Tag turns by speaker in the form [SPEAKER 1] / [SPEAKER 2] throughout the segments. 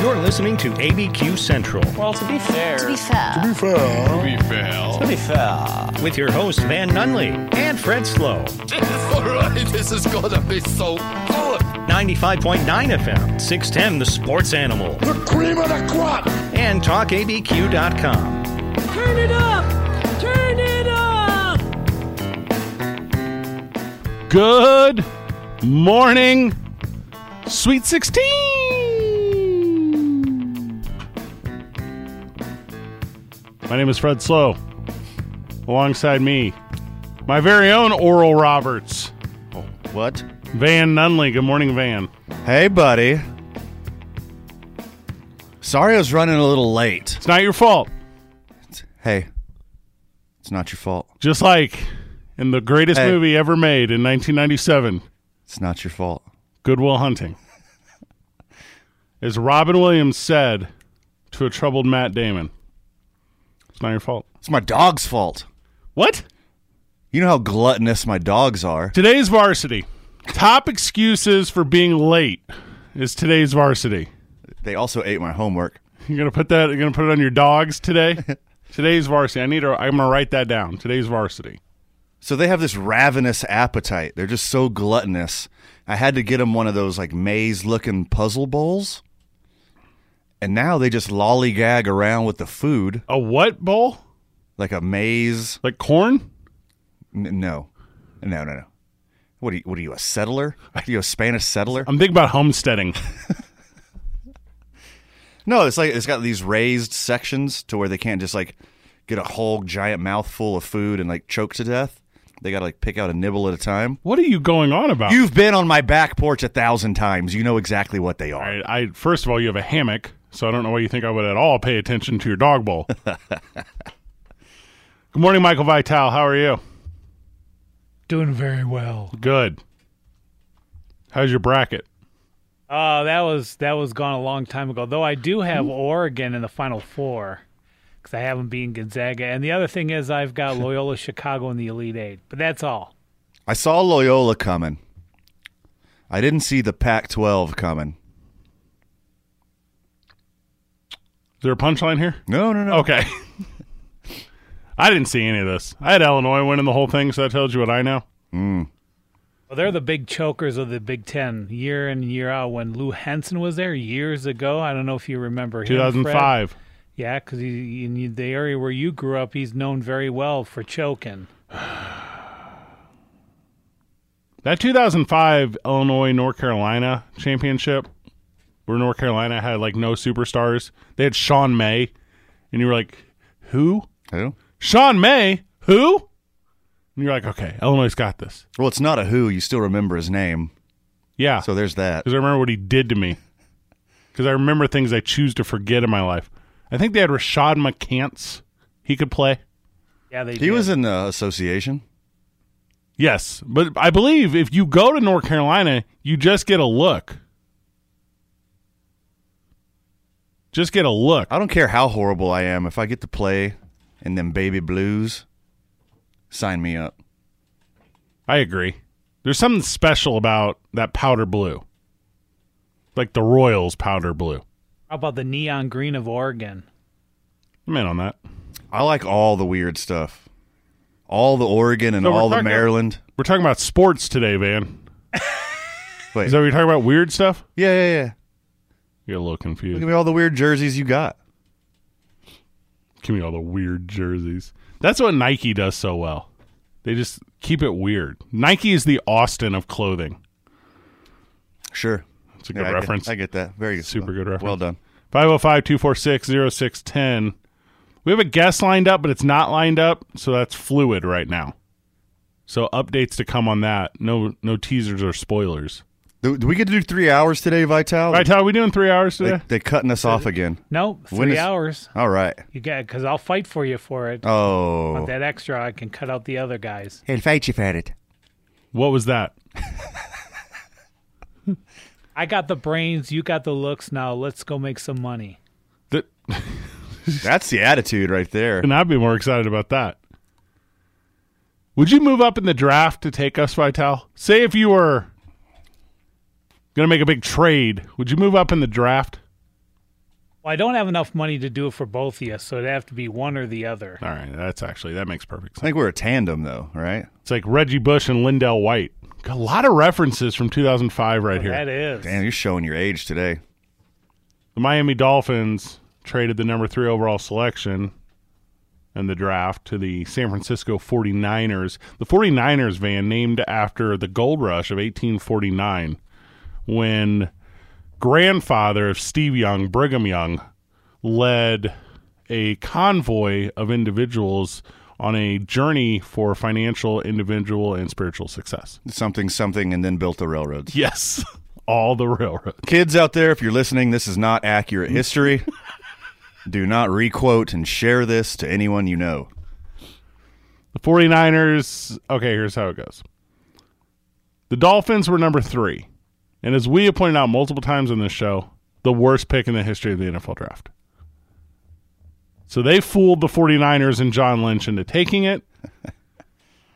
[SPEAKER 1] You're listening to ABQ Central
[SPEAKER 2] Well, to be fair,
[SPEAKER 3] To be fair,
[SPEAKER 4] To be fair.
[SPEAKER 1] with your hosts Van Nunley and Fred Slow.
[SPEAKER 5] Alright, this is gonna be so good.
[SPEAKER 1] 95.9 FM, 610 The Sports Animal,
[SPEAKER 5] The cream of the crop.
[SPEAKER 1] and TalkABQ.com.
[SPEAKER 6] Turn it up! Turn it up!
[SPEAKER 4] Good morning, Sweet 16. My name is Fred Slow. Alongside me, my very own Oral Roberts,
[SPEAKER 7] Oh, What?
[SPEAKER 4] Van Nunley. Good morning, Van.
[SPEAKER 7] Hey, buddy. Sorry I was running a little late.
[SPEAKER 4] It's not your fault.
[SPEAKER 7] Hey, it's not your fault.
[SPEAKER 4] Just like in the greatest
[SPEAKER 7] Hey.
[SPEAKER 4] movie ever made in 1997,
[SPEAKER 7] It's not your fault.
[SPEAKER 4] Goodwill Hunting. As Robin Williams said to a troubled Matt Damon, it's not your fault.
[SPEAKER 7] It's my dog's fault.
[SPEAKER 4] What?
[SPEAKER 7] You know how gluttonous my dogs are.
[SPEAKER 4] Today's varsity. Top excuses for being late is today's varsity.
[SPEAKER 7] They also ate my homework.
[SPEAKER 4] You're gonna put that. You're gonna put it on your dogs today. today's varsity. I need. To, I'm gonna write that down. Today's varsity.
[SPEAKER 7] So they have this ravenous appetite. They're just so gluttonous. I had to get them one of those like maze looking puzzle bowls. And now they just lollygag around with the food
[SPEAKER 4] A what bowl?
[SPEAKER 7] like a maze.
[SPEAKER 4] Like corn?
[SPEAKER 7] N- no, no, no, no. What are you? What are you? A settler? Are you a Spanish settler?
[SPEAKER 4] I'm thinking about homesteading.
[SPEAKER 7] No, it's like it's got these raised sections to where they can't just like get a whole giant mouthful of food and like choke to death. They got to like pick out a nibble at a time.
[SPEAKER 4] What are you going on about?
[SPEAKER 7] You've been on my back porch a thousand times. You know exactly what they
[SPEAKER 4] All
[SPEAKER 7] are.
[SPEAKER 4] right, I first of all, you have a hammock, so I don't know why you think I would at all pay attention to your dog bowl. Good morning, Michael Vital. How are you?
[SPEAKER 8] Doing very well.
[SPEAKER 4] Good. How's your bracket?
[SPEAKER 8] Uh, that was that was gone a long time ago. Though I do have
[SPEAKER 7] Mm-hmm.
[SPEAKER 8] Oregon in the Final Four because I have them beating Gonzaga. And the other thing is I've got Loyola Chicago in the Elite Eight. But that's all.
[SPEAKER 7] I saw Loyola coming. I didn't see the Pac-12 coming.
[SPEAKER 4] Is there a punchline here?
[SPEAKER 7] No, no, no.
[SPEAKER 4] Okay. I didn't see any of this. I had Illinois winning the whole thing, so that tells you what I know.
[SPEAKER 8] Well, they're the big chokers of the Big Ten year in year out. When Lou Henson was there years ago, I don't know if you remember him, Fred.
[SPEAKER 4] 2005.
[SPEAKER 8] Yeah, because in you- the area where you grew up, he's known very well for choking.
[SPEAKER 4] That 2005 Illinois North Carolina championship, where North Carolina had like no superstars, they had Sean May, and you were like, who?
[SPEAKER 7] Who?
[SPEAKER 4] Sean May, who? And you're like, okay, Illinois got this.
[SPEAKER 7] Well, it's not a who. You still remember his name,
[SPEAKER 4] Yeah.
[SPEAKER 7] so there's that.
[SPEAKER 4] because I remember what he did to me. Because I remember things I choose to forget in my life. I think they had Rashad McCants. He could play.
[SPEAKER 8] Yeah, they
[SPEAKER 7] He was in the association.
[SPEAKER 4] Yes, but I believe if you go to North Carolina, you just get a look. Just get a look.
[SPEAKER 7] I don't care how horrible I am. If I get to play in them baby blues, sign me up.
[SPEAKER 4] I agree. There's something special about that powder blue. Like the Royals powder blue.
[SPEAKER 8] How about the neon green of Oregon?
[SPEAKER 4] I'm in on that.
[SPEAKER 7] I like all the weird stuff. All the Oregon and
[SPEAKER 4] So we're
[SPEAKER 7] all the
[SPEAKER 4] talking-
[SPEAKER 7] Maryland.
[SPEAKER 4] We're talking about sports today, Van.
[SPEAKER 7] Wait.
[SPEAKER 4] Is that what you're talking about? Weird stuff?
[SPEAKER 7] Yeah, yeah, yeah.
[SPEAKER 4] You're a little confused.
[SPEAKER 7] Look at me, all the weird jerseys you got.
[SPEAKER 4] Give me all the weird jerseys. That's what Nike does so well. They just keep it weird. Nike is the Austin of clothing.
[SPEAKER 7] Sure.
[SPEAKER 4] That's a
[SPEAKER 7] Yeah,
[SPEAKER 4] good
[SPEAKER 7] I get-
[SPEAKER 4] reference. oh
[SPEAKER 7] I get that. Very good.
[SPEAKER 4] Super good
[SPEAKER 7] Well
[SPEAKER 4] reference.
[SPEAKER 7] done.
[SPEAKER 4] 505 246 0610. We have a guest lined up, but it's not lined up, so that's fluid right now. So updates to come on that. No no teasers or spoilers.
[SPEAKER 7] Do, do we get to do three hours today, Vital?
[SPEAKER 4] All right, Todd, are we doing three hours
[SPEAKER 7] They,
[SPEAKER 4] today?
[SPEAKER 7] they cutting us off again.
[SPEAKER 8] Nope,
[SPEAKER 7] When
[SPEAKER 8] three
[SPEAKER 7] is-
[SPEAKER 8] hours.
[SPEAKER 7] All right.
[SPEAKER 8] You got because I'll fight for you for it.
[SPEAKER 7] Oh.
[SPEAKER 8] That extra, I can cut out the other guys.
[SPEAKER 7] He'll fight you for it.
[SPEAKER 4] What was that?
[SPEAKER 8] I got the brains, you got the looks. Now let's go make some money.
[SPEAKER 4] That
[SPEAKER 7] That's the attitude right there.
[SPEAKER 4] and I'd be more excited about that. Would you move up in the draft to take us, Vital? Say if you were going to make a big trade, would you move up in the draft?
[SPEAKER 8] Well, I don't have enough money to do it for both of you, so it'd have to be one or the other.
[SPEAKER 4] All right, that's actually that makes perfect
[SPEAKER 7] I
[SPEAKER 4] sense.
[SPEAKER 7] think we're a tandem though, right?
[SPEAKER 4] It's like Reggie Bush and Lindell White. Got a lot of references from 2005 right here.
[SPEAKER 8] That is.
[SPEAKER 7] Damn, you're showing your age today.
[SPEAKER 4] The Miami Dolphins traded the number three overall selection in the draft to the San Francisco 49ers. The 49ers van named after the gold rush of 1849 when grandfather of Steve Young, Brigham Young, led a convoy of individuals on a journey for financial, individual, and spiritual success.
[SPEAKER 7] Something, something, and then built the railroads.
[SPEAKER 4] Yes, all the railroads.
[SPEAKER 7] Kids out there, if you're listening, this is not accurate history. Do not requote and share this to anyone you know.
[SPEAKER 4] The 49ers. Okay, here's how it goes. The Dolphins were number three. And as we have pointed out multiple times on this show, the worst pick in the history of the NFL draft. So they fooled the 49ers and John Lynch into taking it.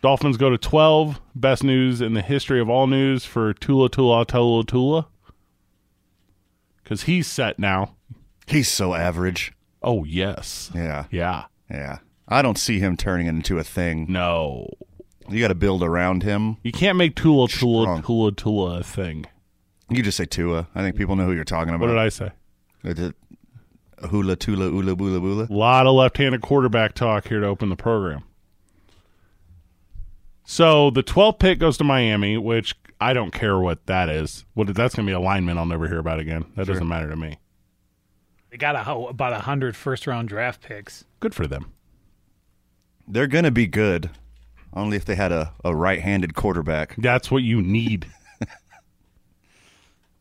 [SPEAKER 4] Dolphins go to 12. Best news in the history of all news for Tula Tula Tula Tula. Because he's set now.
[SPEAKER 7] He's so average.
[SPEAKER 4] Oh, yes.
[SPEAKER 7] Yeah,
[SPEAKER 4] Yeah.
[SPEAKER 7] yeah. I don't see him turning it into a thing.
[SPEAKER 4] No.
[SPEAKER 7] You got to build around him.
[SPEAKER 4] You can't make Tula Tula
[SPEAKER 7] Strong.
[SPEAKER 4] Tula Tula a thing.
[SPEAKER 7] You just say Tua. I think people know who you're talking about.
[SPEAKER 4] What did I say?
[SPEAKER 7] Is it Hula Tula Ula Bula Bula.
[SPEAKER 4] A lot of left-handed quarterback talk here to open the program. So the 12th pick goes to Miami, which I don't care what that is. What that's going to be a lineman I'll never hear about again. That doesn't matter to me.
[SPEAKER 8] They got a, ho- about a hundred first round draft picks.
[SPEAKER 4] Good for them.
[SPEAKER 7] They're gonna be good, only if they had a, a right-handed quarterback.
[SPEAKER 4] That's what you need.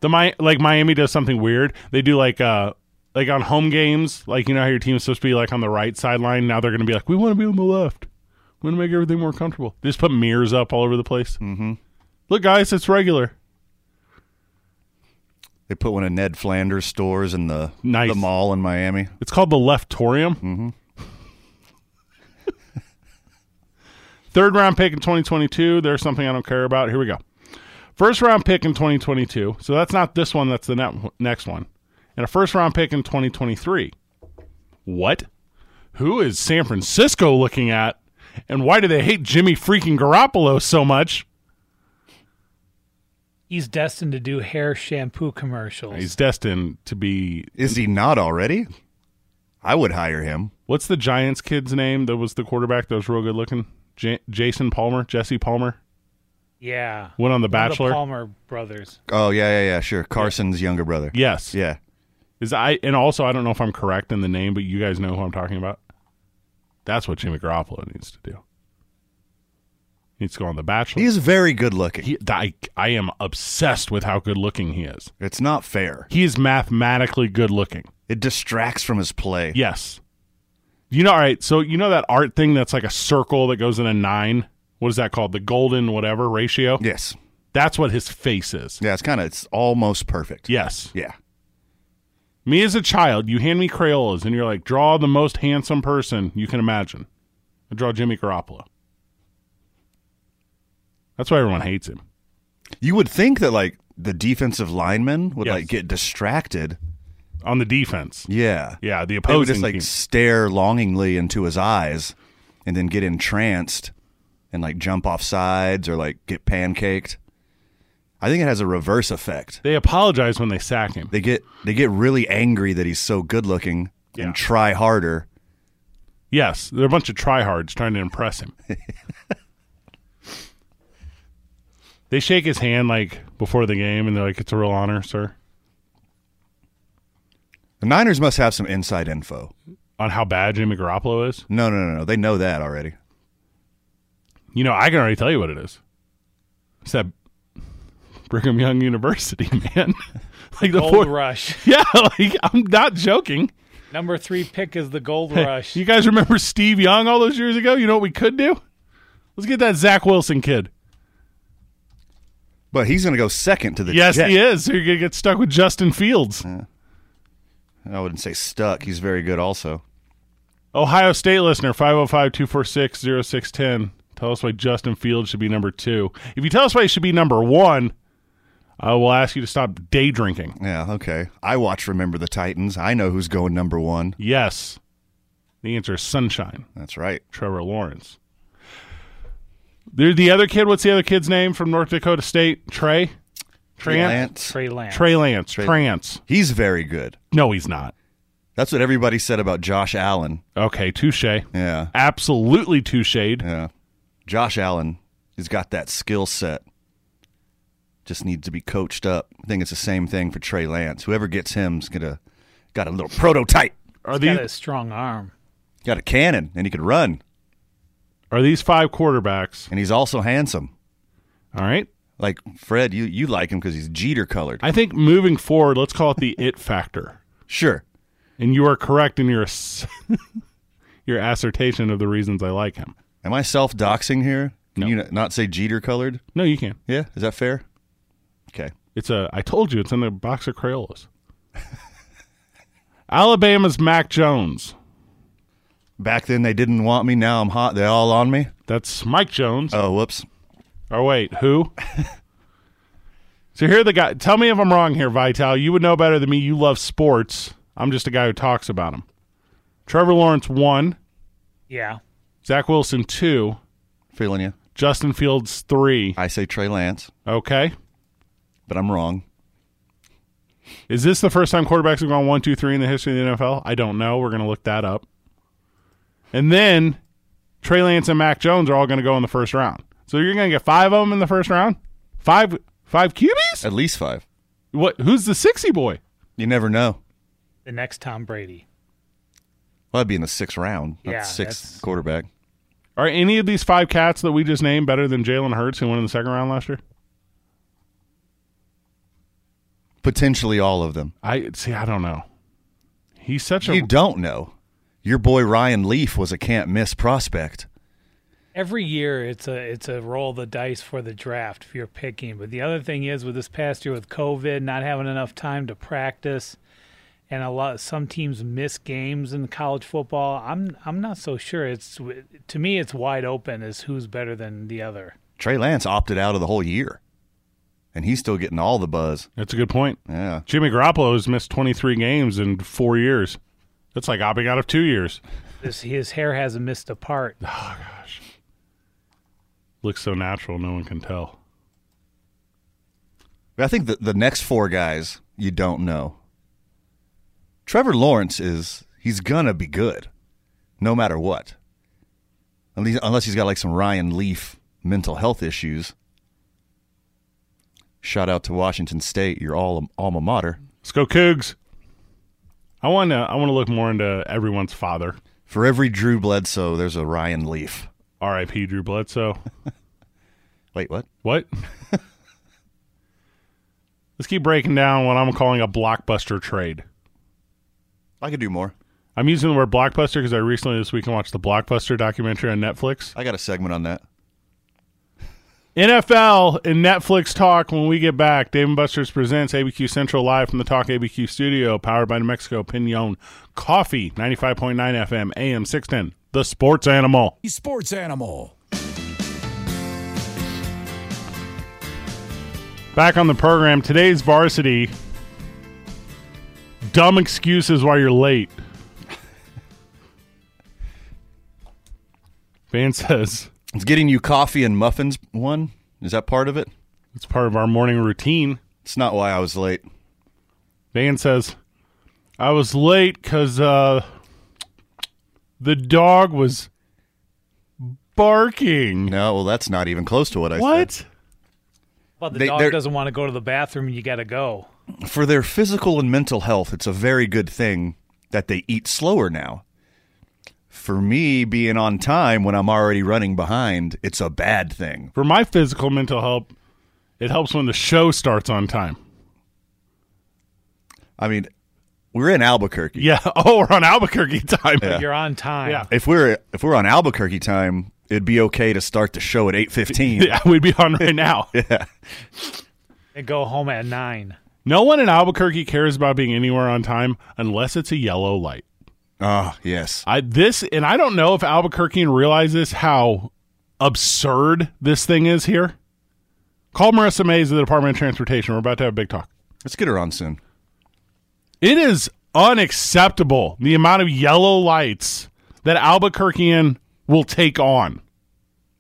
[SPEAKER 4] the Mi- like Miami does something weird. They do like uh like on home games, like you know how your team is supposed to be like on the right sideline. Now they're going to be like, we want to be on the left. We want to make everything more comfortable. They just put mirrors up all over the place. Mm-hmm. Look, guys, it's regular.
[SPEAKER 7] They put one of Ned Flanders' stores in the
[SPEAKER 4] Nice.
[SPEAKER 7] the mall in Miami.
[SPEAKER 4] It's called the Leftorium. Mm-hmm. Third round pick in 2022. There's something I don't care about. Here we go. First round pick in 2022. So that's not this one. That's the ne- next one. And a first round pick in 2023. What? Who is San Francisco looking at? And why do they hate Jimmy freaking Garoppolo so much?
[SPEAKER 8] He's destined to do hair shampoo commercials.
[SPEAKER 4] He's destined to be.
[SPEAKER 7] Is he not already? I would hire him.
[SPEAKER 4] What's the Giants kid's name that was the quarterback that was real good looking? J- Jason Palmer? Jesse Palmer?
[SPEAKER 8] yeah.
[SPEAKER 4] Went on The
[SPEAKER 8] One of
[SPEAKER 4] Bachelor.
[SPEAKER 8] The Palmer brothers.
[SPEAKER 7] Oh yeah, yeah, yeah. Sure, Carson's younger brother.
[SPEAKER 4] Yes.
[SPEAKER 7] Yeah.
[SPEAKER 4] Is I and also I don't know if I'm correct in the name, but you guys know who I'm talking about. That's what Jimmy Garoppolo needs to do. He needs to go on The Bachelor.
[SPEAKER 7] He's very good looking.
[SPEAKER 4] He- I, I am obsessed with how good looking he is.
[SPEAKER 7] It's not fair.
[SPEAKER 4] He is mathematically good looking.
[SPEAKER 7] It distracts from his play.
[SPEAKER 4] Yes. You know, all right. So you know that art thing that's like a circle that goes in a nine. What is that called? The golden whatever ratio.
[SPEAKER 7] Yes.
[SPEAKER 4] That's what his face is.
[SPEAKER 7] Yeah. It's kind of. It's almost perfect.
[SPEAKER 4] Yes.
[SPEAKER 7] Yeah.
[SPEAKER 4] Me as a child, you hand me Crayolas and you're like, draw the most handsome person you can imagine. I draw Jimmy Garoppolo. That's why everyone hates him.
[SPEAKER 7] You would think that like the defensive linemen would
[SPEAKER 4] Yes.
[SPEAKER 7] like get distracted.
[SPEAKER 4] On the defense.
[SPEAKER 7] Yeah.
[SPEAKER 4] Yeah, the
[SPEAKER 7] They would
[SPEAKER 4] opposing
[SPEAKER 7] just like
[SPEAKER 4] team.
[SPEAKER 7] stare longingly into his eyes, and then get entranced, and like jump off sides or like get pancaked. I think it has a reverse effect.
[SPEAKER 4] They apologize when they sack him.
[SPEAKER 7] They get they get really angry that he's so good looking
[SPEAKER 4] Yeah.
[SPEAKER 7] and try harder.
[SPEAKER 4] Yes, they're a bunch of tryhards trying to impress him. they shake his hand like before the game and they're like, it's a real honor, sir,
[SPEAKER 7] The Niners must have some inside info.
[SPEAKER 4] on how bad Jimmy Garoppolo is.
[SPEAKER 7] No, no, no, no. They know that already.
[SPEAKER 4] You know, I can already tell you what it is. It's that Brigham Young University, man. like the
[SPEAKER 8] Gold
[SPEAKER 4] four,
[SPEAKER 8] Rush.
[SPEAKER 4] yeah. Like I'm not joking.
[SPEAKER 8] Number three pick is the Gold Rush.
[SPEAKER 4] You guys remember Steve Young all those years ago? You know what we could do? Let's get that Zach Wilson kid.
[SPEAKER 7] But he's going to go second to the
[SPEAKER 4] Yes,
[SPEAKER 7] Jets.
[SPEAKER 4] he is. So you're gonna get stuck with Justin Fields.
[SPEAKER 7] I wouldn't say stuck. He's very good also.
[SPEAKER 4] Ohio State listener 505-246-0610. Tell us why Justin Fields should be number two. If you tell us why he should be number one, I will ask you to stop day drinking.
[SPEAKER 7] Yeah, okay. I watch Remember the Titans. I know who's going number one.
[SPEAKER 4] Yes. The answer is sunshine.
[SPEAKER 7] That's right.
[SPEAKER 4] Trevor Lawrence. There, the other kid, what's the other kid's name from North Dakota State? Trey? Trance?
[SPEAKER 7] Lance.
[SPEAKER 8] Trey Lance.
[SPEAKER 4] Trey Lance. Trance.
[SPEAKER 7] He's very good.
[SPEAKER 4] No, he's not.
[SPEAKER 7] That's what everybody said about Josh Allen.
[SPEAKER 4] Okay, touche.
[SPEAKER 7] Yeah,
[SPEAKER 4] Absolutely touched.
[SPEAKER 7] yeah. Josh Allen has got that skill set. Just needs to be coached up. I think it's the same thing for Trey Lance. Whoever gets him's gonna got a little prototype.
[SPEAKER 4] Are
[SPEAKER 8] Got
[SPEAKER 4] these
[SPEAKER 8] a strong arm.
[SPEAKER 7] Got a cannon, and he can run,
[SPEAKER 4] are these five quarterbacks?
[SPEAKER 7] and he's also handsome.
[SPEAKER 4] All right.
[SPEAKER 7] Like Fred, you you like him because he's Jeter colored.
[SPEAKER 4] I think moving forward, let's call it the it factor.
[SPEAKER 7] Sure.
[SPEAKER 4] And you are correct in your ass- your assertion of the reasons I like him.
[SPEAKER 7] Am I self doxing here? Can you n- not say Jeter colored?
[SPEAKER 4] No, you can.
[SPEAKER 7] Yeah, is that fair? Okay.
[SPEAKER 4] It's a. I told you, it's in the box of Crayolas. Alabama's Mac Jones.
[SPEAKER 7] Back then they didn't want me. Now I'm hot. They all on me.
[SPEAKER 4] That's Mike Jones.
[SPEAKER 7] Oh, whoops.
[SPEAKER 4] Or wait, who? so here are the guy. Tell me if I'm wrong here, Vital. You would know better than me. You love sports. I'm just a guy who talks about them. Trevor Lawrence one,
[SPEAKER 8] Yeah.
[SPEAKER 4] Zach Wilson two,
[SPEAKER 7] Feeling you.
[SPEAKER 4] Justin Fields three.
[SPEAKER 7] I say Trey Lance,
[SPEAKER 4] Okay,
[SPEAKER 7] but I'm wrong.
[SPEAKER 4] is this the first time quarterbacks have gone one, two, three in the history of the NFL? I don't know. We're gonna look that up. And then Trey Lance and Mac Jones are all gonna go in the first round. So you're gonna get five of them in the first round. Five, five QBs.
[SPEAKER 7] At least five.
[SPEAKER 4] What? Who's the sixty boy?
[SPEAKER 7] You never know.
[SPEAKER 8] The next Tom Brady.
[SPEAKER 7] Well, I'd be in the sixth round, not
[SPEAKER 8] Yeah,
[SPEAKER 7] the sixth
[SPEAKER 8] that's-
[SPEAKER 7] quarterback.
[SPEAKER 4] Are any of these five cats that we just named better than Jalen Hurts, who won in the second round last year?
[SPEAKER 7] Potentially all of them.
[SPEAKER 4] I see. I don't know. He's such a
[SPEAKER 7] You don't know. Your boy Ryan Leaf was a can't miss prospect.
[SPEAKER 8] Every year, it's a it's a roll of the dice for the draft if you're picking. But the other thing is, with this past year with COVID, not having enough time to practice, and a lot some teams miss games in college football. I'm I'm not so sure. It's to me, it's wide open as who's better than the other.
[SPEAKER 7] Trey Lance opted out of the whole year, and he's still getting all the buzz.
[SPEAKER 4] That's a good point.
[SPEAKER 7] Yeah.
[SPEAKER 4] Jimmy Garoppolo has missed 23 games in four years. That's like opting out of two years.
[SPEAKER 8] This, his hair hasn't missed a part.
[SPEAKER 4] Looks so natural, no one can tell.
[SPEAKER 7] But I think the, the next four guys you don't know. Trevor Lawrence is he's gonna be good, no matter what. Unless, unless he's got like some Ryan Leaf mental health issues. Shout out to Washington State, your all alma mater.
[SPEAKER 4] Let's go, Cougs. I want to. I want to look more into everyone's father.
[SPEAKER 7] For every Drew Bledsoe, there's a Ryan Leaf.
[SPEAKER 4] R.I.P. Drew Bledsoe.
[SPEAKER 7] Wait, what?
[SPEAKER 4] What? Let's keep breaking down what I'm calling a blockbuster trade.
[SPEAKER 7] I could do more.
[SPEAKER 4] I'm using the word blockbuster because I recently this week watched the blockbuster documentary on Netflix.
[SPEAKER 7] I got a segment on that.
[SPEAKER 4] NFL and Netflix talk when we get back. Dave and Buster's presents ABQ Central live from the Talk ABQ studio, powered by New Mexico Pinon Coffee, 95.9 FM, AM 610, the sports animal.
[SPEAKER 2] Sports Animal.
[SPEAKER 4] Back on the program, today's varsity dumb excuses why you're late. Van says
[SPEAKER 7] It's getting you coffee and muffins. One is that part of it?
[SPEAKER 4] it's part of our morning routine.
[SPEAKER 7] It's not why I was late.
[SPEAKER 4] Van says, I was late because uh, the dog was barking.
[SPEAKER 7] No, well, that's not even close to what I said.
[SPEAKER 4] What?
[SPEAKER 8] Well, the
[SPEAKER 7] They- they're-
[SPEAKER 8] dog doesn't want to go to the bathroom, and you got to go.
[SPEAKER 7] for their physical and mental health, it's a very good thing that they eat slower now. For me, being on time when I'm already running behind, it's a bad thing.
[SPEAKER 4] For my physical mental health, it helps when the show starts on time.
[SPEAKER 7] I mean, we're in Albuquerque.
[SPEAKER 4] Yeah. Oh, we're on Albuquerque time.
[SPEAKER 8] You're on time.
[SPEAKER 4] Yeah.
[SPEAKER 7] If we're if we're on Albuquerque time, it'd be okay to start the show at eight fifteen.
[SPEAKER 4] Yeah, we'd be on right now.
[SPEAKER 8] And go home at nine.
[SPEAKER 4] No one in Albuquerque cares about being anywhere on time unless it's a yellow light.
[SPEAKER 7] Ah, yes.
[SPEAKER 4] I this and I don't know if Albuquerquean realizes how absurd this thing is here. Call Marissa Mays of the Department of Transportation. We're about to have a big talk.
[SPEAKER 7] Let's get her on soon.
[SPEAKER 4] It is unacceptable the amount of yellow lights that Albuquerquean will take on.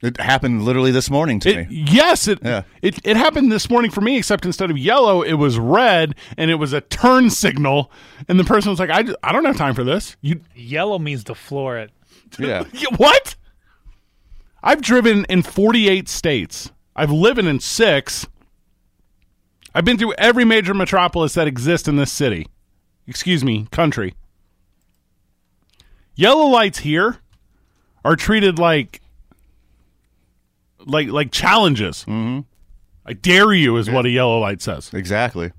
[SPEAKER 7] It happened literally this morning to
[SPEAKER 4] It,
[SPEAKER 7] me.
[SPEAKER 4] yes, it,
[SPEAKER 7] Yeah.
[SPEAKER 4] it it happened this morning for me. Except instead of yellow, it was red, and it was a turn signal. And the person was like, "I, ju- I don't have time for this." You
[SPEAKER 8] Yellow means to floor it.
[SPEAKER 7] Yeah.
[SPEAKER 4] you- what? I've driven in forty eight states. I've lived in six. I've been through every major metropolis that exists in this city. Excuse me, country. Yellow lights here are treated like like like challenges. Mm-hmm. I dare you is what a yellow light says.
[SPEAKER 7] Exactly.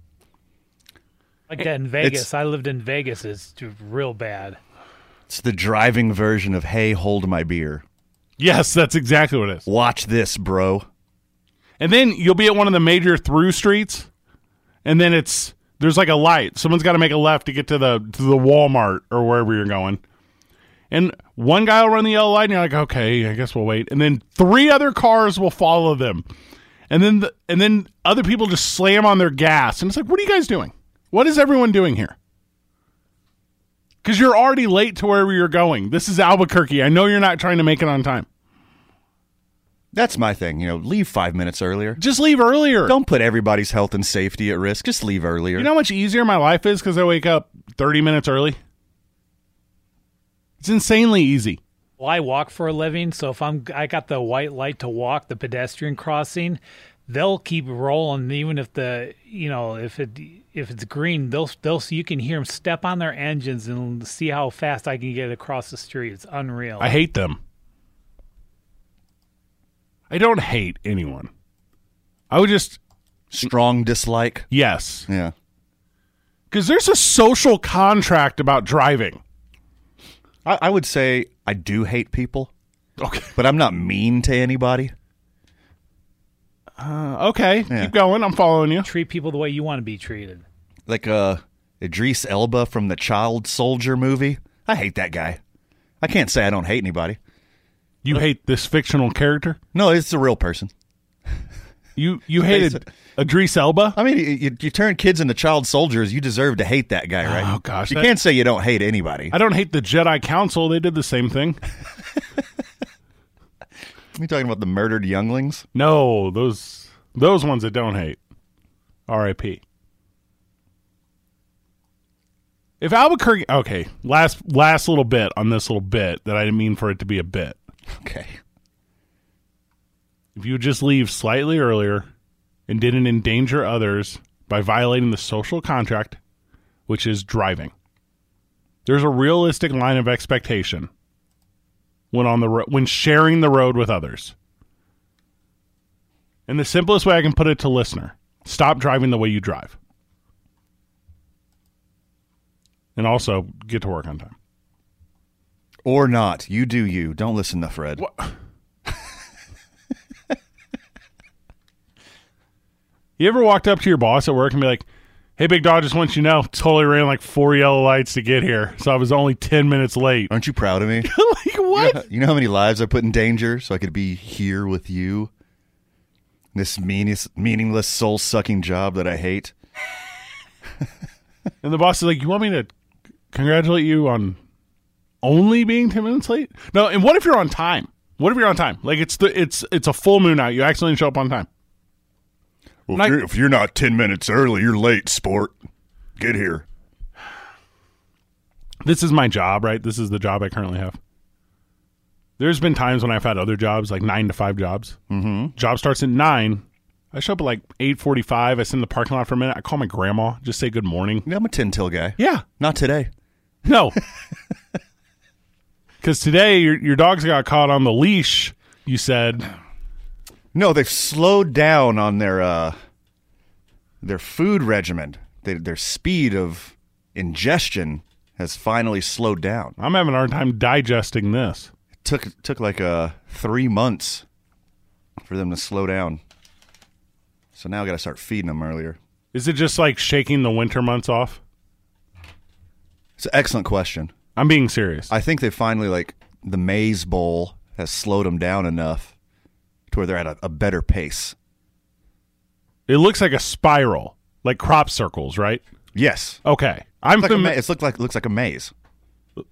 [SPEAKER 8] Like that in Vegas. I lived in Vegas. It's d- real bad.
[SPEAKER 7] It's the driving version of "Hey, hold my beer.
[SPEAKER 4] Yes, that's exactly what it is.
[SPEAKER 7] Watch this, bro."
[SPEAKER 4] And then you'll be at one of the major through streets, and then it's there's like a light. Someone's got to make a left to get to the to the Walmart or wherever you're going. And one guy will run the yellow light, and you're like, okay, I guess we'll wait. And then three other cars will follow them, and then the, and then other people just slam on their gas, and it's like, what are you guys doing? What is everyone doing here? Because you're already late to wherever you're going. This is Albuquerque. I know you're not trying to make it on time.
[SPEAKER 7] That's my thing. You know, leave five minutes earlier.
[SPEAKER 4] Just leave earlier.
[SPEAKER 7] Don't put everybody's health and safety at risk. Just leave earlier.
[SPEAKER 4] You know how much easier my life is because I wake up 30 minutes early? It's insanely easy.
[SPEAKER 8] Well, I walk for a living, so if I'm I got the white light to walk the pedestrian crossing, they'll keep rolling even if the you know if it if it's green, they'll they'll you can hear them step on their engines and see how fast I can get across the street. It's unreal.
[SPEAKER 4] I hate them. I don't hate anyone. I would just,
[SPEAKER 7] Strong dislike.
[SPEAKER 4] yes.
[SPEAKER 7] Yeah.
[SPEAKER 4] Because there's a social contract about driving.
[SPEAKER 7] I, I would say I do hate people,
[SPEAKER 4] Okay.
[SPEAKER 7] but I'm not mean to anybody.
[SPEAKER 4] Uh, okay.
[SPEAKER 7] Yeah.
[SPEAKER 4] Keep going. I'm following you.
[SPEAKER 8] Treat people the way you want to be treated.
[SPEAKER 7] Like uh, Idris Elba from the Child Soldier movie. I hate that guy. I can't say I don't hate anybody.
[SPEAKER 4] You hate this fictional character?
[SPEAKER 7] No, it's a real person.
[SPEAKER 4] You you hated Idris Elba?
[SPEAKER 7] I mean, you- you, you turn kids into child soldiers. You deserve to hate that guy, right?
[SPEAKER 4] Oh, gosh,
[SPEAKER 7] You
[SPEAKER 4] that-
[SPEAKER 7] can't say you don't hate anybody.
[SPEAKER 4] I don't hate the Jedi Council. They did the same thing.
[SPEAKER 7] You talking about the murdered younglings?
[SPEAKER 4] No, those those ones that don't hate. R.I.P. If Albuquerque, okay, last last little bit on this little bit that I didn't mean for it to be a bit.
[SPEAKER 7] Okay.
[SPEAKER 4] If you would just leave slightly earlier and didn't endanger others by violating the social contract, which is driving, there's a realistic line of expectation when on the ro- when sharing the road with others. And the simplest way I can put it to listener: stop driving the way you drive, and also get to work on time.
[SPEAKER 7] Or not. You do you. Don't listen to Fred.
[SPEAKER 4] You ever walked up to your boss at work and be like, "Hey, big dog, just want you to know, totally ran like four yellow lights to get here, so I was only ten minutes late."
[SPEAKER 7] Aren't you proud of me?
[SPEAKER 4] like what?
[SPEAKER 7] you know how many lives I put in danger so I could be here with you? This meaningless, meaningless soul sucking job that I hate.
[SPEAKER 4] And the boss is like, "You want me to congratulate you on only being ten minutes late?" No. And what if you're on time? What if you're on time? Like it's the it's it's a full moon out. You accidentally show up on time.
[SPEAKER 7] Well,
[SPEAKER 4] Like- you're-
[SPEAKER 7] not 10 minutes early, you're late, sport. Get here.
[SPEAKER 4] This is my job, right? This is the job I currently have. There's been times when I've had other jobs, like nine to five jobs. Mm-hmm. Job starts at nine. I show up at like eight forty-five. I sit in the parking lot for a minute. I call my grandma, just say good morning.
[SPEAKER 7] Yeah, I'm a tin till guy.
[SPEAKER 4] Yeah.
[SPEAKER 7] Not today.
[SPEAKER 4] No. Because today your, your dogs got caught on the leash, you said.
[SPEAKER 7] No, they've slowed down on their uh, their food regimen. They, their speed of ingestion has finally slowed down.
[SPEAKER 4] I'm having a hard time digesting this.
[SPEAKER 7] It took took like uh, three months for them to slow down. So now I got to start feeding them earlier.
[SPEAKER 4] Is it just like shaking the winter months off?
[SPEAKER 7] It's an excellent question.
[SPEAKER 4] I'm being serious.
[SPEAKER 7] I think they finally like the maize bowl has slowed them down enough to where they're at a, a better pace.
[SPEAKER 4] It looks like a spiral, like crop circles, right?
[SPEAKER 7] Yes.
[SPEAKER 4] Okay, I'm
[SPEAKER 7] It's like a ma-
[SPEAKER 4] familiar,
[SPEAKER 7] it's look like looks like a maze.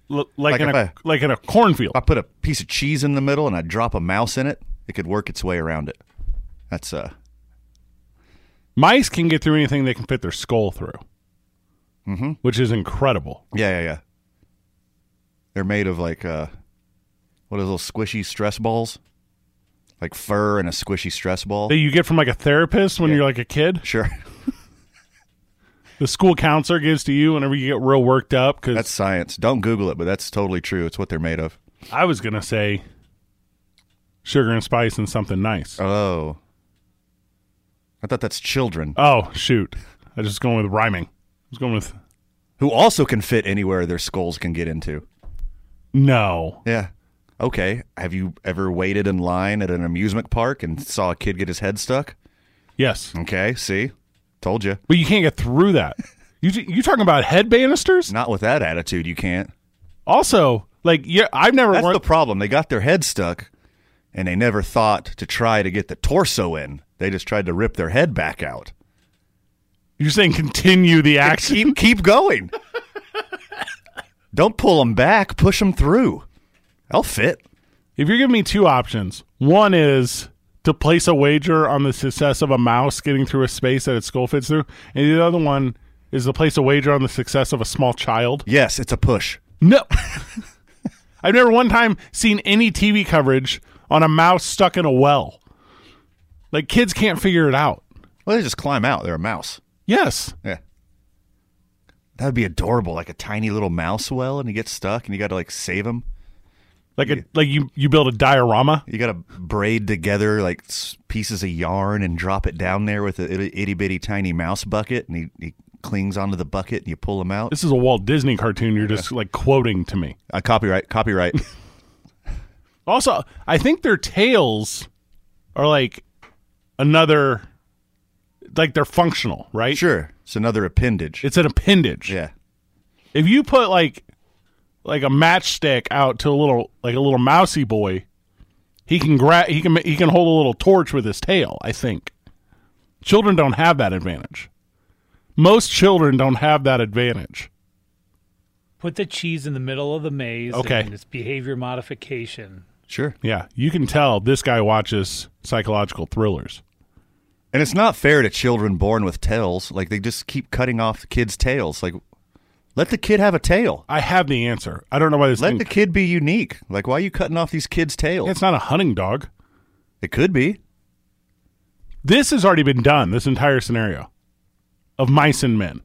[SPEAKER 4] like, like
[SPEAKER 7] like
[SPEAKER 4] in
[SPEAKER 7] if
[SPEAKER 4] a
[SPEAKER 7] I-
[SPEAKER 4] like in a cornfield.
[SPEAKER 7] If I put a piece of cheese in the middle and I drop a mouse in it, it could work its way around it. That's uh
[SPEAKER 4] Mice can get through anything they can fit their skull through, mm-hmm. which is incredible.
[SPEAKER 7] yeah, yeah, yeah. They're made of like uh what are those little squishy stress balls? Like fur and a squishy stress ball.
[SPEAKER 4] That you get from like a therapist when
[SPEAKER 7] Yeah.
[SPEAKER 4] you're like a kid.
[SPEAKER 7] Sure.
[SPEAKER 4] The school counselor gives to you whenever you get real worked up. Because
[SPEAKER 7] That's science. Don't Google it, but that's totally true. It's what they're made of.
[SPEAKER 4] I was gonna say sugar and spice and something nice.
[SPEAKER 7] Oh. I thought that's children
[SPEAKER 4] Oh shoot! I was just going with rhyming. I was going with
[SPEAKER 7] who also can fit anywhere their skulls can get into.
[SPEAKER 4] no.
[SPEAKER 7] Yeah. Okay. Have you ever waited in line at an amusement park and saw a kid get his head stuck?
[SPEAKER 4] Yes,
[SPEAKER 7] Okay. See, told you.
[SPEAKER 4] but you can't get through that. You you talking about head banisters?
[SPEAKER 7] Not with that attitude, you can't.
[SPEAKER 4] Also, like yeah, I've never
[SPEAKER 7] That's
[SPEAKER 4] worn.
[SPEAKER 7] the problem. They got their head stuck, and they never thought to try to get the torso in. They just tried to rip their head back out.
[SPEAKER 4] you're saying continue the action.
[SPEAKER 7] Keep keep going. Don't pull them back. Push them through. I'll fit.
[SPEAKER 4] If you're giving me two options, one is to place a wager on the success of a mouse getting through a space that its skull fits through, and the other one is to place a wager on the success of a small child.
[SPEAKER 7] Yes, it's a push.
[SPEAKER 4] No. I've never one time seen any TV coverage on a mouse stuck in a well. Like kids can't figure it out.
[SPEAKER 7] Well, they just climb out. They're a mouse.
[SPEAKER 4] Yes.
[SPEAKER 7] Yeah. That would be adorable, like a tiny little mouse well, and he gets stuck, and you got to like save him.
[SPEAKER 4] Like a, like you you build a diorama.
[SPEAKER 7] You got to braid together like s- pieces of yarn and drop it down there with an itty bitty tiny mouse bucket, and he, he clings onto the bucket, and you pull him out.
[SPEAKER 4] This is a Walt Disney cartoon you're just like quoting to me.
[SPEAKER 7] Uh, copyright, copyright.
[SPEAKER 4] Also, I think their tails are like another like they're functional, right?
[SPEAKER 7] sure, it's another appendage.
[SPEAKER 4] It's an appendage.
[SPEAKER 7] yeah,
[SPEAKER 4] If you put like like a matchstick out to a little like a little mousy boy, he can grab he can ma- he can hold a little torch with his tail, I think. Children don't have that advantage. Most children don't have that advantage.
[SPEAKER 8] Put the cheese in the middle of the maze.
[SPEAKER 4] Okay.
[SPEAKER 8] And it's behavior modification.
[SPEAKER 7] sure.
[SPEAKER 4] Yeah, you can tell this guy watches psychological thrillers.
[SPEAKER 7] And it's not fair to children born with tails. Like they just keep cutting off kids' tails. Like, let the kid have a tail.
[SPEAKER 4] I have the answer. I don't know why this
[SPEAKER 7] Let
[SPEAKER 4] thing.
[SPEAKER 7] the kid be unique. Like, why are you cutting off these kids' tails?
[SPEAKER 4] it's not a hunting dog.
[SPEAKER 7] it could be.
[SPEAKER 4] This has already been done. This entire scenario of mice and men.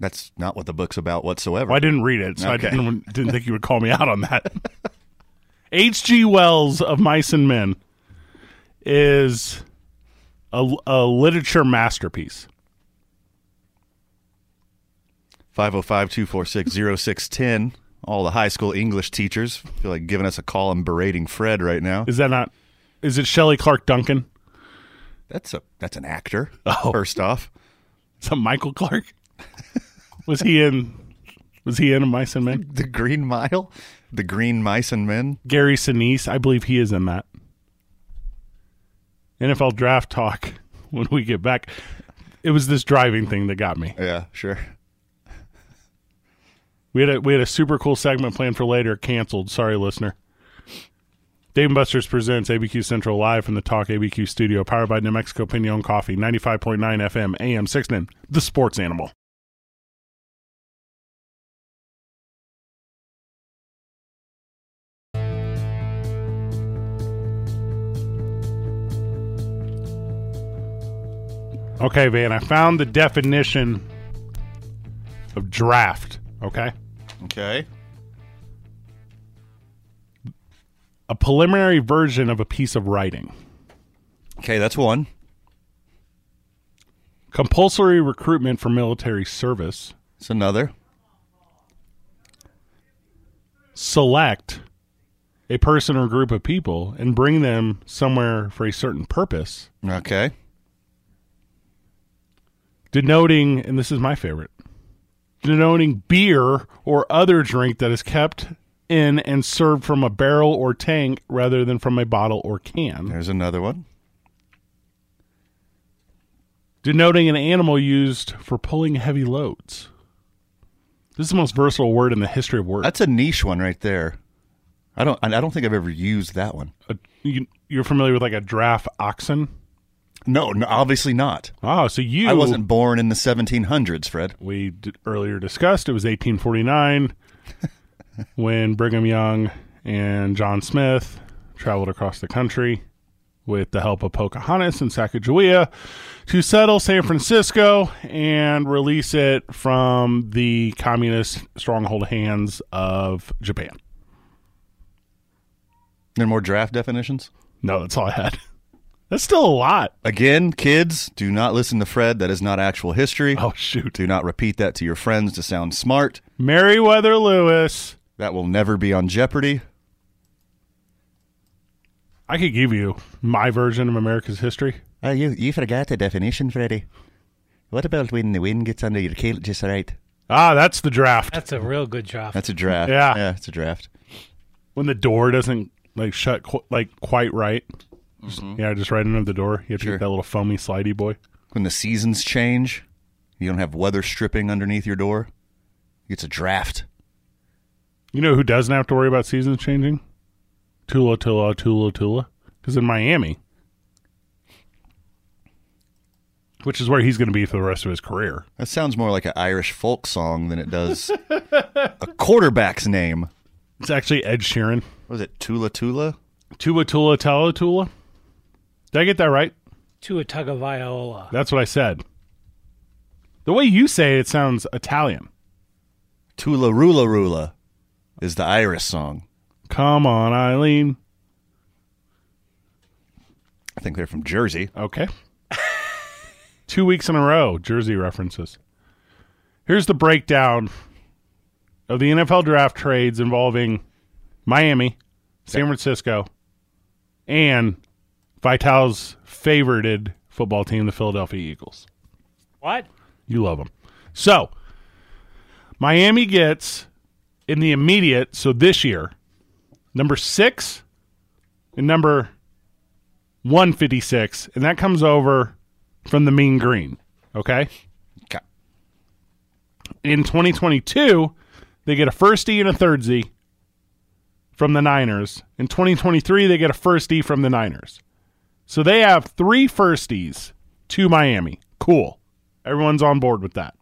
[SPEAKER 7] That's not what the book's about whatsoever.
[SPEAKER 4] Well, I didn't read it, so
[SPEAKER 7] Okay.
[SPEAKER 4] I didn't, didn't think you would call me out on that. H.G. Wells of Mice and Men is a, a literature masterpiece.
[SPEAKER 7] 505-246-0610. All the high school English teachers feel like giving us a call and berating Fred right now.
[SPEAKER 4] Is that not? Is it Shelley Clark Duncan?
[SPEAKER 7] That's a that's an actor.
[SPEAKER 4] Oh.
[SPEAKER 7] First off,
[SPEAKER 4] Is that Michael Clark? was he in? Was he in Mice and Men?
[SPEAKER 7] the Green Mile, the Green Mice and Men.
[SPEAKER 4] Gary Sinise, I believe he is in that. NFL draft talk when we get back. It was this driving thing that got me.
[SPEAKER 7] Yeah, sure.
[SPEAKER 4] We had a we had a super cool segment planned for later, canceled. Sorry, listener. Dave and Buster's presents ABQ Central live from the Talk ABQ studio, powered by New Mexico Pinion Coffee, ninety five point nine FM, AM six nine, the Sports Animal. Okay, Van, I found the definition of draft. Okay.
[SPEAKER 7] Okay.
[SPEAKER 4] a preliminary version of a piece of writing.
[SPEAKER 7] Okay, that's one.
[SPEAKER 4] Compulsory recruitment for military service.
[SPEAKER 7] It's another.
[SPEAKER 4] Select a person or group of people and bring them somewhere for a certain purpose,
[SPEAKER 7] Okay.
[SPEAKER 4] denoting, and this is my favorite, denoting beer or other drink that is kept in and served from a barrel or tank rather than from a bottle or can.
[SPEAKER 7] There's another one.
[SPEAKER 4] denoting an animal used for pulling heavy loads. This is the most versatile word in the history of words.
[SPEAKER 7] That's a niche one right there. I don't. I I don't think I've ever used that one.
[SPEAKER 4] A- you, you're familiar with like a draft oxen?
[SPEAKER 7] No, no obviously not.
[SPEAKER 4] Oh, so you
[SPEAKER 7] I wasn't born in the 1700s, Fred.
[SPEAKER 4] we d- earlier discussed. It was 1849 when Brigham Young and John Smith traveled across the country with the help of Pocahontas and Sacagawea to settle San Francisco and release it from the communist stronghold hands of Japan.
[SPEAKER 7] There are more draft definitions.
[SPEAKER 4] No, that's all I had. That's still a lot.
[SPEAKER 7] Again, kids, do not listen to Fred. That is not actual history.
[SPEAKER 4] Oh, shoot.
[SPEAKER 7] Do not repeat that to your friends to sound smart.
[SPEAKER 4] Meriwether Lewis.
[SPEAKER 7] That will never be on Jeopardy.
[SPEAKER 4] I could give you my version of America's history.
[SPEAKER 7] Oh, you you forgot the definition, Freddy. What about when the wind gets under your keel just right?
[SPEAKER 4] Ah, that's the draft.
[SPEAKER 8] That's a real good draft.
[SPEAKER 7] That's a draft.
[SPEAKER 4] Yeah.
[SPEAKER 7] yeah, it's a draft.
[SPEAKER 4] when the door doesn't like shut qu- like quite right. Just- Yeah, just right under the door. You have to
[SPEAKER 7] Sure.
[SPEAKER 4] get that little foamy slidey boy.
[SPEAKER 7] When the seasons change, you don't have weather stripping underneath your door. It's a draft.
[SPEAKER 4] You know who doesn't have to worry about seasons changing? Tula Tula Tula Tula, because in Miami, which is where he's going to be for the rest of his career.
[SPEAKER 7] That sounds more like an Irish folk song than it does a quarterback's name.
[SPEAKER 4] It's actually Ed Sheeran.
[SPEAKER 7] Was it Tula Tula?
[SPEAKER 4] Tula Tula Tula Tula. Did I get that right?
[SPEAKER 8] to a tug of Viola.
[SPEAKER 4] That's what I said. The way you say it, it sounds Italian.
[SPEAKER 7] Tula Rula Rula is the Irish song.
[SPEAKER 4] Come on, Eileen.
[SPEAKER 7] I think they're from Jersey.
[SPEAKER 4] Okay. Two weeks in a row, jersey references. Here's the breakdown of the NFL draft trades involving Miami, San Francisco, and Vital's favorited football team, the Philadelphia Eagles.
[SPEAKER 8] What?
[SPEAKER 4] You love them. So, Miami gets in the immediate, so this year, number six and number 156, and that comes over from the mean green. Okay.
[SPEAKER 7] Okay.
[SPEAKER 4] In 2022, they get a first E and a third Z from the Niners. In 2023, they get a first E from the Niners. So they have three first E's to Miami. Cool. Everyone's on board with that.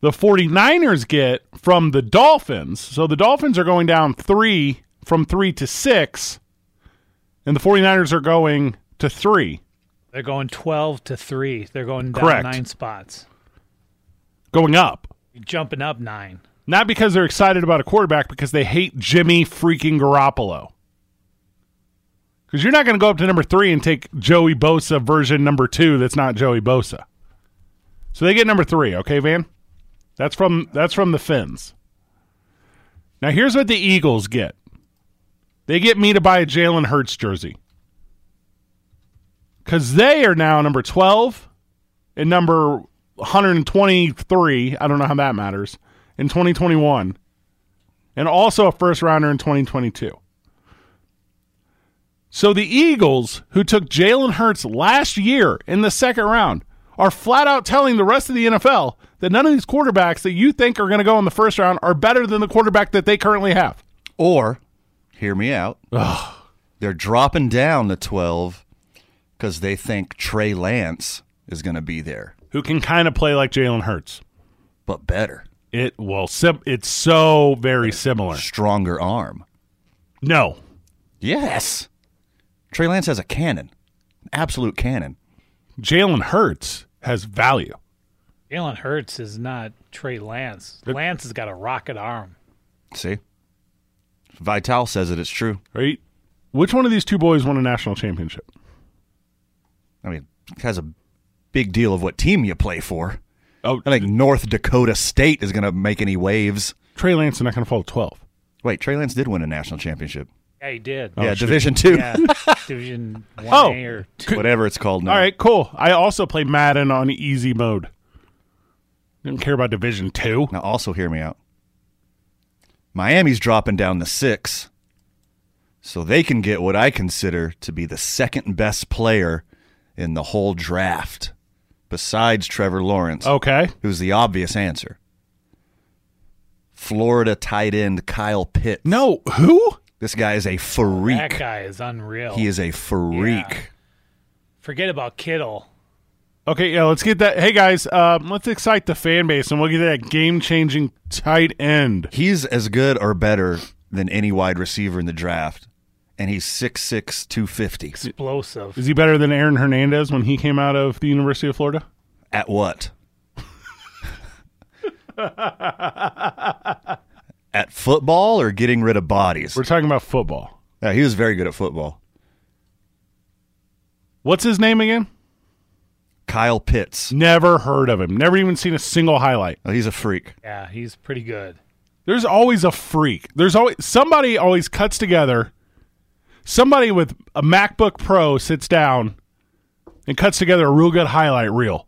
[SPEAKER 4] The 49ers get from the Dolphins. So the Dolphins are going down three from three to six, and the 49ers are going to three.
[SPEAKER 8] They're going 12 to 3. They're going down
[SPEAKER 4] Correct.
[SPEAKER 8] nine spots.
[SPEAKER 4] going up.
[SPEAKER 8] Jumping up nine.
[SPEAKER 4] Not because they're excited about a quarterback, because they hate Jimmy freaking Garoppolo. Because you're not going to go up to number three and take Joey Bosa version number two. That's not Joey Bosa. So they get number three. Okay, Van. That's from that's from the Finns. Now here's what the Eagles get. They get me to buy a Jalen Hurts jersey. Cause they are now number twelve and number 123. I don't know how that matters in 2021, and also a first rounder in 2022. So the Eagles, who took Jalen Hurts last year in the second round, are flat out telling the rest of the NFL that none of these quarterbacks that you think are going to go in the first round are better than the quarterback that they currently have.
[SPEAKER 7] Or, hear me out, they're dropping down to 12 because they think Trey Lance is going to be there,
[SPEAKER 4] Who can kind of play like Jalen Hurts?
[SPEAKER 7] but better.
[SPEAKER 4] It well, sim- it's so very similar.
[SPEAKER 7] Stronger arm.
[SPEAKER 4] No,
[SPEAKER 7] Yes. Trey Lance has a cannon, an absolute cannon.
[SPEAKER 4] Jalen Hurts has value.
[SPEAKER 8] Jalen Hurts is not Trey Lance. Lance has got a rocket arm.
[SPEAKER 7] See? Vital says it, it's true.
[SPEAKER 4] Right? Which one of these two boys won a national championship?
[SPEAKER 7] I mean, it has a big deal of what team you play for.
[SPEAKER 4] Oh,
[SPEAKER 7] I think North Dakota State is going to make any waves.
[SPEAKER 4] Trey Lance is not going to fall to 12.
[SPEAKER 7] Wait, Trey Lance did win a national championship.
[SPEAKER 8] Yeah, he did.
[SPEAKER 7] yeah, Division Two,
[SPEAKER 8] Oh, Yeah. Division 1A
[SPEAKER 4] Oh.
[SPEAKER 8] or 2.
[SPEAKER 7] whatever it's called now.
[SPEAKER 4] All right, cool. I also play Madden on easy mode. Didn't care about Division 2.
[SPEAKER 7] Now, also hear me out. Miami's dropping down to six, so they can get what I consider to be the second best player in the whole draft. besides Trevor Lawrence,
[SPEAKER 8] Oh.
[SPEAKER 4] Okay.
[SPEAKER 7] who's the obvious answer. Florida tight end Kyle Pitts.
[SPEAKER 4] No, who?
[SPEAKER 7] This guy is a
[SPEAKER 8] That
[SPEAKER 7] freak.
[SPEAKER 8] guy is unreal.
[SPEAKER 7] He is a freak.
[SPEAKER 8] Yeah. Forget about Kittle.
[SPEAKER 4] Okay, yeah, let's get that. Hey guys, uh, let's excite the fan base and we'll get that game-changing tight end.
[SPEAKER 7] He's as good or better than any wide receiver in the draft. And he's 6'6", 250.
[SPEAKER 8] Explosive.
[SPEAKER 4] Is he better than Aaron Hernandez when he came out of the University of Florida?
[SPEAKER 7] At what? at football or getting rid of bodies?
[SPEAKER 4] We're talking about football.
[SPEAKER 7] Yeah, he was very good at football.
[SPEAKER 4] What's his name again?
[SPEAKER 7] Kyle Pitts.
[SPEAKER 4] Never heard of him. Never even seen a single highlight.
[SPEAKER 7] Oh, he's a freak.
[SPEAKER 8] Yeah, he's pretty good.
[SPEAKER 4] There's always a freak. There's always somebody always cuts together. Somebody with a MacBook Pro sits down and cuts together a real good highlight reel.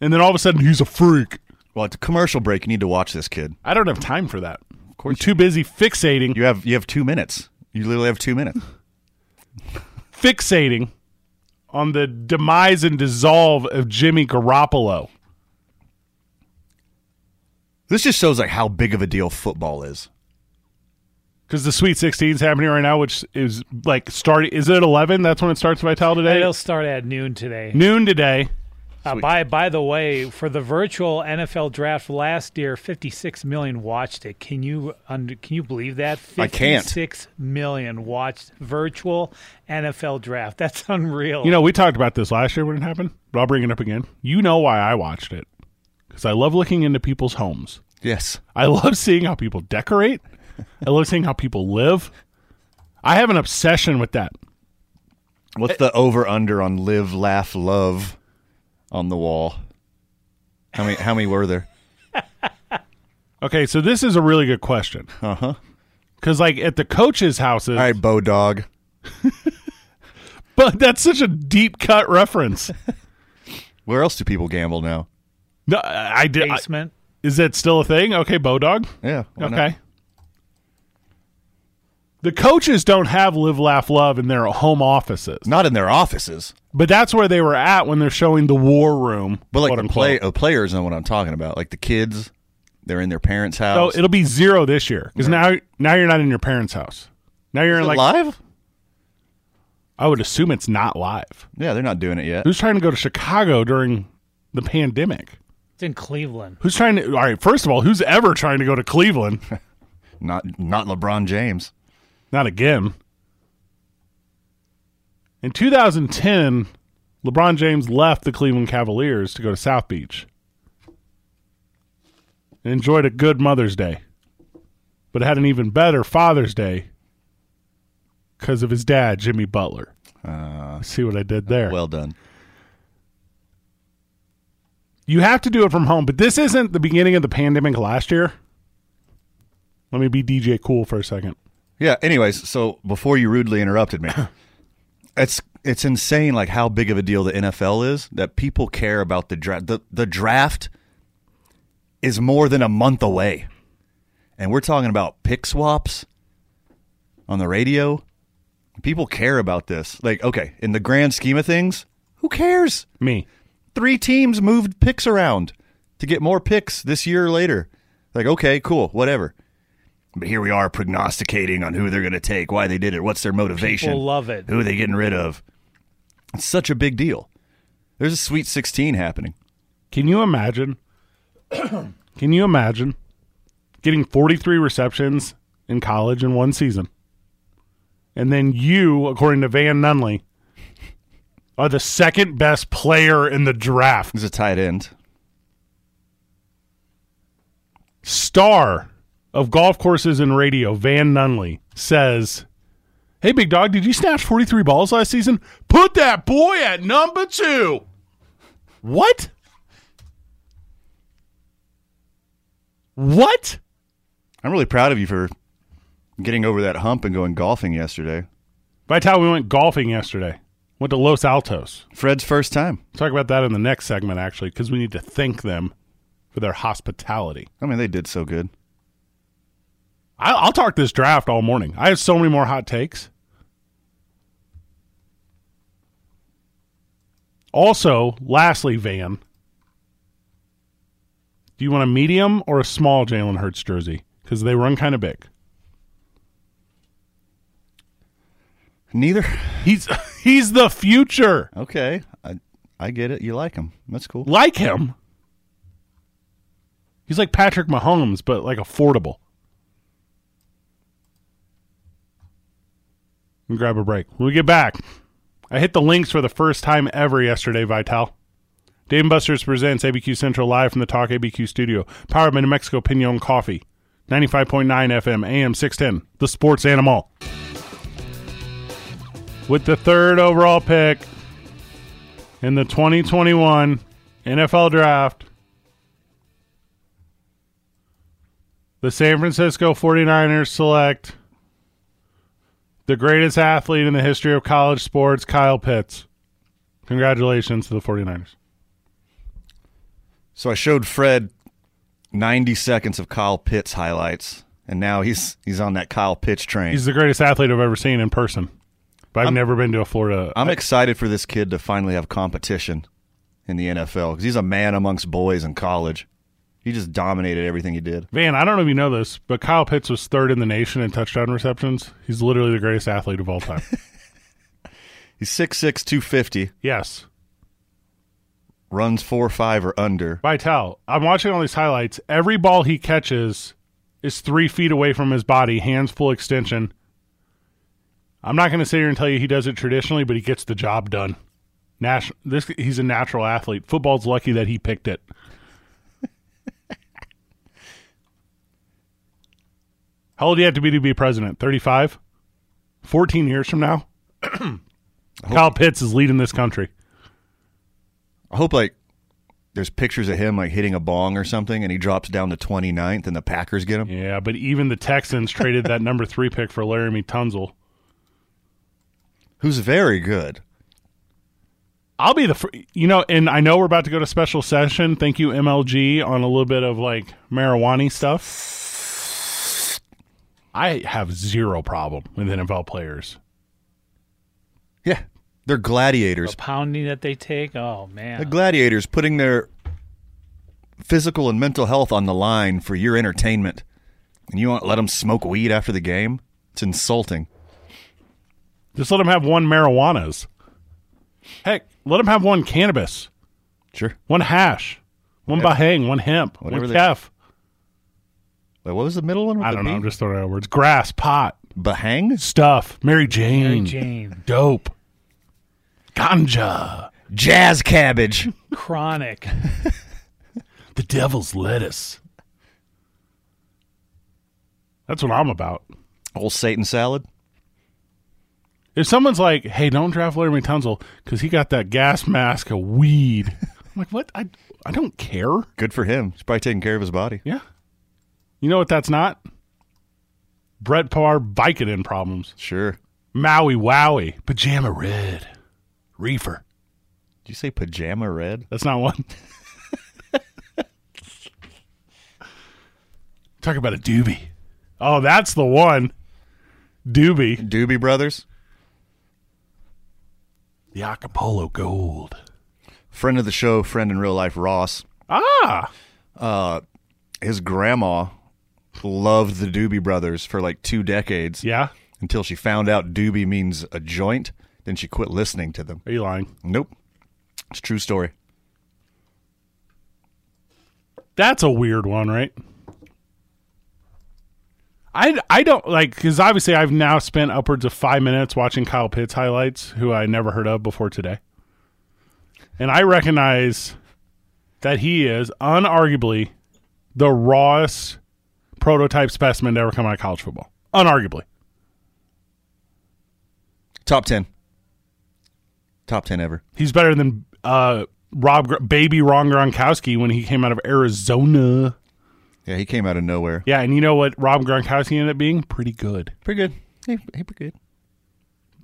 [SPEAKER 4] And then all of a sudden he's a freak.
[SPEAKER 7] Well, at the commercial break, you need to watch this kid.
[SPEAKER 4] I don't have time for that. Of course. I'm too busy fixating
[SPEAKER 7] You have you have two minutes. You literally have two minutes.
[SPEAKER 4] fixating on the demise and dissolve of Jimmy Garoppolo.
[SPEAKER 7] This just shows like how big of a deal football is.
[SPEAKER 4] Because the Sweet 16 is happening right now, which is like starting. Is it 11? That's when it starts, Vital, today?
[SPEAKER 8] It'll start at noon today.
[SPEAKER 4] Noon today.
[SPEAKER 8] Uh, by by the way, for the virtual NFL draft last year, 56 million watched it. Can you under, can you believe that?
[SPEAKER 7] I can't.
[SPEAKER 8] 56 million watched virtual NFL draft. That's unreal.
[SPEAKER 4] You know, we talked about this last year when it happened, but I'll bring it up again. You know why I watched it. Because I love looking into people's homes.
[SPEAKER 7] Yes.
[SPEAKER 4] I love seeing how people decorate. I love seeing how people live. I have an obsession with that. Eh.
[SPEAKER 7] What's the over under on live, laugh, love on the wall? How many how many were there?
[SPEAKER 4] Okay, so this is a really good question. Uh huh.
[SPEAKER 7] Uh-huh.
[SPEAKER 4] Because, like, at the coaches' houses,
[SPEAKER 7] All right, Bo Dog.
[SPEAKER 4] But that's such a deep cut reference.
[SPEAKER 7] Where else do people gamble now?
[SPEAKER 4] No, I I did. I-
[SPEAKER 8] basement.
[SPEAKER 4] is that still a thing? Okay, Bodog.
[SPEAKER 7] Yeah. why not?
[SPEAKER 4] Okay. The coaches don't have live, laugh, love in their home offices,
[SPEAKER 7] Not in their offices,
[SPEAKER 4] but that's where they were at when they're showing the war room.
[SPEAKER 7] but like
[SPEAKER 4] quote
[SPEAKER 7] the
[SPEAKER 4] unquote.
[SPEAKER 7] play, oh, players know what I'm talking about. Like the kids, they're in their parents'
[SPEAKER 4] So
[SPEAKER 7] house.
[SPEAKER 4] it'll be zero this year because now now you're not in your parents' house. Now you're in
[SPEAKER 7] Is
[SPEAKER 4] like
[SPEAKER 7] it live?
[SPEAKER 4] I would assume it's not live.
[SPEAKER 7] Yeah, they're not doing it yet.
[SPEAKER 4] Who's trying to go to Chicago during the pandemic?
[SPEAKER 8] It's in Cleveland.
[SPEAKER 4] Who's trying to? All right, first of all, who's ever trying to go to Cleveland? Hmm?
[SPEAKER 7] Not not LeBron James.
[SPEAKER 4] Not again. In 2010, LeBron James left the Cleveland Cavaliers to go to South Beach and enjoyed a good Mother's Day, but had an even better Father's Day because of his dad, Jimmy Butler. See what I did there?
[SPEAKER 7] Well done.
[SPEAKER 4] you have to do it from home, but this isn't the beginning of the pandemic last year. Let me be DJ cool for a second.
[SPEAKER 7] Yeah. Anyways, so before you rudely interrupted me, it's it's insane like how big of a deal the NFL is that people care about the draft. The the draft is more than a month away, and we're talking about pick swaps on the radio. People care about this. Like, okay, in the grand scheme of things, who cares?
[SPEAKER 4] Me.
[SPEAKER 7] Three teams moved picks around to get more picks this year or later. Like, okay, cool, whatever. But here we are prognosticating on who they're going to take, why they did it, what's their motivation.
[SPEAKER 8] People love it.
[SPEAKER 7] Who are they getting rid of? It's such a big deal. There's a Sweet 16 happening.
[SPEAKER 4] Can you imagine? can you imagine getting 43 receptions in college in one season? And then you, according to Van Nunley, are the second best player in the draft.
[SPEAKER 7] There's a tight end.
[SPEAKER 4] Star of golf courses and radio, Van Nunley, says, Hey, big dog, did you snatch 43 balls last season? Put that boy at number two. What? What?
[SPEAKER 7] I'm really proud of you for getting over that hump and going golfing yesterday.
[SPEAKER 4] Vital, we went golfing yesterday. Went to Los Altos.
[SPEAKER 7] Fred's first time.
[SPEAKER 4] Talk about that in the next segment, actually, because we need to thank them for their hospitality.
[SPEAKER 7] I mean, they did so good.
[SPEAKER 4] I, I'll talk this draft all morning. I have so many more hot takes. Also, lastly, Van, Do you want a medium or a small Jalen Hurts jersey? Because they run kind of big.
[SPEAKER 7] Neither.
[SPEAKER 4] He's he's the future.
[SPEAKER 7] Okay, I I get it. You like him. That's cool.
[SPEAKER 4] Like him. He's like Patrick Mahomes, but like affordable. And grab a break. When we get back, I hit the links for the first time ever yesterday, Vital. Dave and Buster's presents ABQ Central live from the Talk ABQ studio, powered by New Mexico Pinon Coffee, 95.9 FM, AM 610, the sports animal. With the third overall pick in the 2021 NFL Draft, the San Francisco 49ers select the greatest athlete in the history of college sports, Kyle Pitts. Congratulations to the 49ers.
[SPEAKER 7] So I showed Fred 90 seconds of Kyle Pitts highlights, and now he's he's on that Kyle Pitts train.
[SPEAKER 4] He's the greatest athlete I've ever seen in person. But I've never been to a Florida.
[SPEAKER 7] I'm excited for this kid to finally have competition in the NFL because he's a man amongst boys in college. He just dominated everything he did.
[SPEAKER 4] Van, I don't know if you know this, but Kyle Pitts was third in the nation in touchdown receptions. He's literally the greatest athlete of all time.
[SPEAKER 7] He's 6'6", 250,
[SPEAKER 4] yes.
[SPEAKER 7] runs 4'5 or under.
[SPEAKER 4] Vital, I'm watching all these highlights. Every ball he catches is three feet away from his body, hands full extension. I'm not going to sit here and tell you he does it traditionally, but he gets the job done. National, this he's a natural athlete. Football's lucky that he picked it. How old do you have to be to be president? 35? 14 years from now? Kyle Pitts is leading this country.
[SPEAKER 7] I hope like there's pictures of him like hitting a bong or something, and he drops down to 29th, and the Packers get him.
[SPEAKER 4] Yeah, but even the Texans traded that number three pick for Laramie Tunzel.
[SPEAKER 7] Who's very good.
[SPEAKER 4] I'll be the fir- you know, and I know we're about to go to special session. Thank you, MLG, on a little bit of like marijuana stuff. I have zero problem with NFL players.
[SPEAKER 7] Yeah, they're gladiators.
[SPEAKER 8] The pounding that they take. Oh man.
[SPEAKER 7] The gladiators putting their physical and mental health on the line for your entertainment, and you won't let them smoke weed after the game. It's insulting.
[SPEAKER 4] Just let them have one marijuanas. Heck, let them have one cannabis,
[SPEAKER 7] Sure.
[SPEAKER 4] one hash, one bahang, one hemp,
[SPEAKER 7] Whatever
[SPEAKER 4] one
[SPEAKER 7] they-
[SPEAKER 4] kef.
[SPEAKER 7] Wait, what was the middle one? with
[SPEAKER 4] I
[SPEAKER 7] the
[SPEAKER 4] don't know.
[SPEAKER 7] B?
[SPEAKER 4] I'm just throwing out words. Grass, pot,
[SPEAKER 7] Bahang?
[SPEAKER 4] stuff, Mary Jane,
[SPEAKER 8] Mary Jane.
[SPEAKER 4] dope, ganja,
[SPEAKER 7] Jazz cabbage.
[SPEAKER 8] Chronic.
[SPEAKER 4] the devil's lettuce. That's what I'm about.
[SPEAKER 7] Old Satan salad.
[SPEAKER 4] If someone's like, "Hey, don't draft Laramie Tunzel because he got that gas mask of weed," I'm like, "What? I I don't care."
[SPEAKER 7] Good for him. He's probably taking care of his body.
[SPEAKER 4] Yeah, you know what? That's not Brett Parr Vicodin problems.
[SPEAKER 7] Sure.
[SPEAKER 4] Maui Wowie pajama red reefer.
[SPEAKER 7] Did you say pajama red?
[SPEAKER 4] That's not one. Talk about a doobie. Oh, that's the one. Doobie.
[SPEAKER 7] Doobie Brothers.
[SPEAKER 4] The Acapulco Gold.
[SPEAKER 7] Friend of the show, friend in real life, Ross.
[SPEAKER 4] Ah.
[SPEAKER 7] His grandma loved the Doobie Brothers for like two decades
[SPEAKER 4] Yeah.
[SPEAKER 7] until she found out Doobie means a joint. Then she quit listening to them.
[SPEAKER 4] Are you lying?
[SPEAKER 7] Nope. It's a true story.
[SPEAKER 4] That's a weird one, right? I, I don't like because obviously I've now spent upwards of five minutes watching Kyle Pitts highlights, who I never heard of before today. And I recognize that he is unarguably the rawest prototype specimen to ever come out of college football. Unarguably.
[SPEAKER 7] Top 10. Top 10 ever.
[SPEAKER 4] He's better than uh, Rob Gr- Baby Ron Gronkowski when he came out of Arizona.
[SPEAKER 7] Yeah, he came out of nowhere.
[SPEAKER 4] Yeah, and you know what Rob Gronkowski ended up being? Pretty good.
[SPEAKER 7] Pretty good. Hey, hey pretty good.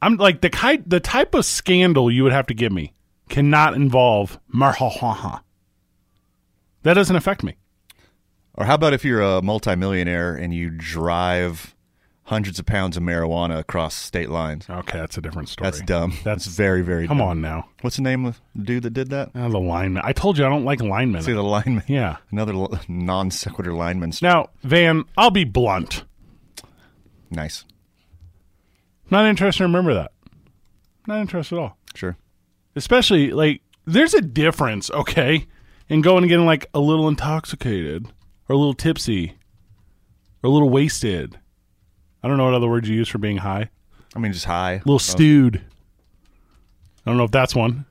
[SPEAKER 4] I'm like the kind, the type of scandal you would have to give me cannot involve marijuana. That doesn't affect me.
[SPEAKER 7] Or how about if you're a multimillionaire and you drive hundreds of pounds of marijuana across state lines.
[SPEAKER 4] Okay, that's a different story.
[SPEAKER 7] That's dumb.
[SPEAKER 4] That's-
[SPEAKER 7] That's very, very
[SPEAKER 4] Come
[SPEAKER 7] dumb.
[SPEAKER 4] on now.
[SPEAKER 7] What's the name of the dude that did that?
[SPEAKER 4] Ah, the lineman. I told you I don't like linemen.
[SPEAKER 7] See the lineman.
[SPEAKER 4] yeah.
[SPEAKER 7] Another l- non sequitur lineman.
[SPEAKER 4] Now, Van, I'll be blunt.
[SPEAKER 7] Nice.
[SPEAKER 4] Not interested to remember that. Not interested at all.
[SPEAKER 7] Sure.
[SPEAKER 4] Especially like there's a difference, okay, in going and getting like a little intoxicated or a little tipsy or a little wasted. I don't know what other words you use for being high.
[SPEAKER 7] I mean, just high.
[SPEAKER 4] A little stewed. I don't know if that's one.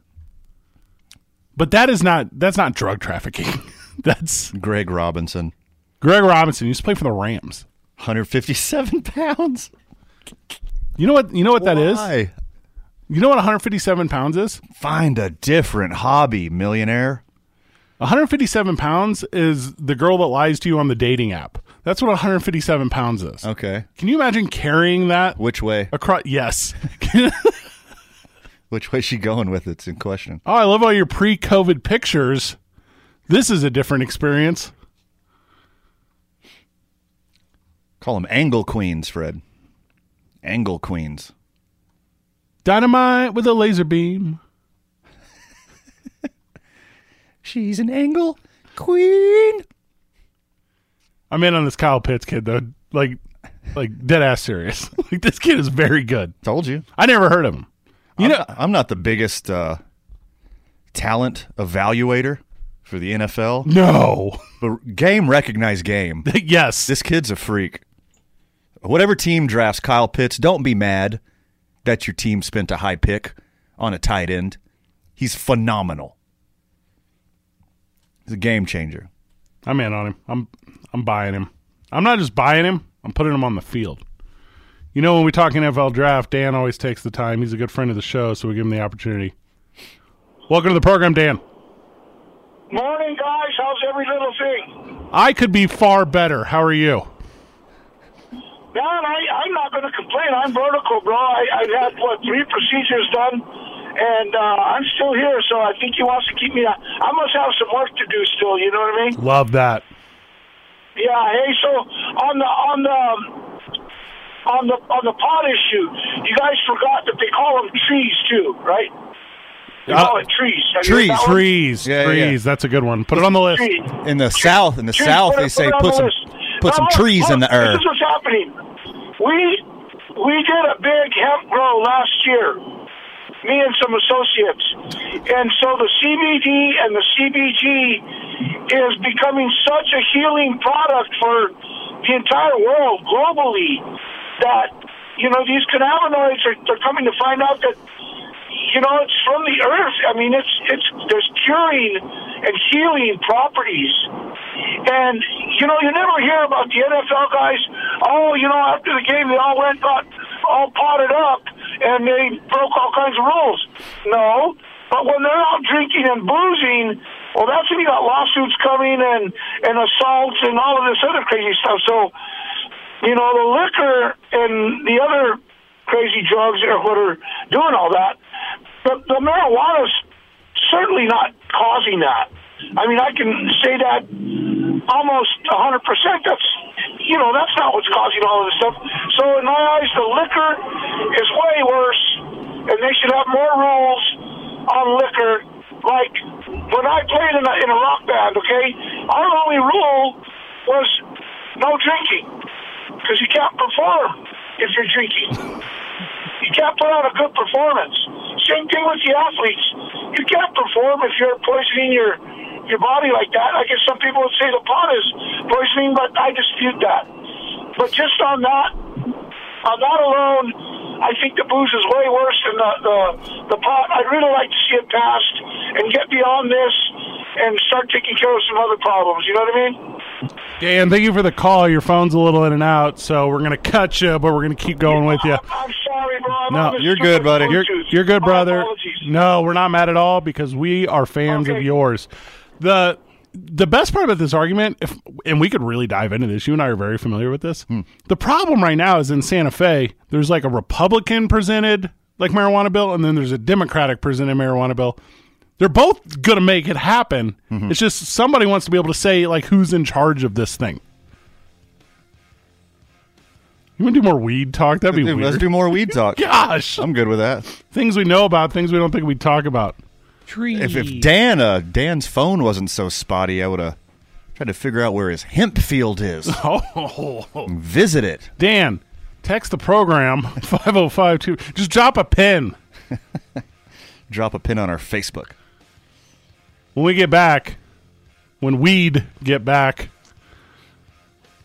[SPEAKER 4] But that is not that's not drug trafficking. that's
[SPEAKER 7] Greg Robinson,
[SPEAKER 4] Greg Robinson. He used to play for the Rams.
[SPEAKER 7] 157 pounds.
[SPEAKER 4] You know what? You know what that is.
[SPEAKER 7] Why?
[SPEAKER 4] You know what 157 pounds is?
[SPEAKER 7] Find a different hobby, millionaire.
[SPEAKER 4] 157 pounds is the girl that lies to you on the dating app. That's what 157 pounds is.
[SPEAKER 7] Okay.
[SPEAKER 4] Can you imagine carrying that
[SPEAKER 7] Which way?
[SPEAKER 4] across? Yes. Oh,
[SPEAKER 7] Which way's she going with? It's in question.
[SPEAKER 4] oh, I love all your pre-COVID pictures. This is a different experience.
[SPEAKER 7] Call them angle queens, Fred. Angle queens.
[SPEAKER 4] Dynamite with a laser beam.
[SPEAKER 7] She's an angle queen.
[SPEAKER 4] I'm in on this Kyle Pitts kid though. Like, like dead ass serious. like this kid is very good.
[SPEAKER 7] Told you.
[SPEAKER 4] I never heard of him. You know,
[SPEAKER 7] I'm not the biggest uh, talent evaluator for the NFL,
[SPEAKER 4] no.
[SPEAKER 7] but game recognized game.
[SPEAKER 4] yes.
[SPEAKER 7] This kid's a freak. Whatever team drafts Kyle Pitts, don't be mad that your team spent a high pick on a tight end. He's phenomenal. He's a game changer.
[SPEAKER 4] I'm in on him. I'm I'm buying him. I'm not just buying him. I'm putting him on the field. You know, when we talk NFL draft, Dan always takes the time. He's a good friend of the show, so we give him the opportunity. Welcome to the program, Dan.
[SPEAKER 9] Morning, guys. How's every little thing?
[SPEAKER 4] I could be far better. How are you?
[SPEAKER 9] Man, I, I'm not going to complain. I'm vertical, bro. I, I've had, what, three procedures done, and uh, I'm still here, so I think he wants to keep me. I I must have some work to do still, you know what I mean?
[SPEAKER 4] Love that.
[SPEAKER 9] Yeah. Hey, so on the on the um, on the on the pot issue, you guys forgot that they call them trees too, right? They
[SPEAKER 4] Uh,
[SPEAKER 9] call it trees. Have you heard that one?
[SPEAKER 4] trees,
[SPEAKER 7] Yeah, yeah,
[SPEAKER 4] trees. That's a good one. Put it on the list.
[SPEAKER 9] Trees.
[SPEAKER 7] In the South, in the
[SPEAKER 9] Trees,
[SPEAKER 7] South,
[SPEAKER 9] put
[SPEAKER 7] they
[SPEAKER 9] it-
[SPEAKER 7] say
[SPEAKER 9] it on
[SPEAKER 7] put
[SPEAKER 9] the
[SPEAKER 7] some
[SPEAKER 9] list.
[SPEAKER 7] put
[SPEAKER 9] Now,
[SPEAKER 7] some
[SPEAKER 9] look,
[SPEAKER 7] trees in
[SPEAKER 9] look,
[SPEAKER 7] the earth.
[SPEAKER 9] This is what's happening. We we did a big hemp grow last year, me and some associates, and so the CBD and the CBG is becoming such a healing product for the entire world globally that you know these cannabinoids are they're coming to find out that you know, it's from the earth. I mean, it's it's there's curing and healing properties, and you know, you never hear about the NFL guys. Oh, you know, after the game, they all went got all potted up and they broke all kinds of rules. No, but when they're out drinking and boozing, well, that's when you got lawsuits coming and and assaults and all of this other crazy stuff. So, you know, the liquor and the other crazy drugs or what are doing all that. But the marijuana's certainly not causing that. I mean, I can say that almost 100%. That's, you know, that's not what's causing all of this stuff. So, in my eyes, the liquor is way worse, and they should have more rules on liquor. Like, when I played in a, in a rock band, okay, our only rule was no drinking because you can't perform if you're drinking. You can't put on a good performance. Same thing with the athletes. You can't perform if you're poisoning your your body like that. I guess some people would say the pot is poisoning, but I dispute that. But just on that, on that alone, I think the booze is way worse than the the, the pot. I'd really like to see it passed and get beyond this and start taking care of some other problems. You know what I mean?
[SPEAKER 4] Dan, thank you for the call. Your phone's a little in and out, so we're gonna cut you, but we're gonna keep going with you.
[SPEAKER 9] I'm sorry, bro. I'm
[SPEAKER 4] No,
[SPEAKER 9] on this
[SPEAKER 7] you're good,
[SPEAKER 9] stupid
[SPEAKER 7] buddy.
[SPEAKER 9] Bluetooth.
[SPEAKER 4] You're, you're good,
[SPEAKER 9] My
[SPEAKER 4] brother.
[SPEAKER 9] apologies.
[SPEAKER 4] No, we're not mad at all because we are fans of
[SPEAKER 9] Okay.
[SPEAKER 4] yours. The the best part about this argument, if and we could really dive into this. You and I are very familiar with this.
[SPEAKER 7] Hmm.
[SPEAKER 4] The problem right now is in Santa Fe, there's like a Republican presented like marijuana bill, and then there's a Democratic presented marijuana bill. They're both gonna make it happen.
[SPEAKER 7] Mm-hmm.
[SPEAKER 4] It's just somebody wants to be able to say like who's in charge of this thing. You want to do more weed talk? That'd be
[SPEAKER 7] Dude,
[SPEAKER 4] weird.
[SPEAKER 7] let's do more weed talk.
[SPEAKER 4] Gosh,
[SPEAKER 7] I'm good with that.
[SPEAKER 4] things we know about, things we don't think we talk about.
[SPEAKER 8] Tree.
[SPEAKER 7] If, if Dan, uh, Dan's phone wasn't so spotty, I would have tried to figure out where his hemp field is.
[SPEAKER 4] Oh,
[SPEAKER 7] Visit it.
[SPEAKER 4] Dan, text the program five zero five two. Just drop a pin.
[SPEAKER 7] Drop a pin on our Facebook.
[SPEAKER 4] When we get back, when we'd get back,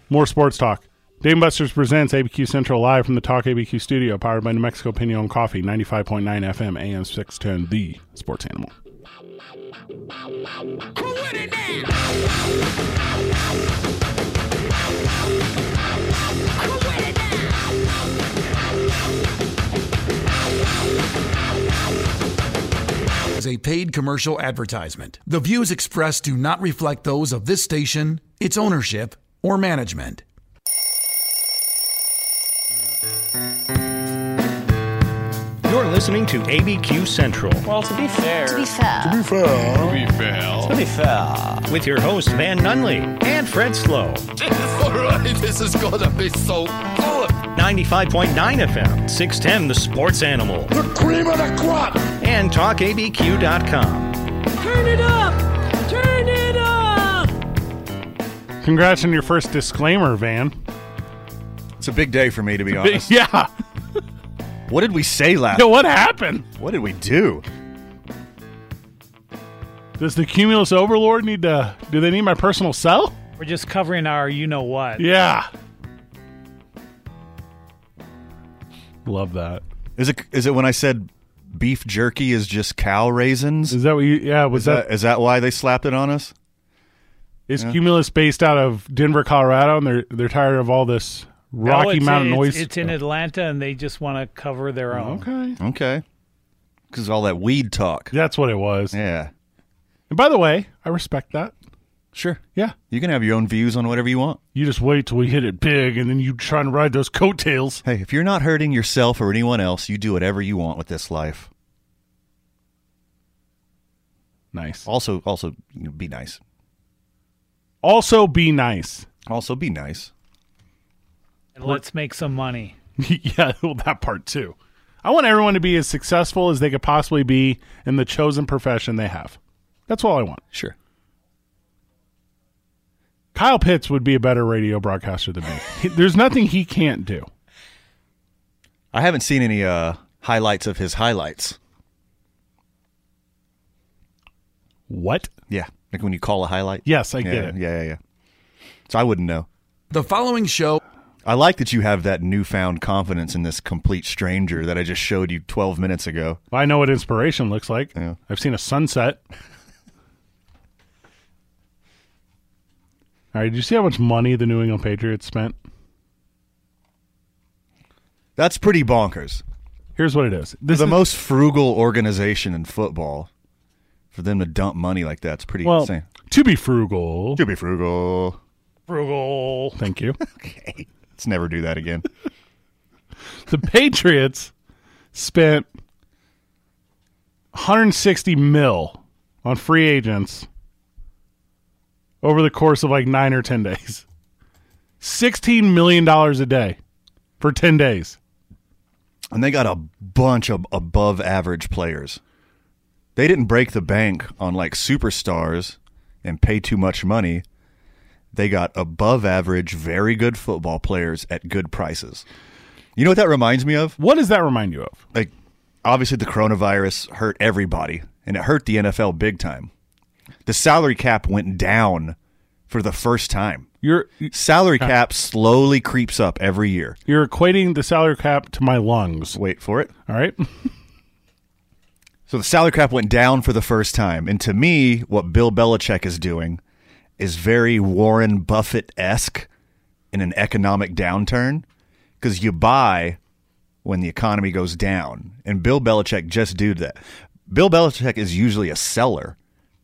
[SPEAKER 4] more sports talk. Dave and Buster's presents ABQ Central live from the Talk ABQ studio, powered by New Mexico Pinion Coffee, 95.9 FM, AM 610, the sports animal.
[SPEAKER 3] is a paid commercial advertisement. The views expressed do not reflect those of this station, its ownership, or management.
[SPEAKER 1] You're listening to ABQ Central
[SPEAKER 6] Well, to be fair,
[SPEAKER 10] To be fair,
[SPEAKER 1] to be fair. with your host Van Nunley and Fred Slow.
[SPEAKER 5] Alright, this is gonna be so good.
[SPEAKER 1] 95.9 FM, 610 The Sports Animal. The cream of the crop! And TalkABQ.com.
[SPEAKER 6] turn it up, turn it up.
[SPEAKER 4] Congrats on your first disclaimer, Van.
[SPEAKER 7] It's a big day for me, to be
[SPEAKER 4] Uh,
[SPEAKER 7] honest.
[SPEAKER 4] Yeah.
[SPEAKER 7] What did we say last?
[SPEAKER 4] Yeah, what happened?
[SPEAKER 7] What did we do?
[SPEAKER 4] Does the Cumulus Overlord need to? Do they need my personal cell?
[SPEAKER 8] We're just covering our you know what.
[SPEAKER 4] Yeah. Love that.
[SPEAKER 7] Is it is it when I said beef jerky is just cow raisins? Is
[SPEAKER 4] Is that what you? Yeah. Was
[SPEAKER 7] that
[SPEAKER 4] that?
[SPEAKER 7] is that why they slapped it on us?
[SPEAKER 4] Is Cumulus based out of Denver, Colorado, and they're they're tired of all this
[SPEAKER 8] No,
[SPEAKER 4] Rocky
[SPEAKER 8] Oh, it's-
[SPEAKER 4] Mountain
[SPEAKER 8] it's-
[SPEAKER 4] noise?
[SPEAKER 8] It's in Atlanta, and they just want to cover their own.
[SPEAKER 4] okay.
[SPEAKER 7] Okay, because all that weed talk.
[SPEAKER 4] That's what it was.
[SPEAKER 7] Yeah,
[SPEAKER 4] And by the way, I respect that.
[SPEAKER 7] sure.
[SPEAKER 4] Yeah.
[SPEAKER 7] You can have your own views on whatever you want.
[SPEAKER 4] You just wait till we hit it big, and then you try and ride those coattails.
[SPEAKER 7] Hey, if you're not hurting yourself or anyone else, you do whatever you want with this life.
[SPEAKER 4] Nice.
[SPEAKER 7] Also, also you know, be nice.
[SPEAKER 4] Also, be nice.
[SPEAKER 7] Also, be nice.
[SPEAKER 8] And let's make some money.
[SPEAKER 4] yeah, well, that part too. I want everyone to be as successful as they could possibly be in the chosen profession they have. That's all I want.
[SPEAKER 7] Sure.
[SPEAKER 4] Kyle Pitts would be a better radio broadcaster than me. He- there's nothing he can't do.
[SPEAKER 7] I haven't seen any uh, highlights of his highlights.
[SPEAKER 4] What?
[SPEAKER 7] Yeah, like when you call a highlight.
[SPEAKER 4] Yes, I
[SPEAKER 7] yeah,
[SPEAKER 4] get it.
[SPEAKER 7] Yeah, yeah, yeah. So I wouldn't know.
[SPEAKER 3] The following show
[SPEAKER 7] I like that you have that newfound confidence in this complete stranger that I just showed you 12 minutes ago.
[SPEAKER 4] I know what inspiration looks like.
[SPEAKER 7] Yeah.
[SPEAKER 4] I've seen a sunset. All right, did you see how much money the New England Patriots spent?
[SPEAKER 7] That's pretty bonkers.
[SPEAKER 4] Here's what it is. This
[SPEAKER 7] The
[SPEAKER 4] is,
[SPEAKER 7] most frugal organization in football. For them to dump money like that's pretty
[SPEAKER 4] well,
[SPEAKER 7] insane.
[SPEAKER 4] to be frugal.
[SPEAKER 7] To be frugal.
[SPEAKER 8] Frugal.
[SPEAKER 4] Thank you.
[SPEAKER 7] Let's never do that again.
[SPEAKER 4] the Patriots spent 160 mil on free agents over the course of like nine or 10 days. $16 million a day for 10 days.
[SPEAKER 7] and they got a bunch of above average players. They didn't break the bank on like superstars and pay too much money. They got above average, very good football players at good prices. You know what that reminds me of?
[SPEAKER 4] What does that remind you of?
[SPEAKER 7] Like, obviously, the coronavirus hurt everybody and it hurt the NFL big time. The salary cap went down for the first time.
[SPEAKER 4] You're
[SPEAKER 7] Salary cap slowly creeps up every year.
[SPEAKER 4] you're equating the salary cap to my lungs.
[SPEAKER 7] Wait for it.
[SPEAKER 4] All right?
[SPEAKER 7] So the salary cap went down for the first time. And to me, what Bill Belichick is doing is very Warren Buffett esque in an economic downturn because you buy when the economy goes down. And Bill Belichick just did that. Bill Belichick is usually a seller,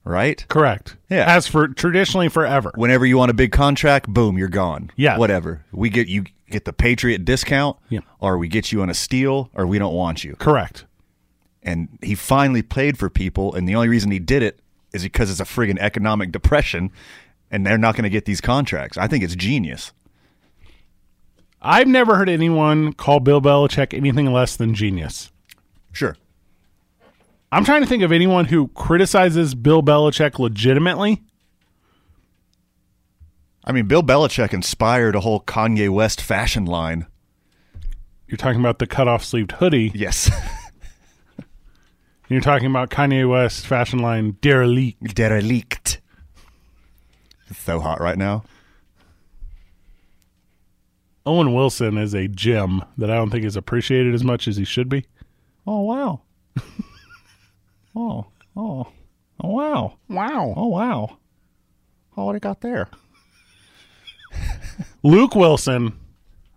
[SPEAKER 7] right?
[SPEAKER 4] Correct.
[SPEAKER 7] Yeah.
[SPEAKER 4] As for traditionally forever.
[SPEAKER 7] Whenever you want a big contract, boom, you're gone.
[SPEAKER 4] Yeah.
[SPEAKER 7] Whatever. We get you get the Patriot discount
[SPEAKER 4] Yeah.
[SPEAKER 7] or we get you on a steal or we don't want you.
[SPEAKER 4] Correct.
[SPEAKER 7] and he finally played for people and the only reason he did it is because it's a friggin' economic depression and they're not going to get these contracts i think it's genius
[SPEAKER 4] I've never heard anyone call Bill Belichick anything less than genius.
[SPEAKER 7] Sure.
[SPEAKER 4] I'm trying to think of anyone who criticizes Bill Belichick legitimately.
[SPEAKER 7] I mean, Bill Belichick inspired a whole Kanye West fashion line.
[SPEAKER 4] You're talking about the cut off sleeved hoodie.
[SPEAKER 7] Yes.
[SPEAKER 4] You're talking about Kanye West fashion line derelict.
[SPEAKER 7] Derelict. It's so hot right now.
[SPEAKER 4] Owen Wilson is a gem that I don't think is appreciated as much as he should be. Oh wow. oh, oh. Oh wow. Wow. Oh wow.
[SPEAKER 7] Oh, what I got there?
[SPEAKER 4] Luke Wilson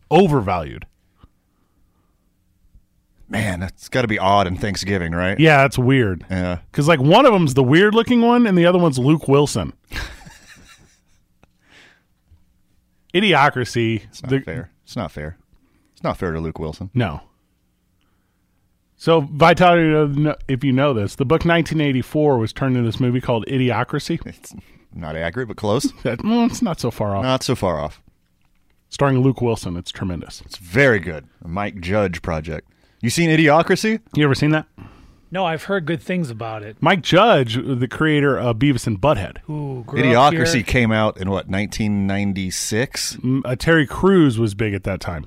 [SPEAKER 4] overvalued.
[SPEAKER 7] Man, that's got to be odd in Thanksgiving, right?
[SPEAKER 4] Yeah, that's weird.
[SPEAKER 7] Yeah.
[SPEAKER 4] Cuz like one of them's the weird looking one and the other one's Luke Wilson. Idiocracy.
[SPEAKER 7] It's not
[SPEAKER 4] The-
[SPEAKER 7] fair. It's not fair. It's not fair to Luke Wilson.
[SPEAKER 4] No. So, Vitality, uh, if you know this, the book 1984 was turned into this movie called Idiocracy.
[SPEAKER 7] It's not accurate, but close.
[SPEAKER 4] That, well, it's not so far off.
[SPEAKER 7] not so far off.
[SPEAKER 4] Starring Luke Wilson. It's tremendous.
[SPEAKER 7] It's very good. A Mike Judge project. You seen Idiocracy?
[SPEAKER 4] You ever seen that?
[SPEAKER 8] No, I've heard good things about it.
[SPEAKER 4] Mike Judge, the creator of Beavis and Butthead.
[SPEAKER 8] Ooh, grew up here.
[SPEAKER 7] Idiocracy came out in what, 1996?
[SPEAKER 4] Mm, Uh, Terry Crews was big at that time.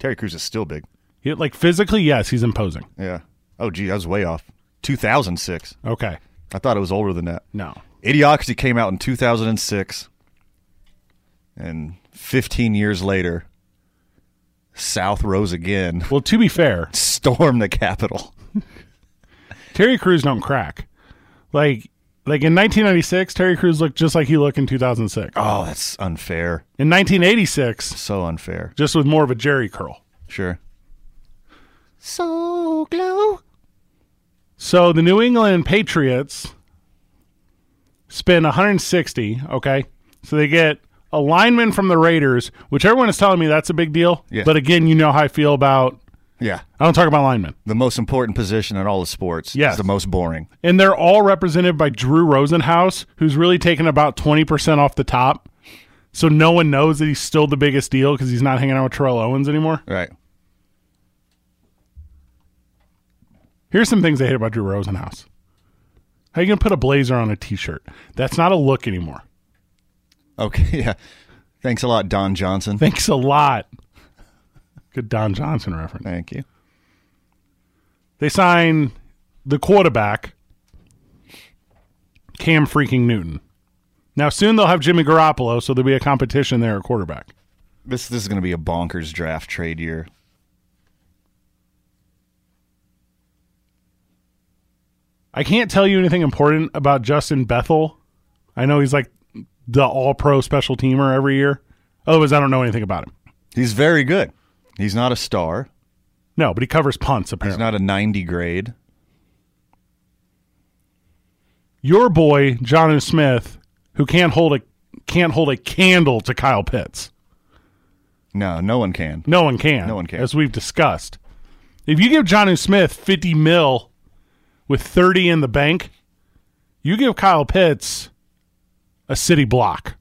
[SPEAKER 7] Terry Crews is still big.
[SPEAKER 4] He, like physically, yes, he's imposing.
[SPEAKER 7] Yeah. Oh, gee, I was way off. 2006.
[SPEAKER 4] Okay.
[SPEAKER 7] I thought it was older than that.
[SPEAKER 4] No.
[SPEAKER 7] Idiocracy came out in 2006. And 15 years later, South rose again,
[SPEAKER 4] Well, to be fair,
[SPEAKER 7] stormed the Capitol.
[SPEAKER 4] Terry Crews don't crack. Like, like in 1996, Terry Crews looked just like he looked in 2006.
[SPEAKER 7] Oh, that's unfair.
[SPEAKER 4] In 1986,
[SPEAKER 7] So unfair.
[SPEAKER 4] just with more of a jerry curl.
[SPEAKER 7] Sure. So glow.
[SPEAKER 4] So the New England Patriots spend 160, okay? So they get a lineman from the Raiders, which everyone is telling me that's a big deal.
[SPEAKER 7] Yeah.
[SPEAKER 4] But again, you know how I feel about
[SPEAKER 7] Yeah.
[SPEAKER 4] I don't talk about linemen.
[SPEAKER 7] The most important position in all the sports.
[SPEAKER 4] Yes.
[SPEAKER 7] It's the most boring.
[SPEAKER 4] And they're all represented by Drew Rosenhaus, who's really taken about 20% off the top. So no one knows that he's still the biggest deal because he's not hanging out with Terrell Owens anymore.
[SPEAKER 7] Right.
[SPEAKER 4] Here's some things I hate about Drew Rosenhaus. How you gonna put a blazer on a t-shirt? That's not a look anymore.
[SPEAKER 7] Okay. Yeah. Thanks a lot, Don Johnson.
[SPEAKER 4] Thanks a lot. Good Don Johnson reference.
[SPEAKER 7] Thank you.
[SPEAKER 4] They sign the quarterback, Cam freaking Newton. Now soon they'll have Jimmy Garoppolo, so there'll be a competition there at quarterback.
[SPEAKER 7] This this is going to be a bonkers draft trade year.
[SPEAKER 4] I can't tell you anything important about Justin Bethel. I know he's like the all pro special teamer every year. Otherwise, I don't know anything about him.
[SPEAKER 7] He's very good. He's not a star.
[SPEAKER 4] No, but he covers punts
[SPEAKER 7] He's
[SPEAKER 4] apparently.
[SPEAKER 7] not a 90 grade.
[SPEAKER 4] Your boy, John Smith, who can't hold a can't hold a candle to Kyle Pitts.
[SPEAKER 7] No, no one can.
[SPEAKER 4] No one can.
[SPEAKER 7] No one can.
[SPEAKER 4] As we've discussed. If you give Johnu Smith 50 mil with 30 in the bank, you give Kyle Pitts a city block.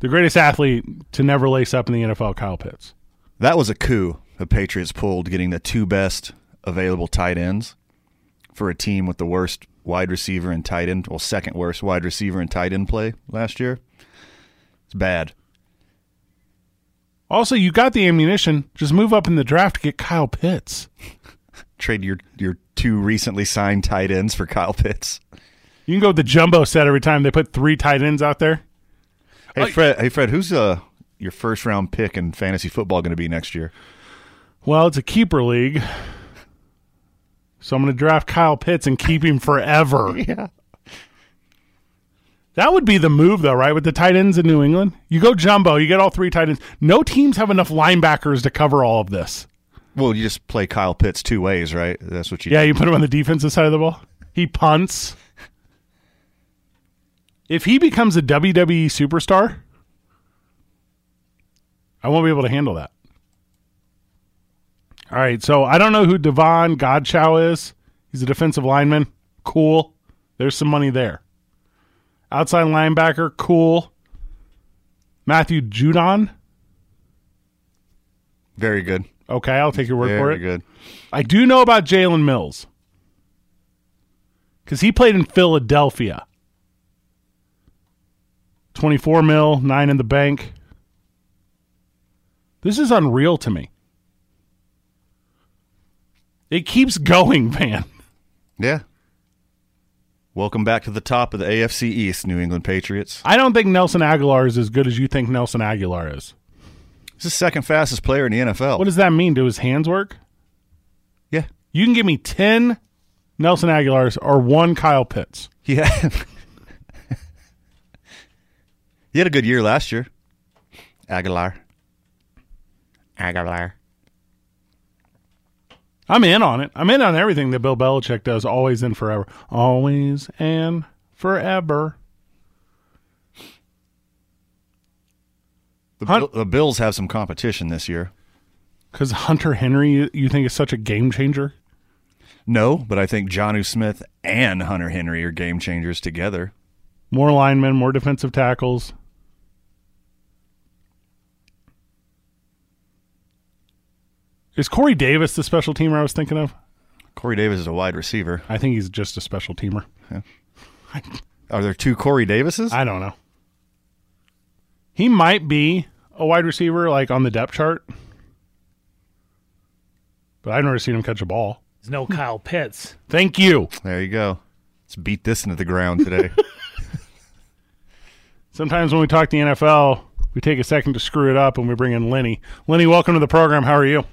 [SPEAKER 4] The greatest athlete to never lace up in the NFL, Kyle Pitts.
[SPEAKER 7] That was a coup the Patriots pulled, getting the two best available tight ends for a team with the worst wide receiver and tight end, well, second worst wide receiver and tight end play last year. It's bad.
[SPEAKER 4] Also, you got the ammunition. Just move up in the draft to get Kyle Pitts.
[SPEAKER 7] Trade your, your two recently signed tight ends for Kyle Pitts.
[SPEAKER 4] You can go with the jumbo set every time they put three tight ends out there.
[SPEAKER 7] Hey, Fred, hey Fred who's uh, your first round pick in fantasy football going to be next year?
[SPEAKER 4] Well, it's a keeper league. So I'm going to draft Kyle Pitts and keep him forever.
[SPEAKER 7] Yeah.
[SPEAKER 4] That would be the move, though, right? With the tight ends in New England, you go jumbo, you get all three tight ends. No teams have enough linebackers to cover all of this.
[SPEAKER 7] Well, you just play Kyle Pitts two ways, right? That's what you
[SPEAKER 4] Yeah, you put him on the defensive side of the ball. He punts. If he becomes a WWE superstar, I won't be able to handle that. All right, so I don't know who Devon Godchow is. He's a defensive lineman. Cool. There's some money there. Outside linebacker, cool. Matthew Judon.
[SPEAKER 7] Very good.
[SPEAKER 4] Okay, I'll take your word
[SPEAKER 7] Very
[SPEAKER 4] for it.
[SPEAKER 7] good.
[SPEAKER 4] I do know about Jalen Mills because he played in Philadelphia. 24 mil, nine in the bank. This is unreal to me. It keeps going, man.
[SPEAKER 7] Yeah. Welcome back to the top of the AFC East, New England Patriots.
[SPEAKER 4] I don't think Nelson Aguilar is as good as you think Nelson Aguilar is.
[SPEAKER 7] He's the second fastest player in the NFL.
[SPEAKER 4] What does that mean? Do his hands work?
[SPEAKER 7] yeah.
[SPEAKER 4] You can give me 10 Nelson Aguilars or one Kyle Pitts.
[SPEAKER 7] He had, he had a good year last year. Aguilar. Aguilar.
[SPEAKER 4] I'm in on it. I'm in on everything that Bill Belichick does, always and forever. Always and forever.
[SPEAKER 7] The,
[SPEAKER 4] Hun-
[SPEAKER 7] Bill- the Bills have some competition this year.
[SPEAKER 4] Because Hunter Henry, you, you think, is such a game changer?
[SPEAKER 7] No, but I think Johnu Smith and Hunter Henry are game changers together.
[SPEAKER 4] More linemen, more defensive tackles. Is Corey Davis the special teamer I was thinking of?
[SPEAKER 7] Corey Davis is a wide receiver.
[SPEAKER 4] I think he's just a special teamer.
[SPEAKER 7] Are there two Corey Davises?
[SPEAKER 4] I don't know. He might be a wide receiver, like on the depth chart, but I've never seen him catch a ball.
[SPEAKER 8] There's no Kyle Pitts.
[SPEAKER 4] Thank you.
[SPEAKER 7] there you go. Let's beat this into the ground today.
[SPEAKER 4] Sometimes when we talk the NFL, we take a second to screw it up and we bring in Lenny. Lenny, welcome to the program. How are you?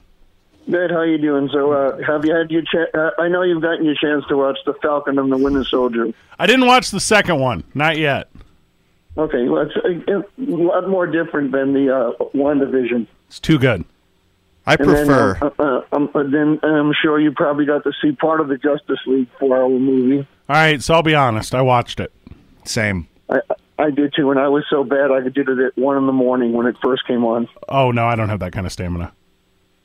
[SPEAKER 9] Ned, how you doing? So, uh, have you had your? Cha- uh, I know you've gotten your chance to watch the Falcon and the Winter Soldier.
[SPEAKER 4] I didn't watch the second one, not yet.
[SPEAKER 9] Okay, well, it's a, a lot more different than the uh, one division.
[SPEAKER 4] It's too good.
[SPEAKER 7] I
[SPEAKER 9] And
[SPEAKER 7] prefer.
[SPEAKER 9] then, uh, uh, um, uh, then and I'm sure you probably got to see part of the Justice League four-hour movie.
[SPEAKER 4] All right, so I'll be honest. I watched it.
[SPEAKER 7] Same.
[SPEAKER 9] I, I did too, and I was so bad I did it at one in the morning when it first came on.
[SPEAKER 4] Oh no, I don't have that kind of stamina.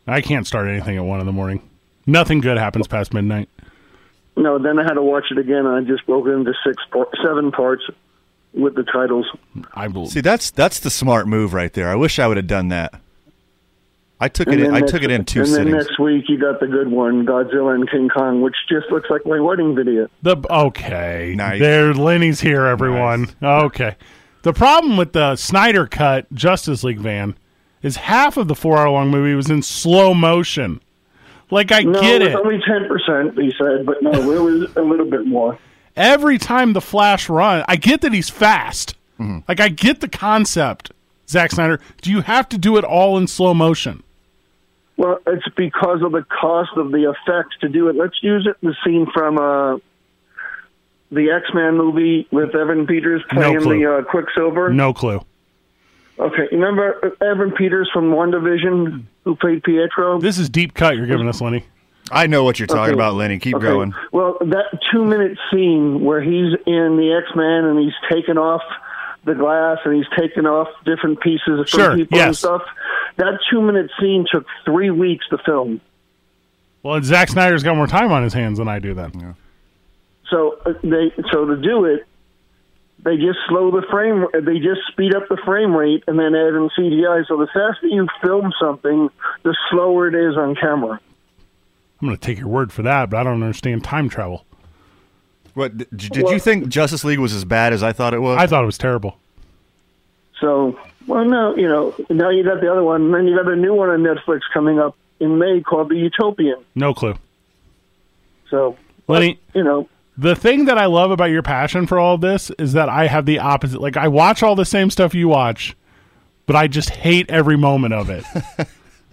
[SPEAKER 4] I can't start anything at one in the morning. Nothing good happens past midnight.
[SPEAKER 9] No, then I had to watch it again, and I just broke it into six, par- seven parts with the titles.
[SPEAKER 4] I will.
[SPEAKER 7] See, that's that's the smart move right there. I wish I would have done that. I took it.
[SPEAKER 9] And
[SPEAKER 7] In,
[SPEAKER 9] then
[SPEAKER 7] I
[SPEAKER 9] next-
[SPEAKER 7] took it in two
[SPEAKER 9] And then
[SPEAKER 7] sittings.
[SPEAKER 9] next week you got the good one, Godzilla and King Kong, which just looks like my wedding video.
[SPEAKER 4] The okay,
[SPEAKER 7] Nice.
[SPEAKER 4] there. Lenny's here, everyone. Okay. The problem with the Snyder cut Justice League van is half of the four-hour-long movie was in slow motion. Like I
[SPEAKER 9] No,
[SPEAKER 4] get
[SPEAKER 9] it
[SPEAKER 4] it.
[SPEAKER 9] was only ten percent. He said, but no, it was a little bit more.
[SPEAKER 4] Every time the Flash run, I get that he's fast. Like I get the concept. Zack Snyder, do you have to do it all in slow motion?
[SPEAKER 9] Well, it's because of the cost of the effects to do it. Let's use it the scene from uh, the X Men movie with Evan Peters playing
[SPEAKER 4] clue.
[SPEAKER 9] the uh, Quicksilver.
[SPEAKER 4] No clue.
[SPEAKER 9] Okay, remember Evan Peters from One Division who played Pietro?
[SPEAKER 4] This is deep cut you're giving us, Lenny.
[SPEAKER 7] I know what you're talking
[SPEAKER 9] Okay.
[SPEAKER 7] about, Lenny. Keep
[SPEAKER 9] Okay.
[SPEAKER 7] going.
[SPEAKER 9] Well, that two minute scene where he's in the X Men and he's taking off the glass and he's taking off different pieces from
[SPEAKER 4] Sure,
[SPEAKER 9] people and
[SPEAKER 4] yes.
[SPEAKER 9] stuff. That two minute scene took three weeks to film.
[SPEAKER 4] Well, Zack Snyder's got more time on his hands than I do then.
[SPEAKER 9] So uh, they so to do it, they just slow the frame. They just speed up the frame rate and then add in CGI. So the faster you film something, the slower it is on camera.
[SPEAKER 4] I'm going to take your word for that, but I don't understand time travel.
[SPEAKER 7] What did, did you think Justice League was as bad as I thought it was?
[SPEAKER 4] I thought it was terrible.
[SPEAKER 9] So, well, no, you know, now you got the other one, and then you got a new one on Netflix coming up in May called The Utopian.
[SPEAKER 4] No clue.
[SPEAKER 9] So,
[SPEAKER 4] Lenny,
[SPEAKER 9] you know,
[SPEAKER 4] the thing that I love about your passion for all of this is that I have the opposite. Like, I watch all the same stuff you watch, but I just hate every moment of it.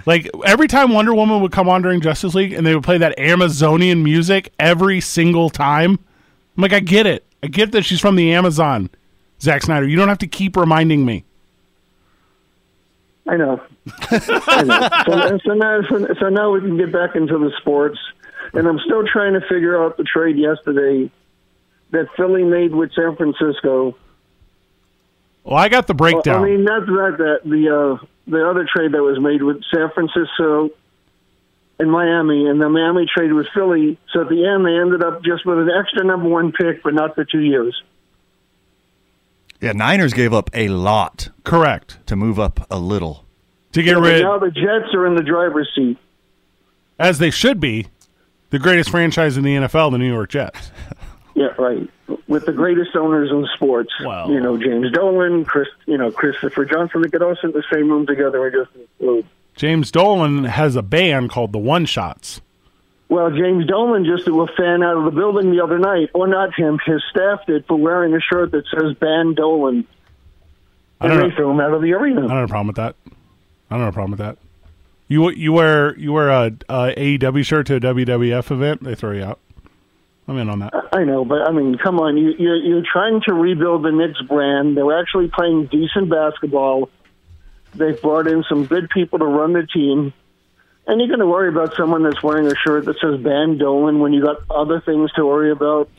[SPEAKER 4] like, every time Wonder Woman would come on during Justice League and they would play that Amazonian music every single time, I'm like, I get it. I get that she's from the Amazon, Zack Snyder. You don't have to keep reminding me.
[SPEAKER 9] I know. I know. So, so, now, so, so now we can get back into the sports, and I'm still trying to figure out the trade yesterday that Philly made with San Francisco.
[SPEAKER 4] Well, I got the breakdown.
[SPEAKER 9] I mean, not that that the uh, the other trade that was made with San Francisco and Miami, and the Miami trade with Philly. So at the end, they ended up just with an extra number one pick, but not for two years.
[SPEAKER 7] Yeah, Niners gave up a lot
[SPEAKER 4] Correct.
[SPEAKER 7] to move up a little.
[SPEAKER 4] To get
[SPEAKER 10] But
[SPEAKER 4] rid
[SPEAKER 10] now the Jets are in the driver's seat.
[SPEAKER 4] as they should be, the greatest franchise in the NFL, the New York Jets.
[SPEAKER 10] Yeah, right. With the greatest owners in sports,
[SPEAKER 4] Wow.
[SPEAKER 10] you know James Dolan, Chris, you know Christopher Johnson. They could all sit in the same room together and just explode.
[SPEAKER 4] James Dolan has a band called the One Shots.
[SPEAKER 10] Well, James Dolan just threw a fan out of the building the other night, or not him, his staff did for wearing a shirt that says "Ban Dolan,"
[SPEAKER 4] I
[SPEAKER 10] and
[SPEAKER 4] don't
[SPEAKER 10] they
[SPEAKER 4] know.
[SPEAKER 10] threw him out of the arena.
[SPEAKER 4] I don't have a problem with that. I don't have a problem with that. You you wear you wear a, a AEW shirt to a WWF event, they throw you out. I'm in on that.
[SPEAKER 10] I know, but I mean, come on. You, you're, you're trying to rebuild the Knicks brand. They're actually playing decent basketball. They've brought in some good people to run the team. And you're going to worry about someone that's wearing a shirt that says Ban Dolan when you got other things to worry about.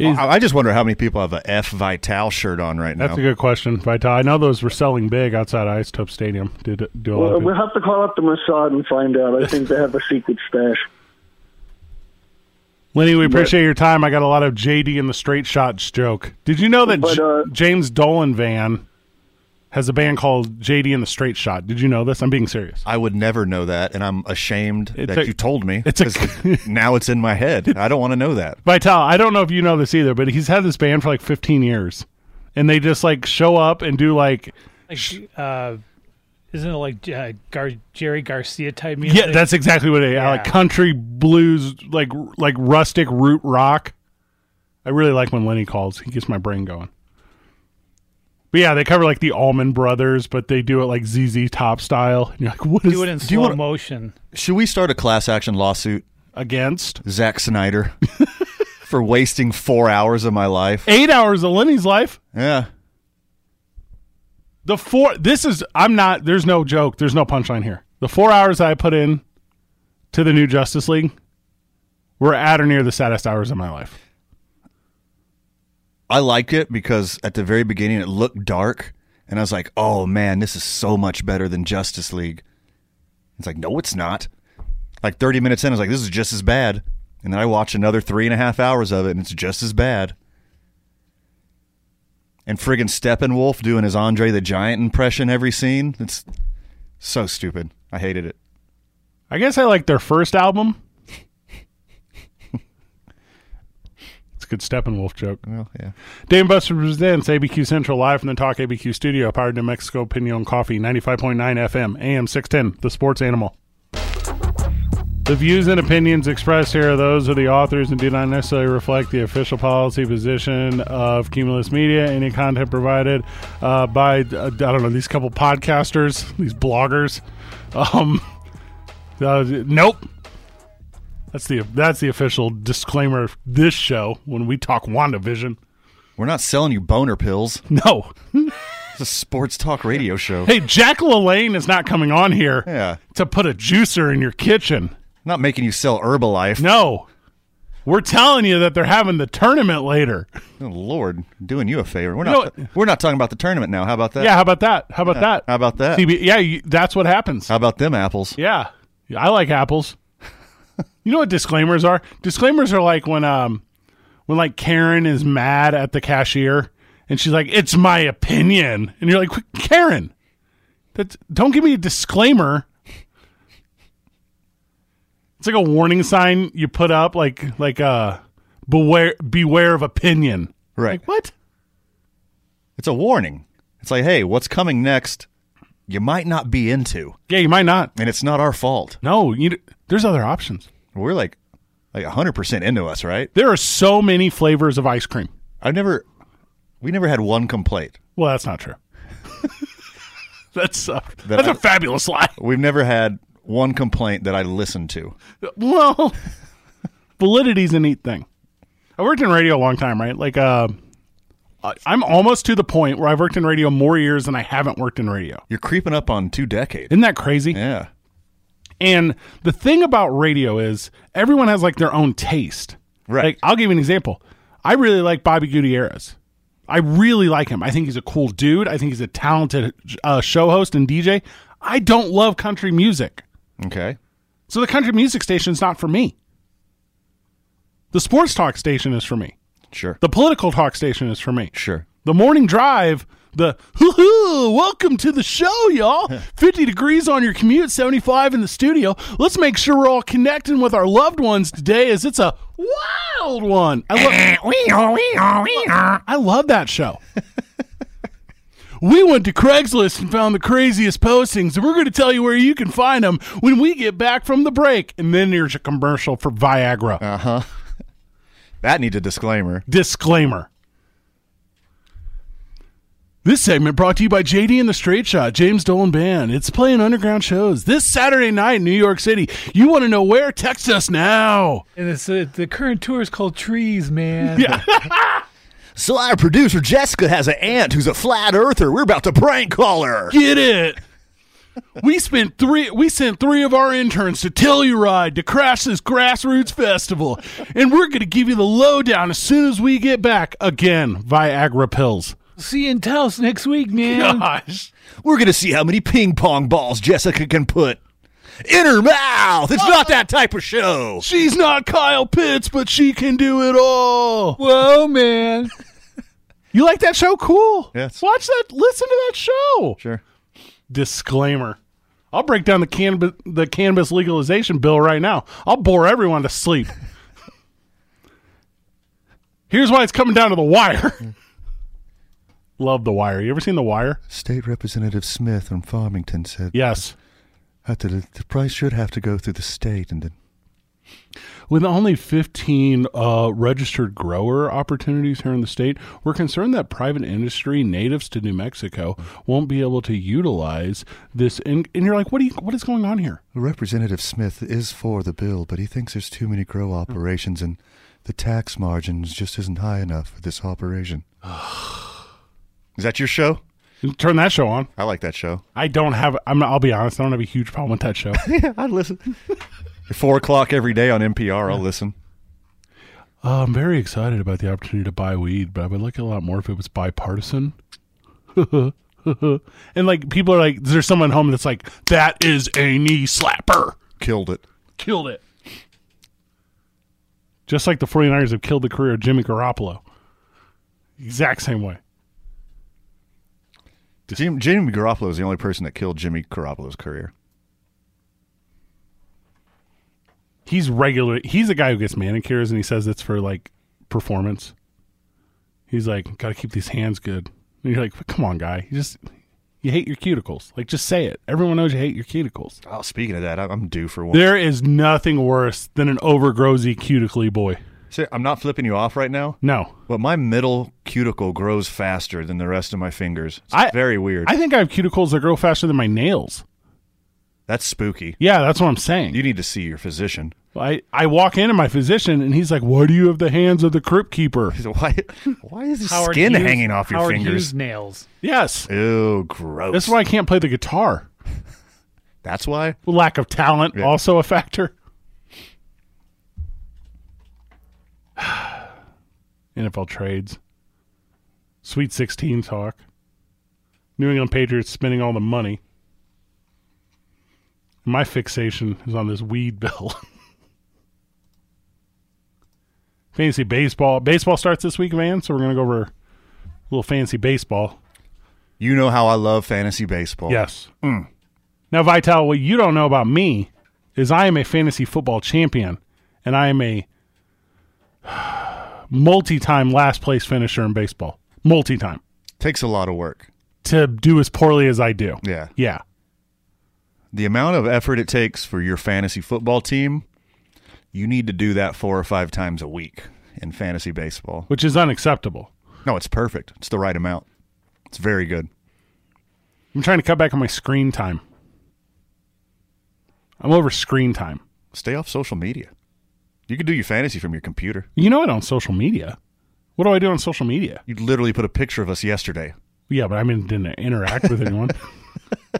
[SPEAKER 7] I I just wonder how many people have a F Vital shirt on right now.
[SPEAKER 4] That's a good question, Vital. I know those were selling big outside Isotope Stadium. Did do a lot
[SPEAKER 10] Well,
[SPEAKER 4] of
[SPEAKER 10] we'll have to call up the Mossad and find out. I think they have a secret stash.
[SPEAKER 4] Lenny, we appreciate your time. I got a lot of JD in the straight shot joke. Did you know that
[SPEAKER 10] But,
[SPEAKER 4] J-
[SPEAKER 10] uh,
[SPEAKER 4] James Dolan Van has a band called JD in the Straight Shot? Did you know this? I'm being serious.
[SPEAKER 7] I would never know that, and I'm ashamed
[SPEAKER 4] It's
[SPEAKER 7] that
[SPEAKER 4] a-
[SPEAKER 7] you told me.
[SPEAKER 4] it's a-
[SPEAKER 7] 'cause now it's in my head. I don't want to know that.
[SPEAKER 4] Vital, I don't know if you know this either, but he's had this band for like 15 years, and they just like show up and do like
[SPEAKER 8] Like, uh, isn't it like uh, Gar- Jerry Garcia type music?
[SPEAKER 4] yeah, that's exactly what it
[SPEAKER 8] Yeah.
[SPEAKER 4] like country blues like like rustic root rock. I really like when Lenny calls; he gets my brain going. But yeah, they cover like the Allman Brothers, but they do it like ZZ Top style, and you're like, what is
[SPEAKER 8] do it in
[SPEAKER 7] you
[SPEAKER 8] slow
[SPEAKER 7] wanna-
[SPEAKER 8] motion.
[SPEAKER 7] Should we start a class action lawsuit,
[SPEAKER 4] against
[SPEAKER 7] Zack Snyder, for wasting four hours of my life?
[SPEAKER 4] eight hours of Lenny's life?
[SPEAKER 7] Yeah.
[SPEAKER 4] The four. This is. I'm not. There's no joke. There's no punchline here. The four hours I put in to the new Justice League were at or near the saddest hours of my life.
[SPEAKER 7] I liked it because at the very beginning it looked dark, and I was like, "Oh man, this is so much better than Justice League." It's like, no, it's not. Like thirty minutes in, I was like, "This is just as bad," and then I watched another three and a half hours of it, and it's just as bad. And friggin' Steppenwolf doing his Andre the Giant impression every scene. It's so stupid. I hated it.
[SPEAKER 4] I guess I like their first album. it's a good Steppenwolf joke.
[SPEAKER 7] Well, yeah.
[SPEAKER 4] Dave and Buster presents ABQ Central live from the Talk ABQ studio, powered New Mexico Pinion Coffee, 95.9 FM, AM 610, The Sports Animal. The views and opinions expressed here are those of the authors and do not necessarily reflect the official policy position of Cumulus Media. Any content provided uh, by, uh, I don't know, these couple podcasters, these bloggers. Um, uh, nope. That's the that's the official disclaimer of this show when we talk WandaVision.
[SPEAKER 7] We're not selling you boner pills.
[SPEAKER 4] No.
[SPEAKER 7] It's a sports talk radio show.
[SPEAKER 4] Hey, Jack LaLanne is not coming on here
[SPEAKER 7] Yeah.
[SPEAKER 4] to put a juicer in your kitchen.
[SPEAKER 7] Not making you sell Herbalife.
[SPEAKER 4] No. We're telling you that they're having the tournament later.
[SPEAKER 7] Oh, Lord, doing you a favor. We're
[SPEAKER 4] You
[SPEAKER 7] not
[SPEAKER 4] know-
[SPEAKER 7] we're not talking about the tournament now. How about that?
[SPEAKER 4] Yeah, how about that? How about that?
[SPEAKER 7] How about that?
[SPEAKER 4] CB- yeah, you, that's what happens.
[SPEAKER 7] How about them apples?
[SPEAKER 4] Yeah. Yeah, I like apples. you know what disclaimers are? Disclaimers are like when um when like Karen is mad at the cashier and she's like, It's my opinion and you're like, Karen, that don't give me a disclaimer. It's like a warning sign you put up like like uh beware beware of opinion.
[SPEAKER 7] Right.
[SPEAKER 4] Like what?
[SPEAKER 7] It's a warning. It's like, hey, what's coming next? You might not be into,
[SPEAKER 4] Yeah, you might not.
[SPEAKER 7] and it's not our fault.
[SPEAKER 4] No, you there's other options.
[SPEAKER 7] We're like, like hundred percent into us, right?
[SPEAKER 4] There are so many flavors of ice cream.
[SPEAKER 7] I've never, we never had one complaint.
[SPEAKER 4] Well, that's not true. that's uh,
[SPEAKER 7] That
[SPEAKER 4] that's a
[SPEAKER 7] I-
[SPEAKER 4] fabulous lie.
[SPEAKER 7] We've never had one complaint that I listened to.
[SPEAKER 4] Well, validity's a neat thing. I worked in radio a long time, right? Like, uh, I- I'm almost to the point where I've worked in radio more years than I haven't worked in radio.
[SPEAKER 7] You're creeping up on two decades.
[SPEAKER 4] Isn't that crazy?
[SPEAKER 7] Yeah,
[SPEAKER 4] And the thing about radio is everyone has like their own taste.
[SPEAKER 7] Right.
[SPEAKER 4] Like, I'll give you an example. I really like Bobby Gutierrez. I really like him. I think he's a cool dude. I think he's a talented uh, show host and DJ. I don't love country music.
[SPEAKER 7] okay.
[SPEAKER 4] So the country music station is not for me. The sports talk station is for me.
[SPEAKER 7] Sure.
[SPEAKER 4] The political talk station is for me.
[SPEAKER 7] Sure.
[SPEAKER 4] The morning drive, the hoo hoo, welcome to the show, y'all. 50 degrees on your commute, 75 in the studio. Let's make sure we're all connecting with our loved ones today as it's a wild one. I, lo- I love that show. We went to Craigslist and found the craziest postings, and we're going to tell you where you can find them when we get back from the break. And then there's a commercial for Viagra.
[SPEAKER 7] Uh huh. That needs a disclaimer.
[SPEAKER 4] Disclaimer. This segment brought to you by JD and the Straight Shot, James Dolan Band. It's playing underground shows this Saturday night in New York City. You want to know where? Text us now.
[SPEAKER 8] And it's, uh, the current tour is called Trees, man.
[SPEAKER 4] Yeah.
[SPEAKER 7] So our producer Jessica has an aunt who's a flat earther. We're about to prank call her.
[SPEAKER 4] Get it. We spent three. We sent three of our interns to Telluride to crash this grassroots festival, and we're going to give you the lowdown as soon as we get back. Again, Viagra pills.
[SPEAKER 8] See you in Taos next week, man.
[SPEAKER 4] Gosh,
[SPEAKER 7] We're gonna see how many ping pong balls Jessica can put in her mouth. It's not that type of show.
[SPEAKER 4] she's not Kyle Pitts, but she can do it all.
[SPEAKER 8] Whoa, man.
[SPEAKER 4] You like that show? Cool.
[SPEAKER 7] Yes.
[SPEAKER 4] Watch that. Listen to that show.
[SPEAKER 7] Sure.
[SPEAKER 4] Disclaimer. I'll break down the cannabis the cannabis legalization bill right now. I'll bore everyone to sleep. Here's why it's coming down to the wire. Love the wire. You ever seen the wire?
[SPEAKER 5] State Representative Smith from Farmington said
[SPEAKER 4] Yes.
[SPEAKER 5] that the, the price should have to go through the state and then
[SPEAKER 4] With only 15 uh, registered grower opportunities here in the state, we're concerned that private industry natives to New Mexico won't be able to utilize this. And, and you're like, what, do you, what is going on here?
[SPEAKER 5] Representative Smith is for the bill, but he thinks there's too many grow
[SPEAKER 8] Mm.
[SPEAKER 5] operations and the tax margins just isn't high enough for this operation.
[SPEAKER 7] Is that your show?
[SPEAKER 4] Turn that show on.
[SPEAKER 7] I like that show.
[SPEAKER 4] I don't have. I'm. I'll be honest. I don't have a huge problem with that show.
[SPEAKER 7] Yeah, I listen. At four o'clock every day on NPR, I'll listen.
[SPEAKER 4] uh, I'm very excited about the opportunity to buy weed, but I would like it a lot more if it was bipartisan. and like people are like, there's someone at home that's like, that is a knee slapper.
[SPEAKER 7] Killed it.
[SPEAKER 4] Killed it. Just like the 49ers have killed the career of Jimmy Garoppolo. Exact same way.
[SPEAKER 7] Jim, Jimmy Garoppolo is the only person that killed Jimmy Garoppolo's career.
[SPEAKER 4] He's regular. He's the guy who gets manicures, and he says it's for like performance. He's like, gotta keep these hands good. And you're like, come on, guy. You just you hate your cuticles. Like, just say it. Everyone knows you hate your cuticles.
[SPEAKER 7] Oh, speaking of that, I- I'm due for one.
[SPEAKER 4] There is nothing worse than an overgrowsy cuticly boy.
[SPEAKER 7] See, I'm not flipping you off right now,
[SPEAKER 4] No,
[SPEAKER 7] but my middle cuticle grows faster than the rest of my fingers. It's
[SPEAKER 4] I-
[SPEAKER 7] very weird.
[SPEAKER 4] I think I have cuticles that grow faster than my nails.
[SPEAKER 7] That's spooky.
[SPEAKER 4] Yeah, that's what I'm saying.
[SPEAKER 7] You need to see your physician.
[SPEAKER 4] I I walk into my physician, and he's like, "Why do you have the hands of the crypt keeper?"
[SPEAKER 7] He's like, Why? Why is this
[SPEAKER 8] Howard
[SPEAKER 7] skin
[SPEAKER 8] Hughes-
[SPEAKER 7] hanging off your
[SPEAKER 8] Howard
[SPEAKER 7] fingers?
[SPEAKER 8] Hughes nails.
[SPEAKER 4] Yes,
[SPEAKER 7] Ew, gross.
[SPEAKER 4] that's why I can't play the guitar.
[SPEAKER 7] That's why.
[SPEAKER 4] lack of talent
[SPEAKER 7] Yeah.
[SPEAKER 4] also a factor. NFL trades, Sweet 16 talk, New England Patriots spending all the money. My fixation is on this weed bill. fancy baseball. Baseball starts this week, man. So we're gonna go over a little fancy baseball.
[SPEAKER 7] You know how I love fantasy baseball.
[SPEAKER 4] Yes. Now, Vital, what you don't know about me is I am a fantasy football champion, and I am a multi-time last place finisher in baseball. Multi-time
[SPEAKER 7] Takes a lot of work.
[SPEAKER 4] to do as poorly as I do.
[SPEAKER 7] Yeah.
[SPEAKER 4] Yeah.
[SPEAKER 7] The amount of effort it takes for your fantasy football team, you need to do that four or five times a week in fantasy baseball.
[SPEAKER 4] Which is unacceptable.
[SPEAKER 7] No, it's perfect. It's the right amount. It's very good.
[SPEAKER 4] I'm trying to cut back on my screen time. I'm over screen time.
[SPEAKER 7] Stay off social media. You can do your fantasy from your computer.
[SPEAKER 4] You know it on social media. What do I do on social media?
[SPEAKER 7] You literally put a picture of us yesterday.
[SPEAKER 4] Yeah, but I mean, didn't interact with anyone. I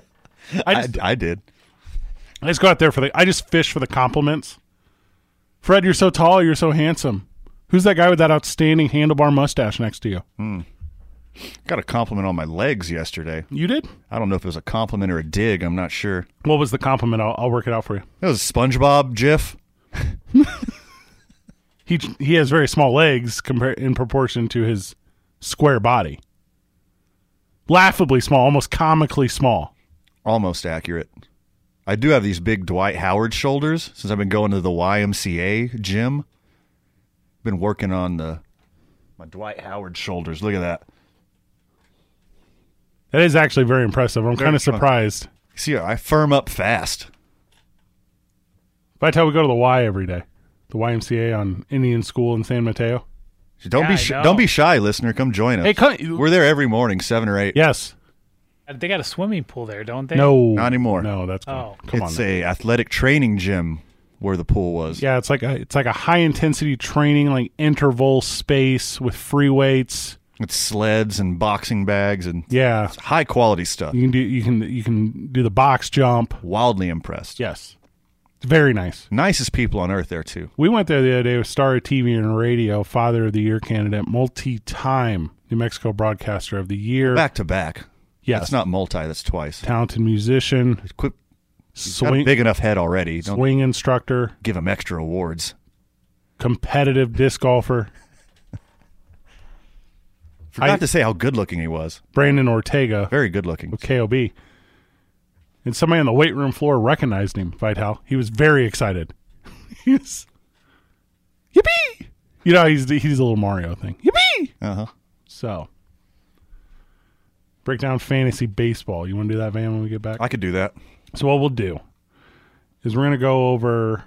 [SPEAKER 7] I,
[SPEAKER 4] just,
[SPEAKER 7] I did.
[SPEAKER 4] I just go out there for the. I just fish for the compliments. Fred, you're so tall. You're so handsome. Who's that guy with that outstanding handlebar mustache next to you?
[SPEAKER 7] Got a compliment on my legs yesterday.
[SPEAKER 4] You did.
[SPEAKER 7] I don't know if it was a compliment or a dig. I'm not sure.
[SPEAKER 4] What was the compliment? I'll, I'll work it out for you.
[SPEAKER 7] That was a SpongeBob GIF.
[SPEAKER 4] He he has very small legs compared in proportion to his square body. laughably small, almost comically small.
[SPEAKER 7] Almost accurate. I do have these big Dwight Howard shoulders since I've been going to the YMCA gym. Been working on the my Dwight Howard shoulders. Look at that.
[SPEAKER 4] That is actually very impressive. I'm kind of surprised.
[SPEAKER 7] See, I firm up fast.
[SPEAKER 4] That's how we go to the Y every day, the YMCA on Indian School in San Mateo.
[SPEAKER 7] Don't
[SPEAKER 8] Yeah, I
[SPEAKER 7] be sh-
[SPEAKER 8] know.
[SPEAKER 7] don't be shy, listener. Come join us.
[SPEAKER 4] Hey, come-
[SPEAKER 7] We're there every morning, seven or eight.
[SPEAKER 4] Yes.
[SPEAKER 8] They got a swimming pool there, don't they?
[SPEAKER 4] No.
[SPEAKER 7] Not anymore.
[SPEAKER 4] No, that's
[SPEAKER 8] Oh.
[SPEAKER 4] come
[SPEAKER 7] it's
[SPEAKER 4] on.
[SPEAKER 7] a athletic training gym where the pool was.
[SPEAKER 4] yeah, it's like a it's like a high intensity training like interval space with free weights.
[SPEAKER 7] It's sleds and boxing bags and
[SPEAKER 4] Yeah.
[SPEAKER 7] high quality stuff.
[SPEAKER 4] You can do you can you can do the box jump.
[SPEAKER 7] Wildly impressed.
[SPEAKER 4] Yes. It's very nice.
[SPEAKER 7] Nicest people on earth there too.
[SPEAKER 4] We went there the other day with Star of TV and Radio, Father of the Year candidate, multi-time New Mexico Broadcaster of the Year,
[SPEAKER 7] Back to back.
[SPEAKER 4] Yes.
[SPEAKER 7] That's not multi. That's twice.
[SPEAKER 4] talented musician,
[SPEAKER 7] Quit. Got a
[SPEAKER 4] swing,
[SPEAKER 7] big enough head already. Don't
[SPEAKER 4] swing instructor,
[SPEAKER 7] give him extra awards.
[SPEAKER 4] competitive disc golfer.
[SPEAKER 7] Forgot
[SPEAKER 4] I-
[SPEAKER 7] to say how good looking he was.
[SPEAKER 4] Brandon Ortega
[SPEAKER 7] Very good looking.
[SPEAKER 4] with KOB. And somebody on the weight room floor recognized him, Vital. He was very excited. he was, yippee! You know, he's the, he's a little Mario thing. Yippee!
[SPEAKER 7] Uh huh.
[SPEAKER 4] So, break down fantasy baseball. You want to do that, Van, when we get back?
[SPEAKER 7] I could do that.
[SPEAKER 4] So what we'll do is we're going to go over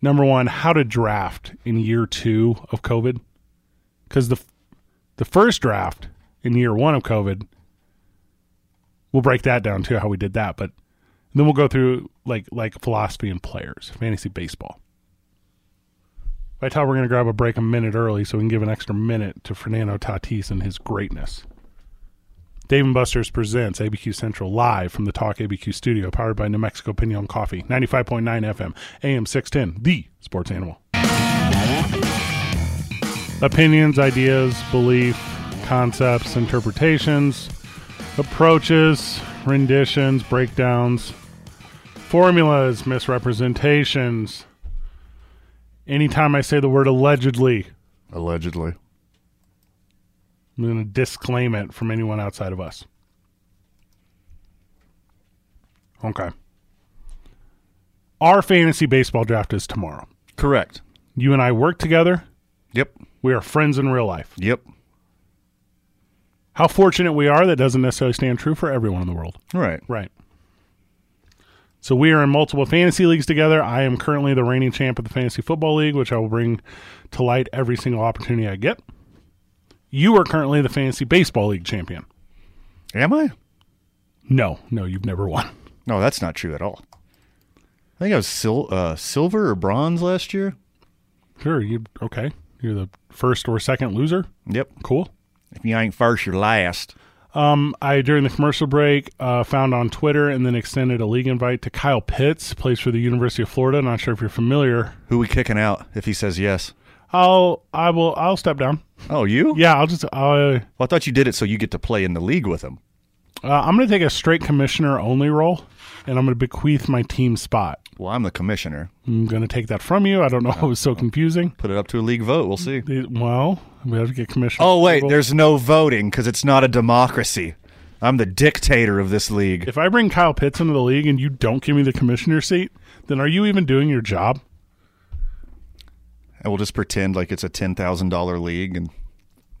[SPEAKER 4] number one, how to draft in year two of COVID, because the f- the first draft in year one of COVID, we'll break that down too how we did that, but then we'll go through like like philosophy and players, fantasy baseball. By tell we're going to grab a break a minute early so we can give an extra minute to Fernando Tatis and his greatness. Dave and Buster's presents ABQ Central live from the Talk ABQ studio, powered by New Mexico Pinion Coffee, 95.9 FM, AM 610, the sports animal. Opinions, ideas, belief, concepts, interpretations, approaches, renditions, breakdowns, formulas, misrepresentations. Anytime I say the word allegedly,
[SPEAKER 7] Allegedly.
[SPEAKER 4] I'm going to disclaim it from anyone outside of us. Okay. Our fantasy baseball draft is tomorrow.
[SPEAKER 7] Correct.
[SPEAKER 4] You and I work together.
[SPEAKER 7] Yep.
[SPEAKER 4] We are friends in real life.
[SPEAKER 7] Yep.
[SPEAKER 4] How fortunate we are that doesn't necessarily stand true for everyone in the world.
[SPEAKER 7] Right.
[SPEAKER 4] Right. So we are in multiple fantasy leagues together. I am currently the reigning champ of the fantasy football league, which I will bring to light every single opportunity I get. You are currently the fantasy baseball league champion.
[SPEAKER 7] Am I?
[SPEAKER 4] No, no, you've never won.
[SPEAKER 7] No, that's not true at all. I think I was sil- uh, silver or bronze last year.
[SPEAKER 4] Sure, you okay? You're the first or second loser.
[SPEAKER 7] Yep.
[SPEAKER 4] Cool.
[SPEAKER 7] If you ain't first, you're last.
[SPEAKER 4] Um, I during the commercial break uh, found on Twitter and then extended a league invite to Kyle Pitts, plays for the University of Florida. Not sure if you're familiar.
[SPEAKER 7] Who we kicking out if he says yes?
[SPEAKER 4] I'll I will I'll step down.
[SPEAKER 7] Oh, you?
[SPEAKER 4] Yeah, I'll just uh,
[SPEAKER 7] Well, I thought you did it so you get to play in the league with him.
[SPEAKER 4] uh, I'm going to take a straight commissioner only role, and I'm going to bequeath my team spot.
[SPEAKER 7] Well, I'm the commissioner.
[SPEAKER 4] I'm going to take that from you. I don't know. It was so confusing.
[SPEAKER 7] Put it up to a league vote. We'll see.
[SPEAKER 4] It- well, we have to get commissioner.
[SPEAKER 7] Oh, wait.
[SPEAKER 4] approval.
[SPEAKER 7] There's no voting because it's not a democracy. I'm the dictator of this league.
[SPEAKER 4] If I bring Kyle Pitts into the league and you don't give me the commissioner seat, then are you even doing your job?
[SPEAKER 7] And we'll just pretend like it's a $10,000 league and,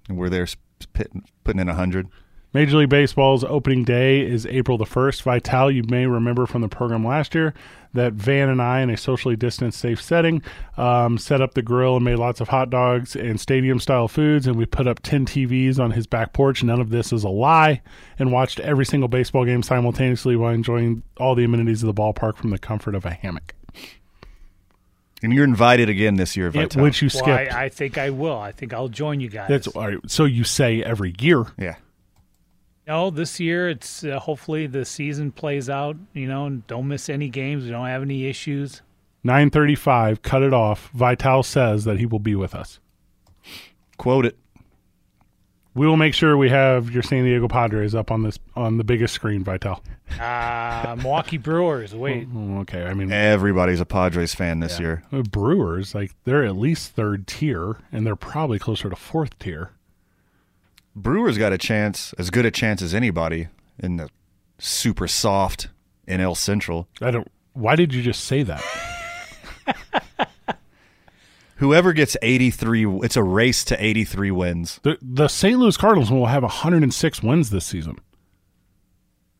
[SPEAKER 7] and we're there sp- pit- putting in a 100
[SPEAKER 4] Major League Baseball's opening day is April the 1st. Vital, you may remember from the program last year that Van and I, in a socially distanced, safe setting, um, set up the grill and made lots of hot dogs and stadium style foods. And we put up 10 TVs on his back porch. None of this is a lie. And watched every single baseball game simultaneously while enjoying all the amenities of the ballpark from the comfort of a hammock,
[SPEAKER 7] And you're invited again this year,
[SPEAKER 4] it,
[SPEAKER 7] Vital.
[SPEAKER 4] which you
[SPEAKER 8] Well, I,
[SPEAKER 4] skipped.
[SPEAKER 8] I think I will. I think I'll join you guys.
[SPEAKER 4] That's all right. So you say every year.
[SPEAKER 7] yeah.
[SPEAKER 8] No, this year it's uh, hopefully the season plays out. You know, and don't miss any games. We don't have any issues.
[SPEAKER 4] 935, cut it off. Vital says that he will be with us.
[SPEAKER 7] Quote it.
[SPEAKER 4] We will make sure we have your San Diego Padres up on this on the biggest screen, Vital.
[SPEAKER 8] Uh, Milwaukee Brewers. Wait,
[SPEAKER 7] Oh,
[SPEAKER 4] Mm, Okay, I mean
[SPEAKER 7] Everybody's a Padres fan this year.
[SPEAKER 4] uh, Brewers, like they're at least third tier, and they're probably closer to fourth tier.
[SPEAKER 7] Brewers got a chance, as good a chance as anybody in the super soft NL Central.
[SPEAKER 4] I don't. Why did you just say that?
[SPEAKER 7] Whoever gets 83, it's a race to 83 wins.
[SPEAKER 4] The the St. Louis Cardinals will have 106 wins this season.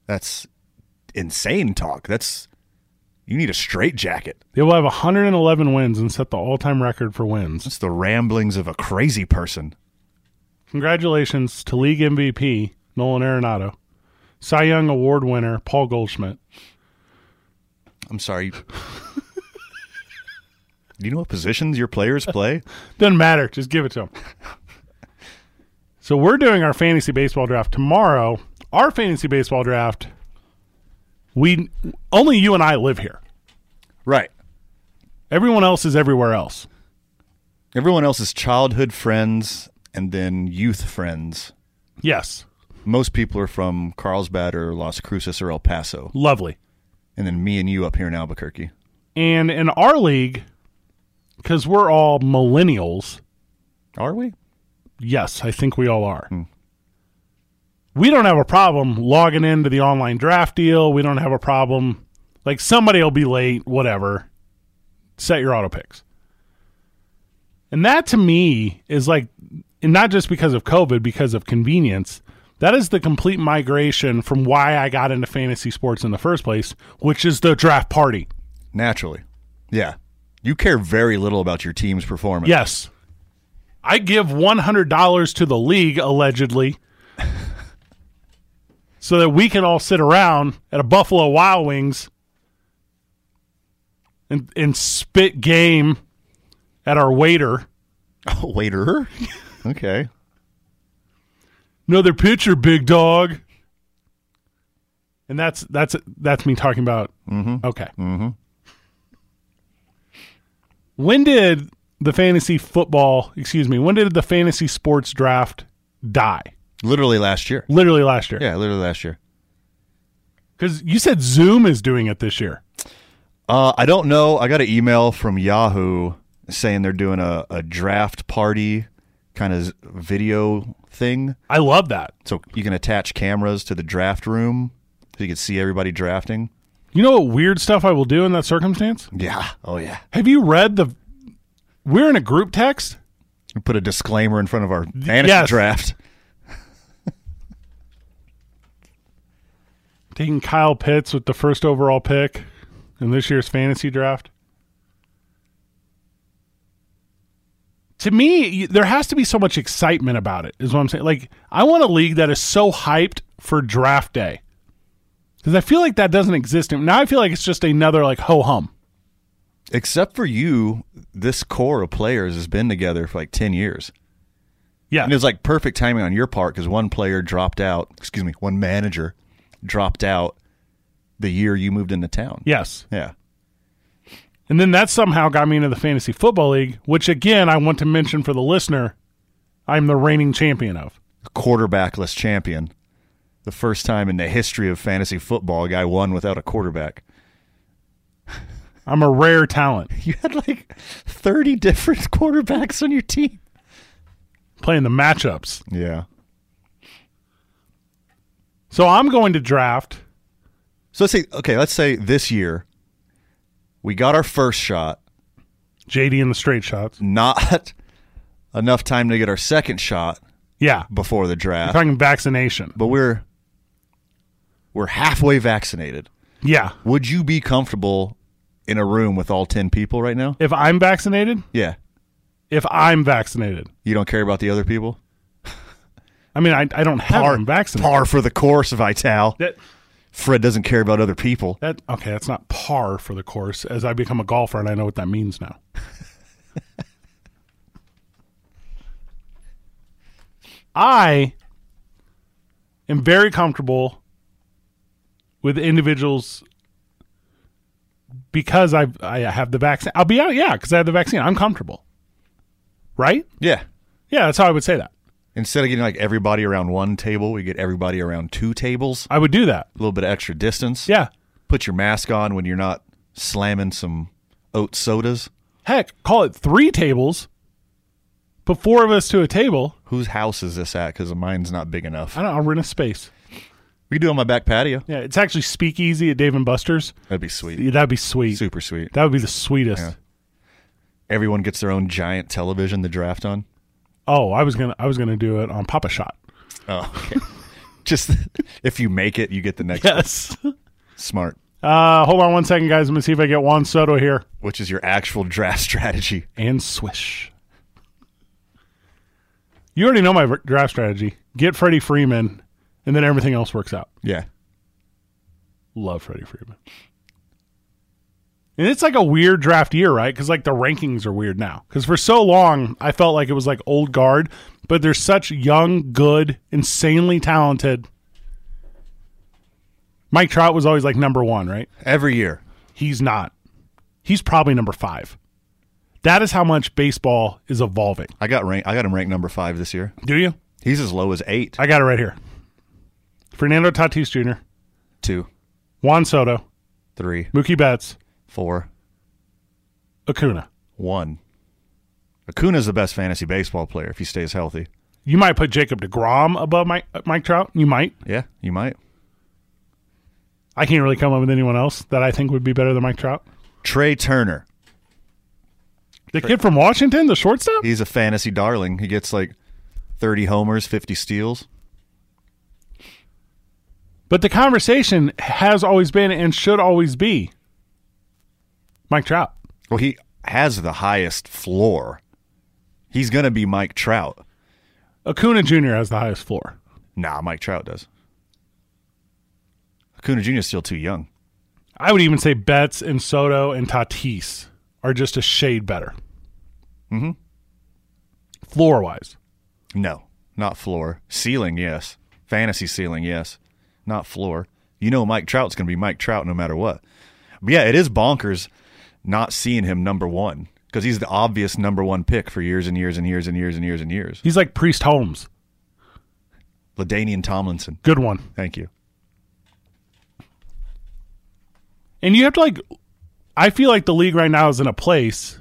[SPEAKER 7] That's insane talk. That's you need a straight jacket.
[SPEAKER 4] They will have 111 wins and set the all time record for wins.
[SPEAKER 7] That's the ramblings of a crazy person.
[SPEAKER 4] Congratulations to league MVP Nolan Arenado, Cy Young Award winner Paul Goldschmidt.
[SPEAKER 7] I'm sorry. Do you know what positions your players play?
[SPEAKER 4] Doesn't matter. Just give it to them. so we're doing our fantasy baseball draft tomorrow. Our fantasy baseball draft. We only you and I live here.
[SPEAKER 7] right.
[SPEAKER 4] Everyone else is everywhere else.
[SPEAKER 7] Everyone else is childhood friends and then youth friends.
[SPEAKER 4] Yes,
[SPEAKER 7] Most people are from Carlsbad or Las Cruces or El Paso.
[SPEAKER 4] lovely.
[SPEAKER 7] And then me and you up here in Albuquerque.
[SPEAKER 4] And in our league, because we're all millennials,
[SPEAKER 7] Are we?
[SPEAKER 4] Yes, I think we all are. We don't have a problem logging into the online draft deal. We don't have a problem. Like somebody will be late, whatever. Set your auto picks. And that to me is like, and not just because of COVID, because of convenience. That is the complete migration from why I got into fantasy sports in the first place, which is the draft party.
[SPEAKER 7] Naturally. Yeah. You care very little about your team's performance.
[SPEAKER 4] Yes. I give $100 to the league, allegedly, so that we can all sit around at a Buffalo Wild Wings and, and spit game at our waiter.
[SPEAKER 7] Oh, waiter. okay.
[SPEAKER 4] Another pitcher, big dog. And that's that's that's me talking about. Okay. Mm-hmm. When did the fantasy football? Excuse me. When did the fantasy sports draft die?
[SPEAKER 7] Literally last year.
[SPEAKER 4] Literally last year.
[SPEAKER 7] Yeah, literally last year.
[SPEAKER 4] Because you said Zoom is doing it this year.
[SPEAKER 7] Uh, I don't know. I got an email from Yahoo saying they're doing a, a draft party kind of video thing.
[SPEAKER 4] I love that.
[SPEAKER 7] So you can attach cameras to the draft room so you can see everybody drafting.
[SPEAKER 4] You know what weird stuff I will do in that circumstance?
[SPEAKER 7] Yeah. Oh, yeah.
[SPEAKER 4] Have you read the? We're in a group text.
[SPEAKER 7] We put a disclaimer in front of our fantasy
[SPEAKER 4] yes.
[SPEAKER 7] draft.
[SPEAKER 4] taking Kyle Pitts with the first overall pick in this year's fantasy draft. To me, y- there has to be so much excitement about it, is what I'm saying. Like, I want a league that is so hyped for draft day because I feel like that doesn't exist. in- Now I feel like it's just another, like, ho hum.
[SPEAKER 7] Except for you, this core of players has been together for like 10 years.
[SPEAKER 4] Yeah.
[SPEAKER 7] And it was like perfect timing on your part because one player dropped out, excuse me, one manager dropped out the year you moved into town.
[SPEAKER 4] Yes.
[SPEAKER 7] Yeah.
[SPEAKER 4] And then that somehow got me into the fantasy football league, which again I want to mention for the listener, I'm the reigning champion of.
[SPEAKER 7] Quarterbackless champion. The first time in the history of fantasy football a guy won without a quarterback.
[SPEAKER 4] I'm a rare talent
[SPEAKER 7] You had like 30 different quarterbacks on your team.
[SPEAKER 4] playing the matchups.
[SPEAKER 7] Yeah.
[SPEAKER 4] So I'm going to draft.
[SPEAKER 7] So let's say, okay, let's say this year we got our first shot,
[SPEAKER 4] JD in the straight shots.
[SPEAKER 7] not enough time to get our second shot
[SPEAKER 4] Yeah.
[SPEAKER 7] before the
[SPEAKER 4] I'm
[SPEAKER 7] draft,
[SPEAKER 4] talking vaccination.
[SPEAKER 7] but we're we're halfway vaccinated.
[SPEAKER 4] Yeah.
[SPEAKER 7] Would you be comfortable in a room with all 10 people right now?
[SPEAKER 4] If I'm vaccinated,
[SPEAKER 7] Yeah.
[SPEAKER 4] if I'm vaccinated.
[SPEAKER 7] You don't care about the other people?
[SPEAKER 4] I mean, I, I don't have them vaccinated.
[SPEAKER 7] par for the course, Vital.
[SPEAKER 4] That,
[SPEAKER 7] Fred doesn't care about other people.
[SPEAKER 4] that okay, that's not par for the course as I become a golfer and I know what that means now. I am very comfortable with individuals because I I have the vaccine. I'll be out, yeah, because I have the vaccine. I'm comfortable, right?
[SPEAKER 7] Yeah.
[SPEAKER 4] Yeah, that's how I would say that.
[SPEAKER 7] Instead of getting like everybody around one table, we get everybody around two tables.
[SPEAKER 4] I would do that.
[SPEAKER 7] A little bit of extra distance.
[SPEAKER 4] Yeah.
[SPEAKER 7] Put your mask on when you're not slamming some oat sodas.
[SPEAKER 4] Heck, call it three tables, Put four of us to a table.
[SPEAKER 7] Whose house is this at? Because mine's not big enough.
[SPEAKER 4] I don't. I'll rent a space.
[SPEAKER 7] We could do it on my back patio.
[SPEAKER 4] Yeah, it's actually Speakeasy at Dave and Buster's.
[SPEAKER 7] That'd be sweet.
[SPEAKER 4] Yeah, That'd be sweet.
[SPEAKER 7] Super sweet.
[SPEAKER 4] That would be the sweetest.
[SPEAKER 7] Yeah. Everyone gets their own giant television to draft on.
[SPEAKER 4] Oh, I was gonna. I was gonna do it on Papa Shot.
[SPEAKER 7] Oh, okay. just if you make it, you get the next one.
[SPEAKER 4] Yes.
[SPEAKER 7] Smart.
[SPEAKER 4] Uh, hold on one second, guys. I'm gonna see if I get Juan Soto here
[SPEAKER 7] Which is your actual draft strategy.
[SPEAKER 4] and swish. You already know my r- draft strategy. Get Freddie Freeman, and then everything else works out.
[SPEAKER 7] Yeah.
[SPEAKER 4] Love Freddie Freeman. And it's like a weird draft year, right? Because like the rankings are weird now. Because for so long, I felt like it was like old guard, but there's such young, good, insanely talented. Mike Trout was always like number one, right?
[SPEAKER 7] Every year.
[SPEAKER 4] He's not. He's probably number five. That is how much baseball is evolving.
[SPEAKER 7] I got rank I got him ranked number five this year.
[SPEAKER 4] Do you?
[SPEAKER 7] He's as low as eight.
[SPEAKER 4] I got it right here. Fernando Tatis Jr.,
[SPEAKER 7] Two,
[SPEAKER 4] Juan Soto,
[SPEAKER 7] three,
[SPEAKER 4] Mookie Betts,
[SPEAKER 7] four,
[SPEAKER 4] Acuna.
[SPEAKER 7] one. Acuna's the best fantasy baseball player if he stays healthy.
[SPEAKER 4] You might put Jacob DeGrom above Mike, Mike Trout. You might.
[SPEAKER 7] Yeah, you might.
[SPEAKER 4] I can't really come up with anyone else that I think would be better than Mike Trout.
[SPEAKER 7] Trey Turner.
[SPEAKER 4] The kid from Washington, the shortstop?
[SPEAKER 7] He's a fantasy darling. He gets like thirty homers, fifty steals.
[SPEAKER 4] But the conversation has always been and should always be Mike Trout.
[SPEAKER 7] Well, he has the highest floor. He's gonna be Mike Trout.
[SPEAKER 4] Acuna Jr. has the highest floor.
[SPEAKER 7] Nah, Mike Trout does. Acuna Jr. is still too young.
[SPEAKER 4] I would even say Betts and Soto and Tatis are just a shade better. Mm-hmm. Floor wise.
[SPEAKER 7] No, not floor. Ceiling, yes. Fantasy ceiling, yes. Not floor. You know Mike Trout's going to be Mike Trout no matter what. But yeah, it is bonkers not seeing him number one because he's the obvious number one pick for years and years and years and years and years and years.
[SPEAKER 4] He's like Priest Holmes.
[SPEAKER 7] Ladanian Tomlinson.
[SPEAKER 4] Good one.
[SPEAKER 7] Thank you.
[SPEAKER 4] And you have to like I feel like the league right now is in a place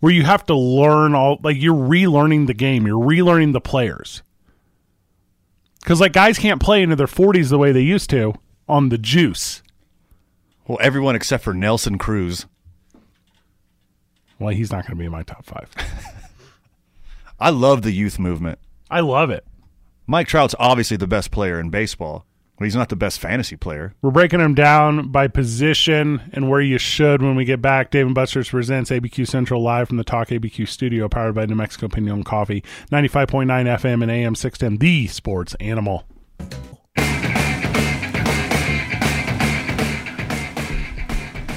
[SPEAKER 4] where you have to learn all like you're relearning the game, you're relearning the players. Cuz like guys can't play into their 40s the way they used to on the juice.
[SPEAKER 7] Well, everyone except for Nelson Cruz.
[SPEAKER 4] Well, he's not going to be in my top 5.
[SPEAKER 7] I love the youth movement.
[SPEAKER 4] I love it.
[SPEAKER 7] Mike Trout's obviously the best player in baseball, but he's not the best fantasy player.
[SPEAKER 4] We're breaking them down by position and where you should when we get back. Dave and Buster's presents ABQ Central live from the Talk ABQ studio, powered by New Mexico Pinion Coffee, 95.9 FM and AM 610, the sports animal.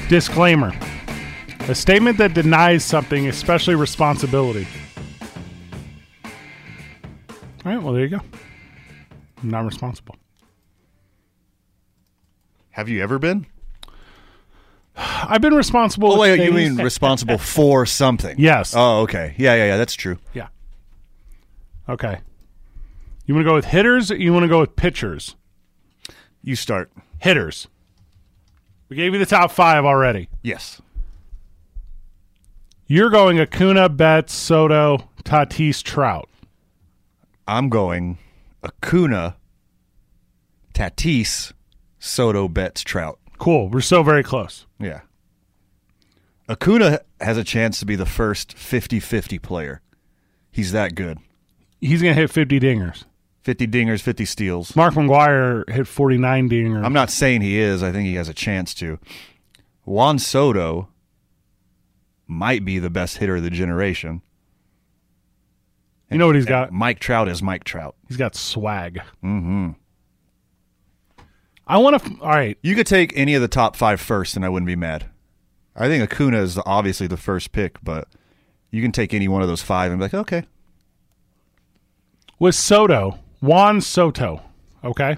[SPEAKER 4] Disclaimer A statement that denies something, especially responsibility. All right, well, there you go. I'm not responsible.
[SPEAKER 7] Have you ever been?
[SPEAKER 4] I've been responsible.
[SPEAKER 7] Oh,
[SPEAKER 4] with
[SPEAKER 7] wait, you
[SPEAKER 4] things-
[SPEAKER 7] mean responsible for something?
[SPEAKER 4] Yes.
[SPEAKER 7] Oh, okay. Yeah, yeah, yeah. That's true.
[SPEAKER 4] Yeah. Okay. You want to go with hitters or you want to go with pitchers?
[SPEAKER 7] You start.
[SPEAKER 4] Hitters. We gave you the top five already.
[SPEAKER 7] Yes.
[SPEAKER 4] You're going Acuna, Betts, Soto, Tatis, Trout.
[SPEAKER 7] I'm going Acuna, Tatis, Soto, Betts, Trout.
[SPEAKER 4] Cool. We're so very close.
[SPEAKER 7] Yeah. Acuna has a chance to be the first 50 50 player. He's that good.
[SPEAKER 4] He's going to hit 50 dingers.
[SPEAKER 7] 50 dingers, 50 steals.
[SPEAKER 4] Mark McGuire hit 49 dingers.
[SPEAKER 7] I'm not saying he is. I think he has a chance to. Juan Soto might be the best hitter of the generation.
[SPEAKER 4] you know what he's got?
[SPEAKER 7] Mike Trout is Mike Trout.
[SPEAKER 4] He's got swag. Mm-hmm. I want to. all right.
[SPEAKER 7] You could take any of the top five first, and I wouldn't be mad. I think Acuna is the, obviously the first pick, but you can take any one of those five and be like, okay,
[SPEAKER 4] with Soto, Juan Soto, okay?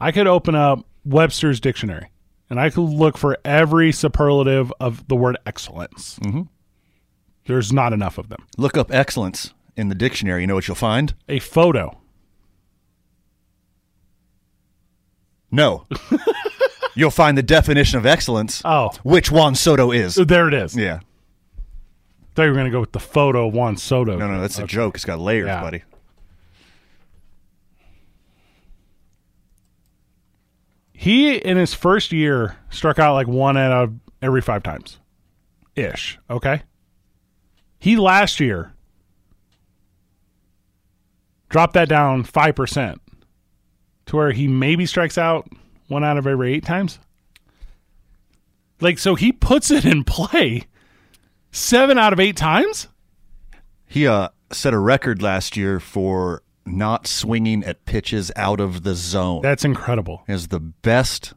[SPEAKER 4] I could open up Webster's dictionary and I could look for every superlative of the word excellence. Mm-hmm. There's not enough of them.
[SPEAKER 7] look up excellence in the dictionary. You know what you'll find?
[SPEAKER 4] A photo.
[SPEAKER 7] No. you'll find the definition of excellence,
[SPEAKER 4] Oh,
[SPEAKER 7] which Juan Soto is.
[SPEAKER 4] there it is.
[SPEAKER 7] Yeah.
[SPEAKER 4] thought you were going to go with the photo of Juan Soto.
[SPEAKER 7] No, no, that's a joke. It's got layers,
[SPEAKER 4] Yeah.
[SPEAKER 7] buddy.
[SPEAKER 4] He, in his first year, struck out like one out of every five times ish. Okay. He last year dropped that down 5% to where he maybe strikes out one out of every eight times. Like, so he puts it in play seven out of eight times?
[SPEAKER 7] He uh, set a record last year for not swinging at pitches out of the zone.
[SPEAKER 4] That's incredible.
[SPEAKER 7] is the best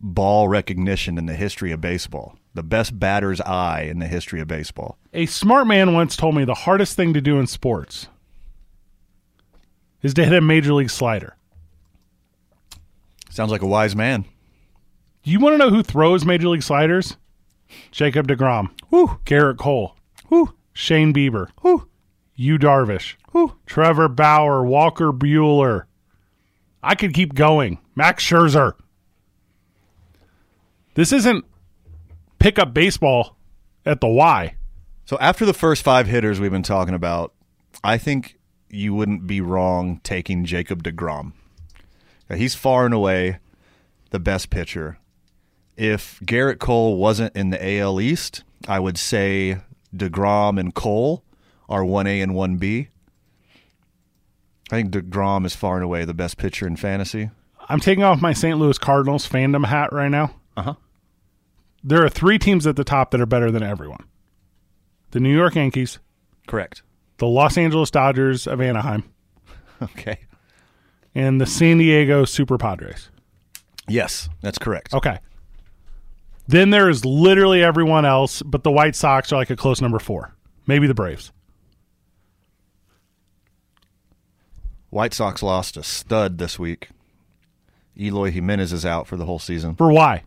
[SPEAKER 7] ball recognition in the history of baseball. The best batter's eye in the history of baseball.
[SPEAKER 4] A smart man once told me the hardest thing to do in sports is to hit a major league slider.
[SPEAKER 7] Sounds like a wise man.
[SPEAKER 4] You want to know who throws major league sliders? Jacob DeGrom. Woo. Garrett Cole. Woo. Shane Bieber. Woo. Yu Darvish. Woo. Trevor Bauer. Walker Bueller. I could keep going. Max Scherzer. This isn't pickup baseball at the Y.
[SPEAKER 7] So after the first five hitters we've been talking about, I think you wouldn't be wrong taking Jacob DeGrom. Now, He's far and away the best pitcher. If Garrett Cole wasn't in the AL East, I would say DeGrom and Cole are 1A and 1B. I think DeGrom is far and away the best pitcher in fantasy.
[SPEAKER 4] I'm taking off my St. Louis Cardinals fandom hat right now. Uh huh. There are three teams at the top that are better than everyone the New York Yankees,
[SPEAKER 7] Correct.
[SPEAKER 4] the Los Angeles Dodgers of Anaheim,
[SPEAKER 7] Okay.
[SPEAKER 4] and the San Diego Super Padres.
[SPEAKER 7] Yes, that's correct.
[SPEAKER 4] Okay. Then there is literally everyone else, but the White Sox are like a close number four. Maybe the Braves.
[SPEAKER 7] White Sox lost a stud this week. Eloy Jimenez is out for the whole season.
[SPEAKER 4] For why?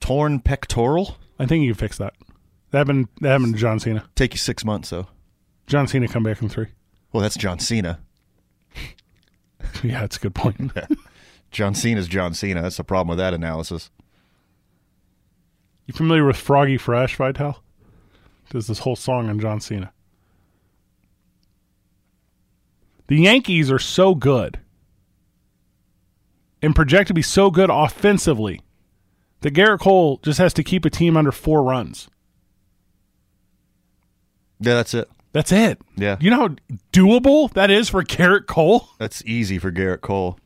[SPEAKER 7] Torn pectoral?
[SPEAKER 4] I think you can fix that. That happened. That happened to John Cena.
[SPEAKER 7] Take you six months, though.
[SPEAKER 4] John Cena come back from three.
[SPEAKER 7] Well, that's John Cena.
[SPEAKER 4] yeah, that's a good point.
[SPEAKER 7] John Cena's John Cena. That's the problem with that analysis.
[SPEAKER 4] You familiar with Froggy Fresh, Vital? Does this whole song on John Cena. The Yankees are so good and project to be so good offensively that Garrett Cole just has to keep a team under four runs.
[SPEAKER 7] Yeah, that's it.
[SPEAKER 4] That's it.
[SPEAKER 7] Yeah.
[SPEAKER 4] You know how doable that is for Garrett Cole?
[SPEAKER 7] That's easy for Garrett Cole.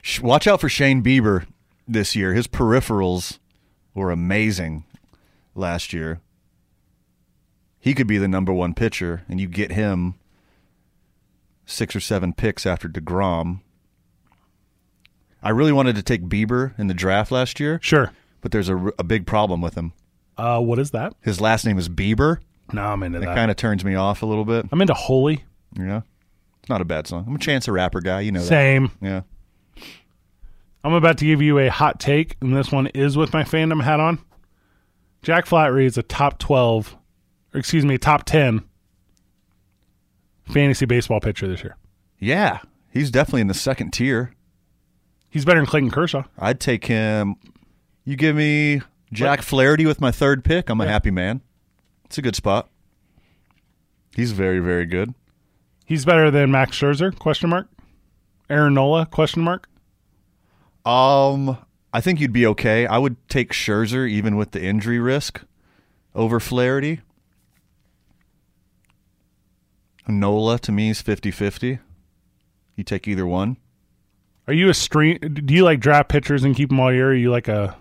[SPEAKER 7] Sh- Watch out for Shane Bieber this year. His peripherals were amazing last year. He could be the number one pitcher, and you get him six or seven picks after DeGrom. I really wanted to take Bieber in the draft last year,
[SPEAKER 4] Sure.
[SPEAKER 7] but there's a, r- a big problem with him.
[SPEAKER 4] Uh, what is that?
[SPEAKER 7] His last name is Bieber.
[SPEAKER 4] No, I'm into
[SPEAKER 7] That
[SPEAKER 4] that.
[SPEAKER 7] kind of turns me off a little bit.
[SPEAKER 4] I'm into Holy.
[SPEAKER 7] You know, it's not a bad song. I'm a Chance the Rapper guy. You know that.
[SPEAKER 4] Same.
[SPEAKER 7] Yeah.
[SPEAKER 4] I'm about to give you a hot take, and this one is with my fandom hat on. Jack Flattery is a top 12, or excuse me, top 10 fantasy baseball pitcher this year.
[SPEAKER 7] Yeah, he's definitely in the second tier.
[SPEAKER 4] He's better than Clayton Kershaw.
[SPEAKER 7] I'd take him. You give me Jack Flaherty with my third pick. I'm a happy man. It's a good spot. He's very, very good.
[SPEAKER 4] He's better than Max Scherzer? Question mark. Aaron Nola? Question mark.
[SPEAKER 7] Um, I think you'd be okay. I would take Scherzer even with the injury risk over Flaherty. Nola to me is 50-50. You take either one.
[SPEAKER 4] Are you a stream? Do you like draft pitchers and keep them all year? Are you like a?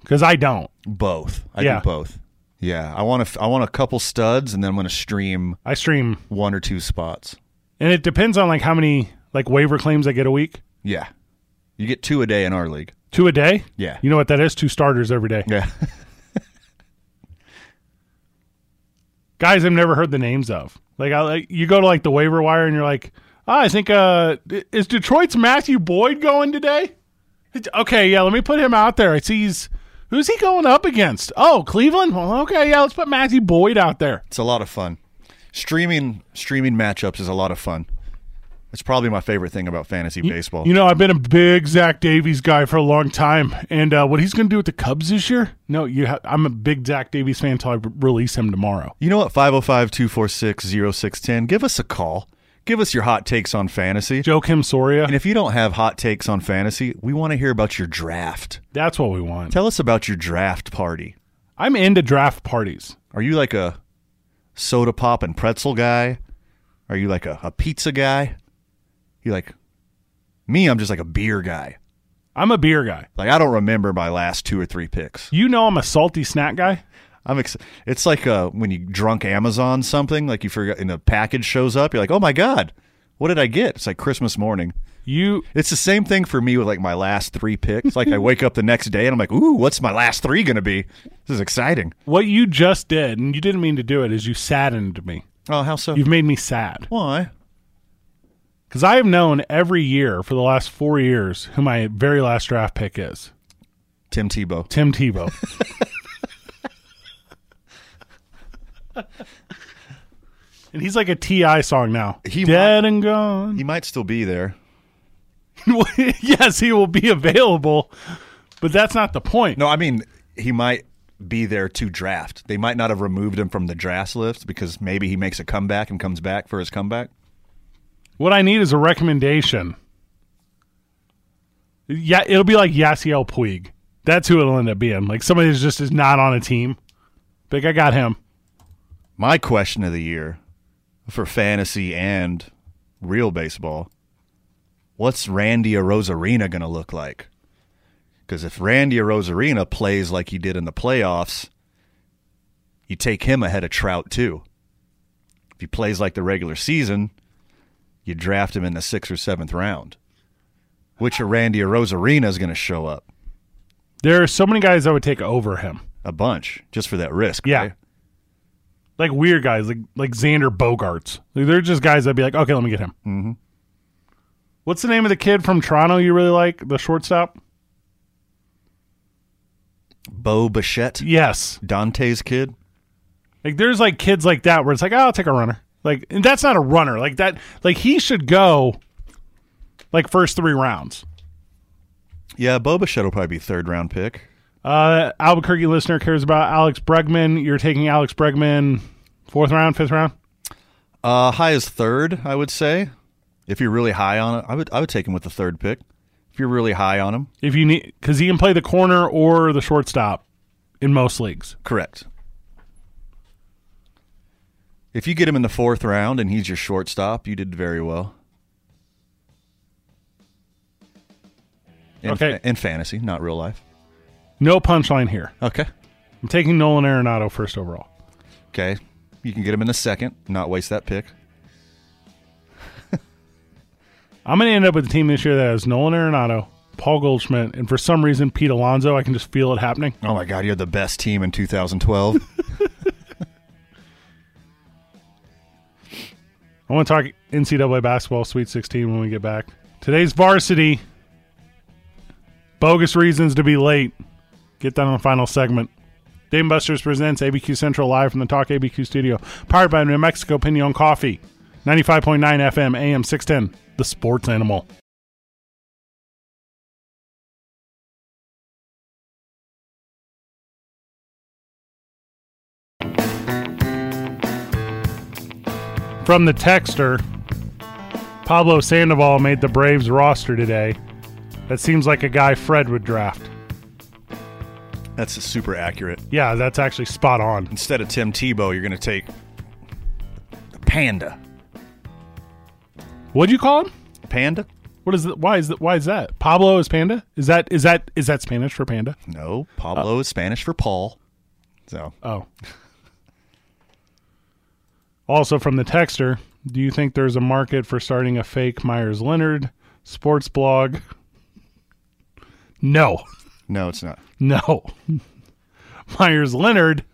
[SPEAKER 4] Because I don't.
[SPEAKER 7] Both. I
[SPEAKER 4] Yeah.
[SPEAKER 7] do both. Yeah, I want to. I want a couple studs, and then I'm going to stream
[SPEAKER 4] I stream,
[SPEAKER 7] one or two spots.
[SPEAKER 4] and it depends on like how many like waiver claims I get a week.
[SPEAKER 7] Yeah. You get two a day in our league.
[SPEAKER 4] Two a day.
[SPEAKER 7] Yeah.
[SPEAKER 4] You know what that is? Two starters every day.
[SPEAKER 7] Yeah.
[SPEAKER 4] guys I've never heard the names of. Like I like you go to like the waiver wire and you're like, oh, I think uh is Detroit's Matthew Boyd going today? It's- okay, yeah, let me put him out there. I see he's who's he going up against? Oh, Cleveland? Well, okay, yeah, let's put Matthew Boyd out there.
[SPEAKER 7] It's a lot of fun. Streaming streaming matchups is a lot of fun. That's probably my favorite thing about fantasy baseball.
[SPEAKER 4] You know, I've been a big Zach Davies guy for a long time, and uh, what he's going to do with the Cubs this year? No, you. Ha- I'm a big Zach Davies fan until I r- release him tomorrow.
[SPEAKER 7] You know what? 505 246 0610. Give us a call. Give us your hot takes on fantasy.
[SPEAKER 4] Joe Kim Soria.
[SPEAKER 7] And if you don't have hot takes on fantasy, we want to hear about your draft.
[SPEAKER 4] That's what we want.
[SPEAKER 7] Tell us about your draft party.
[SPEAKER 4] I'm into draft parties.
[SPEAKER 7] Are you like a soda pop and pretzel guy? Are you like a, a pizza guy? You like me, I'm just like a beer guy.
[SPEAKER 4] I'm a beer guy.
[SPEAKER 7] Like I don't remember my last two or three picks.
[SPEAKER 4] You know, I'm a salty snack guy.
[SPEAKER 7] I'm ex- it's like uh, when you drunk Amazon something, like you forgot and a package shows up, you're like, "Oh my god, what did I get?" It's like Christmas morning.
[SPEAKER 4] You
[SPEAKER 7] It's the same thing for me with like my last three picks. Like I wake up the next day and I'm like, "Ooh, what's my last three going to be?" This is exciting.
[SPEAKER 4] What you just did, and you didn't mean to do it, is you saddened me.
[SPEAKER 7] Oh, how so?
[SPEAKER 4] You've made me sad.
[SPEAKER 7] Why?
[SPEAKER 4] Because I have known every year for the last four years who my very last draft pick is
[SPEAKER 7] Tim Tebow.
[SPEAKER 4] Tim Tebow. and he's like a T.I. song now.
[SPEAKER 7] He
[SPEAKER 4] Dead and gone.
[SPEAKER 7] He might still be there.
[SPEAKER 4] yes, he will be available, but that's not the point.
[SPEAKER 7] No, I mean, he might be there to draft. They might not have removed him from the draft list because maybe he makes a comeback and comes back for his comeback.
[SPEAKER 4] What I need is a recommendation. Yeah, it'll be like Yasiel Puig. That's who it'll end up being. Like somebody who's just is not on a team. Like I got him.
[SPEAKER 7] My question of the year for fantasy and real baseball what's Randy Rosarina going to look like? Because if Randy Rosarina plays like he did in the playoffs, you take him ahead of Trout, too. If he plays like the regular season, you draft him in the sixth or seventh round. Which of Randy Rosarina is going to show up?
[SPEAKER 4] There are so many guys I would take over him.
[SPEAKER 7] A bunch just for that risk.
[SPEAKER 4] Yeah.
[SPEAKER 7] right?
[SPEAKER 4] Like weird guys, like like Xander Bogarts. Like they're just guys I'd be like, okay, let me get him. Mm-hmm. What's the name of the kid from Toronto you really like? The shortstop?
[SPEAKER 7] Bo Bichette,
[SPEAKER 4] Yes.
[SPEAKER 7] Dante's kid.
[SPEAKER 4] Like there's like kids like that where it's like, oh, I'll take a runner. Like and that's not a runner. Like that like he should go like first three rounds.
[SPEAKER 7] Yeah, Bo Bichette will probably be third round pick.
[SPEAKER 4] Uh Albuquerque listener cares about Alex Bregman. You're taking Alex Bregman fourth round, fifth round?
[SPEAKER 7] Uh, high as third, I would say. If you're really high on it, I would I would take him with the third pick. If you're really high on him,
[SPEAKER 4] If you need because he can play the corner or the shortstop in most leagues.
[SPEAKER 7] correct. If you get him in the fourth round and he's your shortstop, you did very well. In,
[SPEAKER 4] Okay.
[SPEAKER 7] In fantasy, not real life.
[SPEAKER 4] No punchline here.
[SPEAKER 7] Okay.
[SPEAKER 4] I'm taking Nolan Arenado first overall.
[SPEAKER 7] Okay. You can get him in the second, not waste that pick.
[SPEAKER 4] I'm gonna end up with a team this year that has Nolan Arenado, Paul Goldschmidt, and for some reason Pete Alonso. I can just feel it happening.
[SPEAKER 7] Oh my God, you're the best team in 2012.
[SPEAKER 4] I want to talk NCAA basketball Sweet 16 when we get back. Today's varsity. Bogus reasons to be late. Get that on the final segment. Dame Busters presents ABQ Central live from the Talk ABQ studio, powered by New Mexico Pinion Coffee, 95.9 FM, AM 610, the sports animal. From the texter, Pablo Sandoval made the Braves roster today. That seems like a guy Fred would draft.
[SPEAKER 7] That's super accurate.
[SPEAKER 4] Yeah, that's actually spot on.
[SPEAKER 7] Instead of Tim Tebow, you're going to take Panda.
[SPEAKER 4] What'd you call him?
[SPEAKER 7] Panda?
[SPEAKER 4] What is that? Why is that? Why is that? Pablo is panda. Is that is that is that Spanish for panda?
[SPEAKER 7] No, Pablo is Spanish for Paul. So
[SPEAKER 4] Oh. also from the texter, do you think there's a market for starting a fake Myers Leonard sports blog? No,
[SPEAKER 7] no, it's not
[SPEAKER 4] no. Myers Leonard.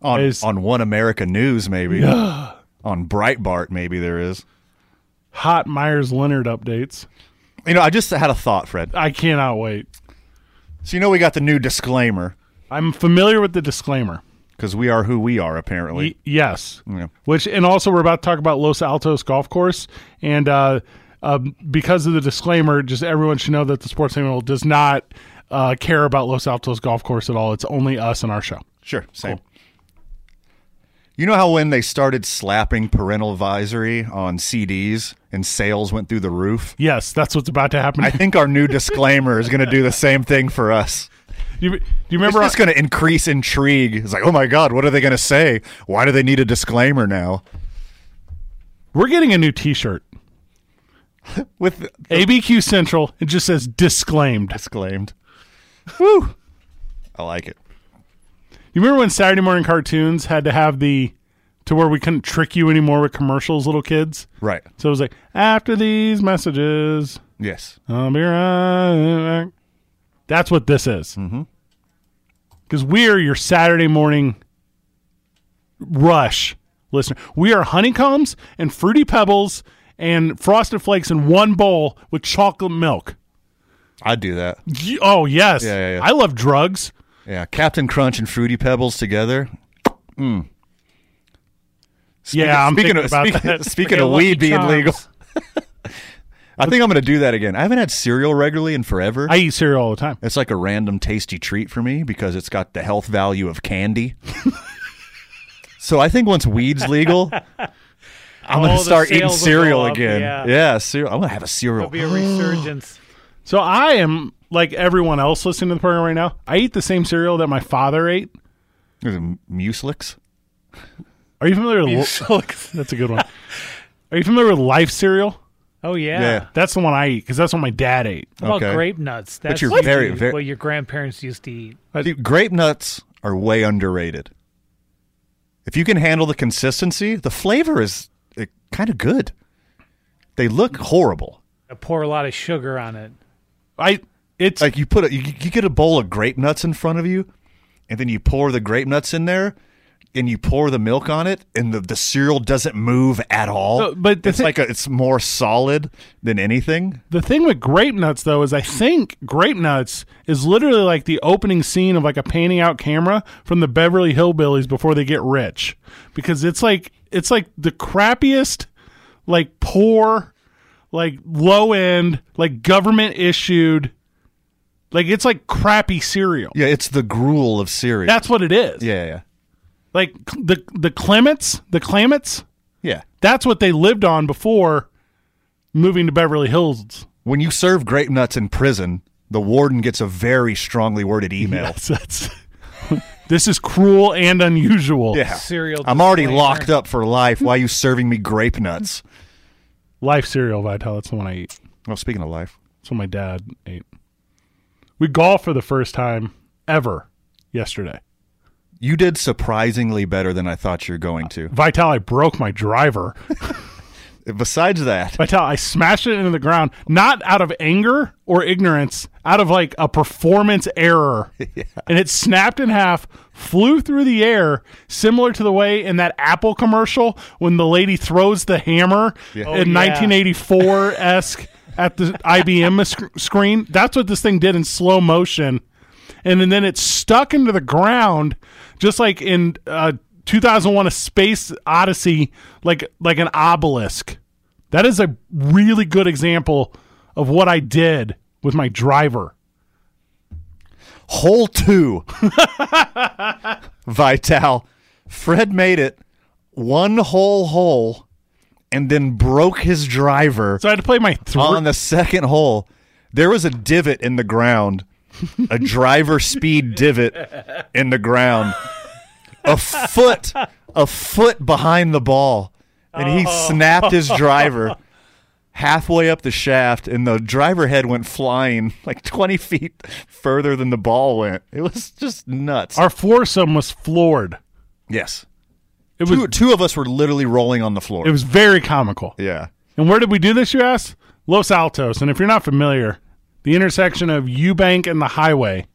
[SPEAKER 7] on
[SPEAKER 4] Is-
[SPEAKER 7] on One America News maybe on Breitbart maybe there is.
[SPEAKER 4] Hot Myers Leonard updates.
[SPEAKER 7] You know, I just had a thought, Fred.
[SPEAKER 4] I cannot wait.
[SPEAKER 7] So you know we got the new disclaimer.
[SPEAKER 4] I'm familiar with the disclaimer.
[SPEAKER 7] because we are who we are apparently.
[SPEAKER 4] Y- yes.
[SPEAKER 7] Yeah.
[SPEAKER 4] Which and also we're about to talk about Los Altos Golf Course and uh, um, because of the disclaimer, just everyone should know that the Sports Animal does not uh, care about Los Altos Golf Course at all. It's only us and our show.
[SPEAKER 7] Sure, same. You know how when they started slapping parental advisory on CDs and sales went through the roof?
[SPEAKER 4] Yes, that's what's about to happen.
[SPEAKER 7] I think our new disclaimer is going to do the same thing for us.
[SPEAKER 4] you, do you remember?
[SPEAKER 7] Remember, it's just going to increase intrigue. It's like, oh my god, what are they going to say? Why do they need a disclaimer now?
[SPEAKER 4] we're getting a new T-shirt.
[SPEAKER 7] With
[SPEAKER 4] ABQ Central. It just says disclaimed.
[SPEAKER 7] disclaimed,
[SPEAKER 4] Woo.
[SPEAKER 7] I like it.
[SPEAKER 4] You remember when Saturday morning cartoons had to have the to where we couldn't trick you anymore with commercials, little kids.
[SPEAKER 7] Right?
[SPEAKER 4] So it was like after these messages,
[SPEAKER 7] Yes.
[SPEAKER 4] I'll be right back. That's what this is.
[SPEAKER 7] Mm-hmm.
[SPEAKER 4] Because we are your Saturday morning rush listener. We are honeycombs and fruity pebbles and frosted flakes in one bowl with chocolate milk.
[SPEAKER 7] I'd do that.
[SPEAKER 4] Ye- Oh yes,
[SPEAKER 7] Yeah, yeah, yeah.
[SPEAKER 4] I love drugs.
[SPEAKER 7] Yeah, Captain Crunch and Fruity Pebbles together. Mm. Speaking-
[SPEAKER 4] yeah, I'm
[SPEAKER 7] speaking
[SPEAKER 4] thinking
[SPEAKER 7] of
[SPEAKER 4] about
[SPEAKER 7] speaking,
[SPEAKER 4] that.
[SPEAKER 7] speaking
[SPEAKER 8] Forget
[SPEAKER 7] of weed
[SPEAKER 8] Lucky
[SPEAKER 7] being
[SPEAKER 8] Charms.
[SPEAKER 7] legal, I think I'm going to do that again. I haven't had cereal regularly in forever.
[SPEAKER 4] I eat cereal all the time.
[SPEAKER 7] it's like a random tasty treat for me because it's got the health value of candy. so I think once weed's legal, I'm
[SPEAKER 8] All
[SPEAKER 7] going
[SPEAKER 8] the
[SPEAKER 7] to start eating
[SPEAKER 8] sales will go
[SPEAKER 7] cereal
[SPEAKER 8] up,
[SPEAKER 7] again.
[SPEAKER 8] yeah.
[SPEAKER 7] cereal. I'm going to have a cereal.
[SPEAKER 8] There'll be a resurgence.
[SPEAKER 4] So I am like everyone else listening to the program right now. I eat the same cereal that my father ate.
[SPEAKER 7] There's a Mucilix.
[SPEAKER 4] Are you familiar with That's a good one. Are you familiar with Life cereal?
[SPEAKER 8] Oh yeah.
[SPEAKER 7] Yeah.
[SPEAKER 4] That's the one I eat because that's what my dad ate.
[SPEAKER 8] How about
[SPEAKER 7] Okay.
[SPEAKER 8] grape nuts? That's
[SPEAKER 7] you're
[SPEAKER 8] what
[SPEAKER 7] very-
[SPEAKER 8] you-
[SPEAKER 7] very-
[SPEAKER 8] what your grandparents used to eat.
[SPEAKER 7] Dude, grape nuts are way underrated. If you can handle the consistency, the flavor is kind of good. They look horrible.
[SPEAKER 8] I pour a lot of sugar on it.
[SPEAKER 4] I it's
[SPEAKER 7] Like you put a, you, you get a bowl of grape nuts in front of you, and then you pour the grape nuts in there, and you pour the milk on it, and the, the cereal doesn't move at all.
[SPEAKER 4] No, but the
[SPEAKER 7] it's
[SPEAKER 4] thi-
[SPEAKER 7] like a, it's more solid than anything.
[SPEAKER 4] the thing with grape nuts though is I think grape nuts is literally like the opening scene of like a panning out camera from the Beverly Hillbillies before they get rich because it's like it's like the crappiest like poor like low end like government issued like it's like crappy cereal.
[SPEAKER 7] Yeah, it's the gruel of cereal.
[SPEAKER 4] That's what it is.
[SPEAKER 7] yeah, yeah,
[SPEAKER 4] Like cl- the the Clements, the Clements,
[SPEAKER 7] yeah.
[SPEAKER 4] that's what they lived on before moving to Beverly Hills.
[SPEAKER 7] When you serve grape nuts in prison, the warden gets a very strongly worded email.
[SPEAKER 4] That's, that's- this is cruel and unusual.
[SPEAKER 7] Yeah.
[SPEAKER 8] Cereal
[SPEAKER 7] I'm already
[SPEAKER 8] disclaimer.
[SPEAKER 7] locked up for life. Why are you serving me grape nuts?
[SPEAKER 4] Life cereal, Vital. That's the one I eat.
[SPEAKER 7] Well, speaking of life,
[SPEAKER 4] That's what my dad ate. We golfed for the first time ever yesterday.
[SPEAKER 7] you did surprisingly better than I thought you were going to.
[SPEAKER 4] Vital, I broke my driver.
[SPEAKER 7] Besides that,
[SPEAKER 4] Vital, uh, I smashed it into the ground, not out of anger or ignorance, out of like a performance error. And it snapped in half, flew through the air, similar to the way in that Apple commercial when the lady throws the hammer in
[SPEAKER 8] yeah.
[SPEAKER 4] 1984 esque at the IBM sc- screen. That's what this thing did in slow motion. And, and then it stuck into the ground, just like in uh, 2001 A Space Odyssey, like like an obelisk. That is a really good example of what I did with my driver.
[SPEAKER 7] hole two, Vital, Fred made it one whole hole and then broke his driver
[SPEAKER 4] So I had to play my
[SPEAKER 7] on
[SPEAKER 4] three.
[SPEAKER 7] the second hole. There was a divot in the ground, a driver speed divot in the ground, a foot, a foot behind the ball, and he
[SPEAKER 4] Oh.
[SPEAKER 7] snapped his driver halfway up the shaft, and the driver head went flying like twenty feet further than the ball went. It was just nuts.
[SPEAKER 4] Our foursome was floored.
[SPEAKER 7] yes,
[SPEAKER 4] It was
[SPEAKER 7] two, two of us were literally rolling on the floor.
[SPEAKER 4] it was very comical.
[SPEAKER 7] yeah,
[SPEAKER 4] And where did we do this? You ask. Los Altos. And if you're not familiar, the intersection of Eubank and the highway.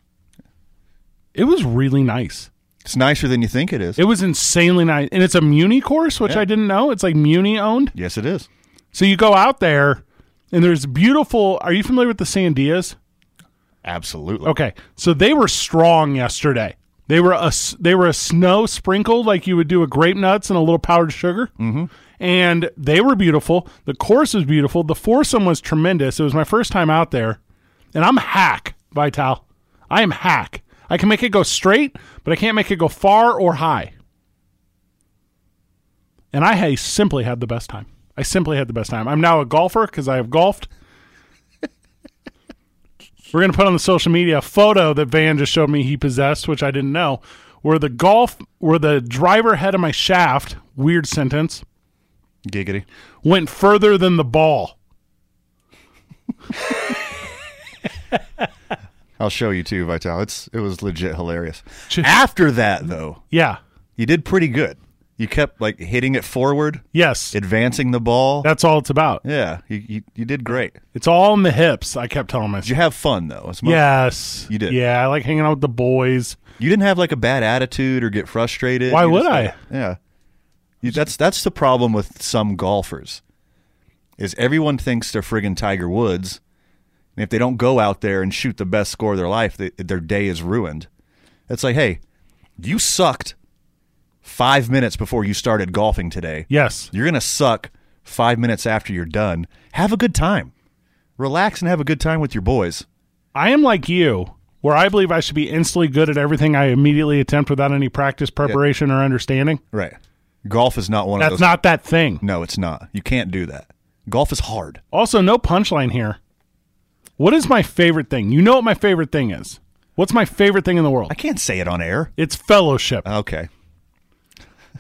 [SPEAKER 4] It was really nice.
[SPEAKER 7] it's nicer than you think it is.
[SPEAKER 4] It was insanely nice, and it's a Muni course, which I didn't know. It's like Muni owned.
[SPEAKER 7] yes, it is.
[SPEAKER 4] So you go out there, and there's beautiful. Are you familiar with the Sandias?
[SPEAKER 7] Absolutely.
[SPEAKER 4] Okay, so they were strong yesterday. They were a s- they were a snow sprinkled like you would do a grape nuts and a little powdered sugar. Mm-hmm. And they were beautiful. The course was beautiful. The foursome was tremendous. It was my first time out there, and I'm hack Vital. I am hack. I can make it go straight, but I can't make it go far or high. And I ha- simply had the best time. I simply had the best time. I'm now a golfer because I have golfed. We're gonna put on the social media a photo that Van just showed me he possessed, which I didn't know, where the golf where the driver head of my shaft, weird sentence,
[SPEAKER 7] Giggity.
[SPEAKER 4] went further than the ball.
[SPEAKER 7] I'll show you too, Vital. It's it was legit hilarious. After that though,
[SPEAKER 4] Yeah.
[SPEAKER 7] you did pretty good. You kept like hitting it forward,
[SPEAKER 4] Yes.
[SPEAKER 7] advancing the ball.
[SPEAKER 4] that's all it's about.
[SPEAKER 7] yeah, you, you you did great.
[SPEAKER 4] It's all in the hips, I kept telling myself.
[SPEAKER 7] Did you have fun though? It's mo-
[SPEAKER 4] yes.
[SPEAKER 7] You did.
[SPEAKER 4] Yeah, I like hanging out with the boys.
[SPEAKER 7] You didn't have like a bad attitude or get frustrated.
[SPEAKER 4] Why
[SPEAKER 7] You
[SPEAKER 4] would
[SPEAKER 7] just-
[SPEAKER 4] I?
[SPEAKER 7] Yeah. You, that's that's the problem with some golfers. Is everyone thinks they're friggin' Tiger Woods, and if they don't go out there and shoot the best score of their life, they, their day is ruined. It's like, hey, you sucked five minutes before you started golfing today.
[SPEAKER 4] Yes.
[SPEAKER 7] You're gonna suck five minutes after you're done. Have a good time, relax, and have a good time with your boys.
[SPEAKER 4] I am like you, where I believe I should be instantly good at everything I immediately attempt without any practice, preparation, or understanding.
[SPEAKER 7] Right. Golf is not one of
[SPEAKER 4] That's
[SPEAKER 7] those.
[SPEAKER 4] not that thing.
[SPEAKER 7] No, it's not. You can't do that. Golf is hard.
[SPEAKER 4] Also, no punchline here. What is my favorite thing? You know what my favorite thing is. What's my favorite thing in the world?
[SPEAKER 7] I can't say it on air.
[SPEAKER 4] It's fellowship.
[SPEAKER 7] Okay.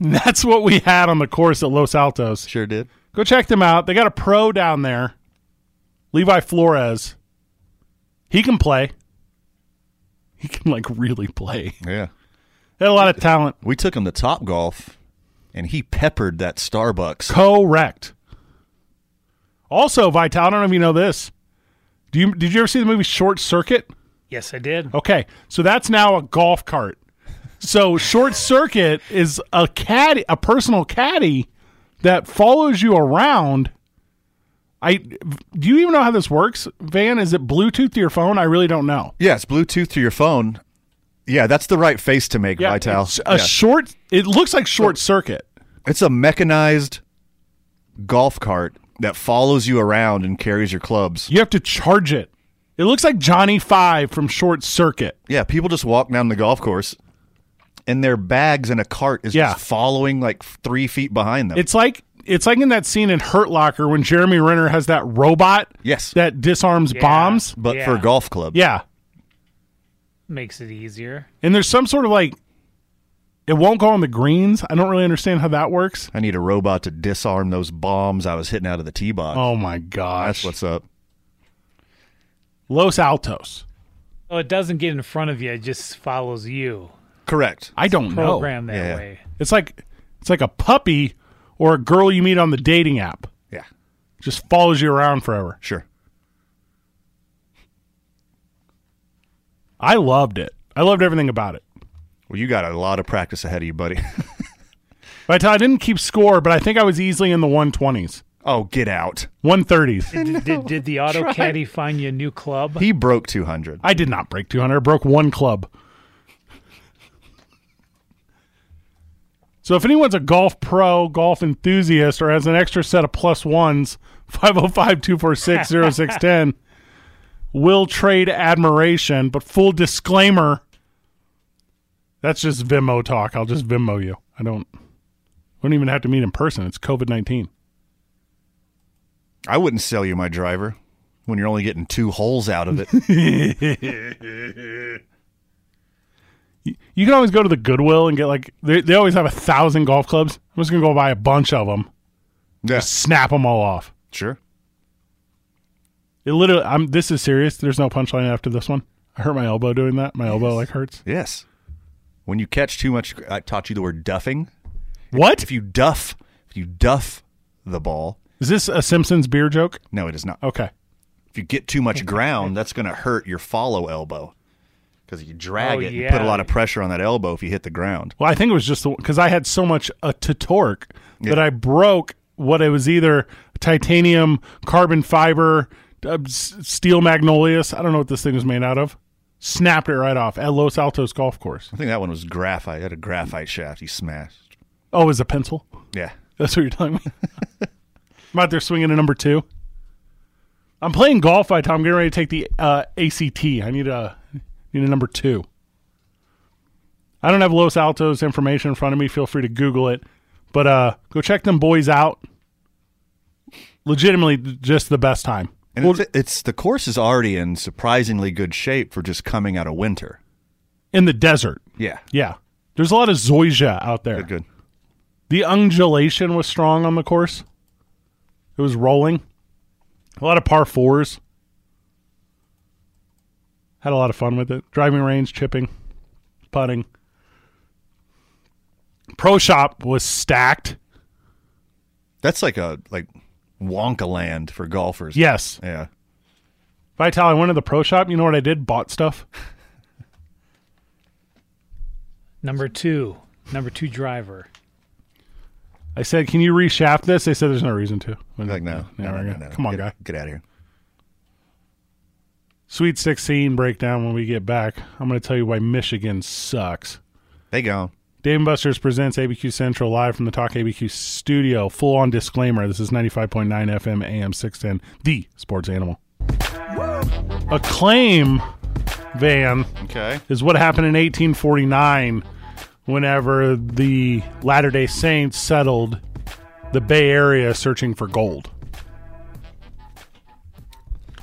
[SPEAKER 4] That's what we had on the course at Los Altos.
[SPEAKER 7] Sure did.
[SPEAKER 4] Go check them out. They got a pro down there, Levi Flores. He can play. He can like really play.
[SPEAKER 7] Yeah.
[SPEAKER 4] They had a lot of talent.
[SPEAKER 7] We took him to Top Golf and he peppered that Starbucks.
[SPEAKER 4] Correct. Also, Vital, I don't know if you know this. Do you did you ever see the movie Short Circuit?
[SPEAKER 8] Yes, I
[SPEAKER 7] Oh.
[SPEAKER 8] did.
[SPEAKER 4] Okay, so that's now a golf cart. So short circuit is a caddy, a personal caddy that follows you around. I do you even know how this works, Van? Is it Bluetooth to your phone? I really don't know.
[SPEAKER 7] Yeah, it's Bluetooth to your phone. Yeah, that's the right face to make, Vital.
[SPEAKER 4] it's
[SPEAKER 7] It's,
[SPEAKER 4] a short. It looks like short circuit.
[SPEAKER 7] it's a mechanized golf cart that follows you around and carries your clubs.
[SPEAKER 4] You have to charge it. It looks like Johnny Five from Short Circuit.
[SPEAKER 7] Yeah, people just walk down the golf course and their bags in a cart is
[SPEAKER 4] Yeah.
[SPEAKER 7] just following like three feet behind them.
[SPEAKER 4] It's like it's like in that scene in Hurt Locker when Jeremy Renner has that robot
[SPEAKER 7] yes.
[SPEAKER 4] that disarms bombs.
[SPEAKER 7] but
[SPEAKER 8] Yeah.
[SPEAKER 7] for a golf club.
[SPEAKER 4] Yeah,
[SPEAKER 8] Makes it easier.
[SPEAKER 4] And there's some sort of like it won't go on the greens. I don't really understand how that works.
[SPEAKER 7] I need a robot to disarm those bombs I was hitting out of the tee box.
[SPEAKER 4] Oh my gosh.
[SPEAKER 7] That's what's up.
[SPEAKER 4] Los Altos.
[SPEAKER 8] Oh, it doesn't get in front of you. It just follows you.
[SPEAKER 7] Correct.
[SPEAKER 4] I don't know.
[SPEAKER 8] Program that
[SPEAKER 7] Yeah.
[SPEAKER 8] way.
[SPEAKER 4] It's like it's like a puppy or a girl you meet on the dating app.
[SPEAKER 7] Yeah.
[SPEAKER 4] Just follows you around forever.
[SPEAKER 7] Sure.
[SPEAKER 4] I loved it. I loved everything about it.
[SPEAKER 7] Well, you got a lot of practice ahead of you, buddy.
[SPEAKER 4] But I didn't keep score, but I think I was easily in the 120s,
[SPEAKER 7] oh, get out.
[SPEAKER 4] 130s.
[SPEAKER 8] Did, did, did the auto caddy find you a new club?
[SPEAKER 7] He broke 200.
[SPEAKER 4] I did not break 200. I broke one club. So if anyone's a golf pro, golf enthusiast, or has an extra set of plus ones, 505-246-0610 will trade admiration, but full disclaimer, that's just Venmo talk. I'll just Venmo you. I don't I don't even have to meet in person. It's COVID-19.
[SPEAKER 7] I wouldn't sell you my driver when you're only getting two holes out of it.
[SPEAKER 4] You can always go to the Goodwill and get like they, they always have a thousand golf clubs. I'm just gonna go buy a bunch of them,
[SPEAKER 7] yeah.
[SPEAKER 4] snap them all off.
[SPEAKER 7] Sure.
[SPEAKER 4] It literally. I'm. This is serious. There's no punchline after this one. I hurt my elbow doing that. My elbow like hurts.
[SPEAKER 7] Yes. When you catch too much, I taught you the word duffing.
[SPEAKER 4] What
[SPEAKER 7] If you duff, if you duff the ball,
[SPEAKER 4] is this a Simpsons beer joke?
[SPEAKER 7] no, it is not.
[SPEAKER 4] Okay.
[SPEAKER 7] If you get too much ground, that's going to hurt your follow elbow because you drag
[SPEAKER 8] Oh,
[SPEAKER 7] it
[SPEAKER 8] yeah.
[SPEAKER 7] and put a lot of pressure on that elbow if you hit the ground.
[SPEAKER 4] Well, I think it was just because I had so much uh, to torque that I broke what it was either titanium, carbon fiber, uh, s- steel magnolias. I don't know what this thing was made out of. snapped it right off at Los Altos Golf Course.
[SPEAKER 7] I think that one was graphite. It had a graphite shaft. He smashed.
[SPEAKER 4] Oh, it was a pencil.
[SPEAKER 7] Yeah.
[SPEAKER 4] That's what you're telling me. I'm out there swinging a number two. I'm playing golf by the time I'm getting ready to take the uh, ACT. I need a need a number two. I don't have Los Altos information in front of me. Feel free to Google it, but uh, go check them boys out. Legitimately, just the best time.
[SPEAKER 7] And it's, it's the course is already in surprisingly good shape for just coming out of winter.
[SPEAKER 4] in the desert.
[SPEAKER 7] Yeah.
[SPEAKER 4] Yeah, there's a lot of zoysia out there.
[SPEAKER 7] Good, good.
[SPEAKER 4] The undulation was strong on the course. It was rolling. A lot of par fours. Had a lot of fun with it. Driving range, chipping, putting. Pro shop was stacked.
[SPEAKER 7] That's like a like Wonka land for golfers.
[SPEAKER 4] Yes.
[SPEAKER 7] Yeah.
[SPEAKER 4] Vital, I went to the pro shop. You know what I did? Bought stuff.
[SPEAKER 8] Number two, number two driver.
[SPEAKER 4] I said, "Can you reshaft this?" They said, "There's no reason to."
[SPEAKER 7] Like no.
[SPEAKER 4] Yeah,
[SPEAKER 7] no, no,
[SPEAKER 4] we're
[SPEAKER 7] no,
[SPEAKER 4] gonna-
[SPEAKER 7] no.
[SPEAKER 4] Come on,
[SPEAKER 7] Get-
[SPEAKER 4] guy.
[SPEAKER 7] Get out of here.
[SPEAKER 4] Sweet 16 breakdown when we get back. I'm going to tell you why Michigan sucks.
[SPEAKER 7] They go.
[SPEAKER 4] Dave and Buster's presents ABQ Central live from the Talk ABQ studio. Full on disclaimer this is 95.9 FM AM 610, the sports animal. Acclaim van
[SPEAKER 7] Okay.
[SPEAKER 4] is what happened in 1849 whenever the Latter day Saints settled the Bay Area searching for gold.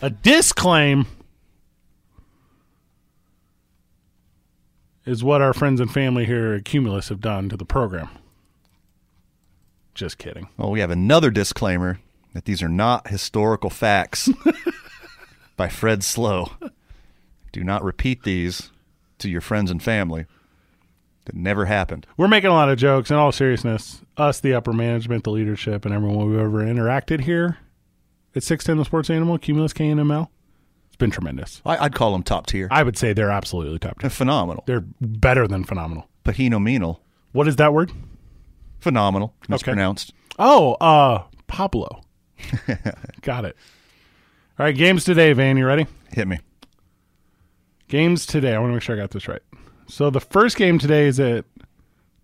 [SPEAKER 4] A disclaim is what our friends and family here at Cumulus have done to the program. Just kidding.
[SPEAKER 7] Well, we have another disclaimer that these are not historical facts by Fred Slow. Do not repeat these to your friends and family. That never happened.
[SPEAKER 4] We're making a lot of jokes in all seriousness. Us, the upper management, the leadership, and everyone we've ever interacted here at 610 The Sports Animal, Cumulus KNML. It's been tremendous.
[SPEAKER 7] I, I'd call them top tier.
[SPEAKER 4] I would say they're absolutely top tier.
[SPEAKER 7] Uh, phenomenal.
[SPEAKER 4] They're better than phenomenal.
[SPEAKER 7] Pahinomenal.
[SPEAKER 4] What is that word?
[SPEAKER 7] Phenomenal. Mispronounced.
[SPEAKER 4] Oh, uh, Pablo. Got it. All right, games today, Van. You ready?
[SPEAKER 7] Hit me.
[SPEAKER 4] Games today. I want to make sure I got this right. So the first game today is at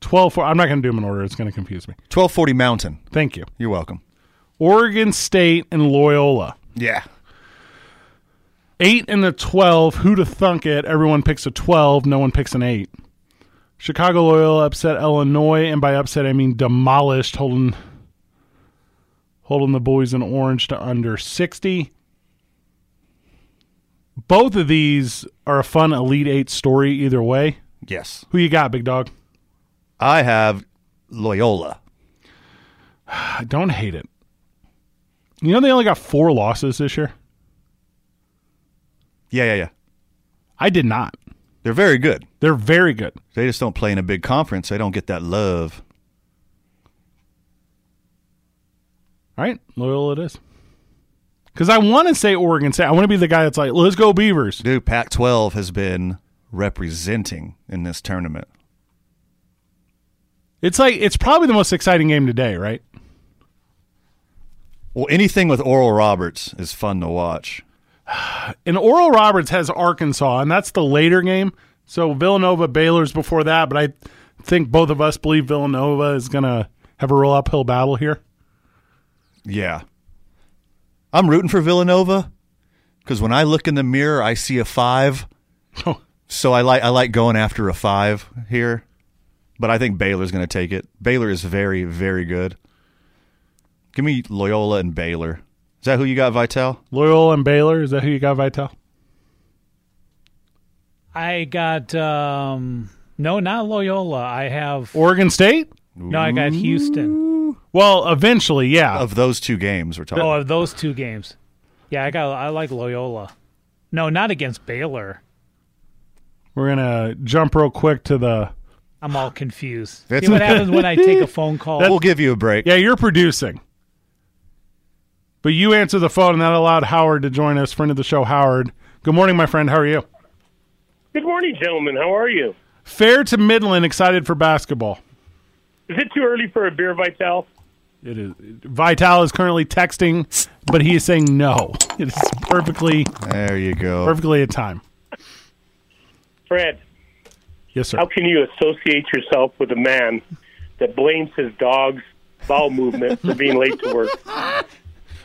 [SPEAKER 4] 12. I'm not going to do them in order. It's going to confuse me.
[SPEAKER 7] 1240 Mountain.
[SPEAKER 4] Thank you.
[SPEAKER 7] You're welcome.
[SPEAKER 4] Oregon State and Loyola.
[SPEAKER 7] Yeah.
[SPEAKER 4] Eight and a 12. Who to thunk it? Everyone picks a 12. No one picks an eight. Chicago Loyola upset Illinois, and by upset I mean demolished, holding holding the boys in orange to under sixty. Both of these are a fun Elite Eight story either way.
[SPEAKER 7] Yes.
[SPEAKER 4] Who you got, big dog?
[SPEAKER 7] I have Loyola.
[SPEAKER 4] I don't hate it. You know they only got four losses this year.
[SPEAKER 7] Yeah, yeah, yeah.
[SPEAKER 4] I did not.
[SPEAKER 7] They're very good.
[SPEAKER 4] They're very good.
[SPEAKER 7] They just don't play in a big conference. They don't get that love.
[SPEAKER 4] All right, Loyola it is. Because I want to say Oregon State. I want to be the guy that's like, let's go Beavers.
[SPEAKER 7] Dude, Pac 12 has been representing in this tournament.
[SPEAKER 4] It's like it's probably the most exciting game today, right?
[SPEAKER 7] Well, anything with Oral Roberts is fun to watch.
[SPEAKER 4] And Oral Roberts has Arkansas, and that's the later game. So Villanova, Baylor's before that, but I think both of us believe Villanova is gonna have a real uphill battle here.
[SPEAKER 7] Yeah. I'm rooting for Villanova because when I look in the mirror, I see a five.
[SPEAKER 4] Oh.
[SPEAKER 7] So I like I like going after a five here, but I think Baylor's going to take it. Baylor is very very good. Give me Loyola and Baylor. Is that who you got, Vital?
[SPEAKER 4] Loyola and Baylor, is that who you got, Vital?
[SPEAKER 8] I got um no, not Loyola. I have
[SPEAKER 4] Oregon State?
[SPEAKER 8] no, I got Houston.
[SPEAKER 4] Well, eventually, yeah.
[SPEAKER 7] Of those two games, we're talking.
[SPEAKER 8] Oh, of those two games, yeah, I got I like Loyola. No, not against Baylor.
[SPEAKER 4] We're gonna jump real quick to the
[SPEAKER 8] I'm all confused.
[SPEAKER 7] That's
[SPEAKER 8] See what happens when I take a phone call.
[SPEAKER 7] we'll give you a break.
[SPEAKER 4] Yeah, you're producing. But you answer the phone, and that allowed Howard to join us, friend of the show, Howard. Good morning, my friend. How are you?
[SPEAKER 9] Good morning, gentlemen. How are you?
[SPEAKER 4] Fair to Midland, excited for basketball.
[SPEAKER 9] Is it too early for a beer, Vital?
[SPEAKER 4] It is. Vital is currently texting, but he is saying no. It is perfectly,
[SPEAKER 7] There you go.
[SPEAKER 4] perfectly at time.
[SPEAKER 9] Fred.
[SPEAKER 4] Yes, sir.
[SPEAKER 9] How can you associate yourself with a man that blames his dog's bowel movement for being late to work?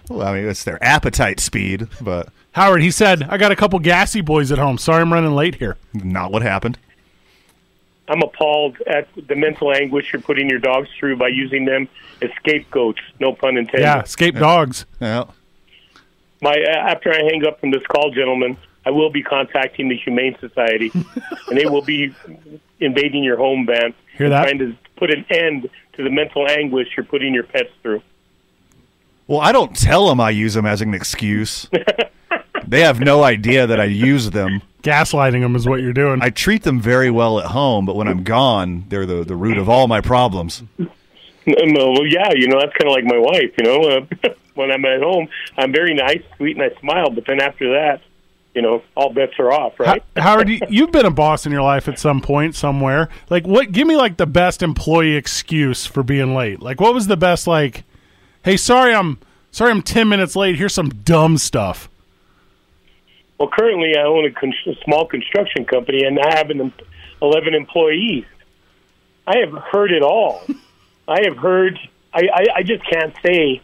[SPEAKER 7] Well, I mean, it's their appetite speed, but
[SPEAKER 4] Howard, he said, I got a couple gassy boys at home. Sorry I'm running late here.
[SPEAKER 7] Not what happened.
[SPEAKER 9] I'm appalled at the mental anguish you're putting your dogs through by using them as scapegoats. No pun intended.
[SPEAKER 4] Yeah, escape dogs.
[SPEAKER 7] Yeah.
[SPEAKER 9] My uh, after I hang up from this call, gentlemen, I will be contacting the Humane Society, and they will be invading your home, Van.
[SPEAKER 4] Hear that?
[SPEAKER 9] Trying to put an end to the mental anguish you're putting your pets through.
[SPEAKER 7] Well, I don't tell them I use them as an excuse. they have no idea that I use them.
[SPEAKER 4] Gaslighting them is what you're doing.
[SPEAKER 7] I treat them very well at home, but when I'm gone, they're the, the root of all my problems.
[SPEAKER 9] N- No, uh, well, yeah, you know that's kind of like my wife. You know, uh, when I'm at home, I'm very nice, sweet, and I smile. But then after that, you know, all bets are off, right?
[SPEAKER 4] Howard, you, you've been a boss in your life at some point, somewhere. Like, what? Give me like the best employee excuse for being late. Like, what was the best? Like, hey, sorry, I'm sorry, I'm ten minutes late. Here's some dumb stuff.
[SPEAKER 9] Well, currently I own a, con- a small construction company and I have an em- 11 employees. I have heard it all. I have heard, I, I, I just can't say.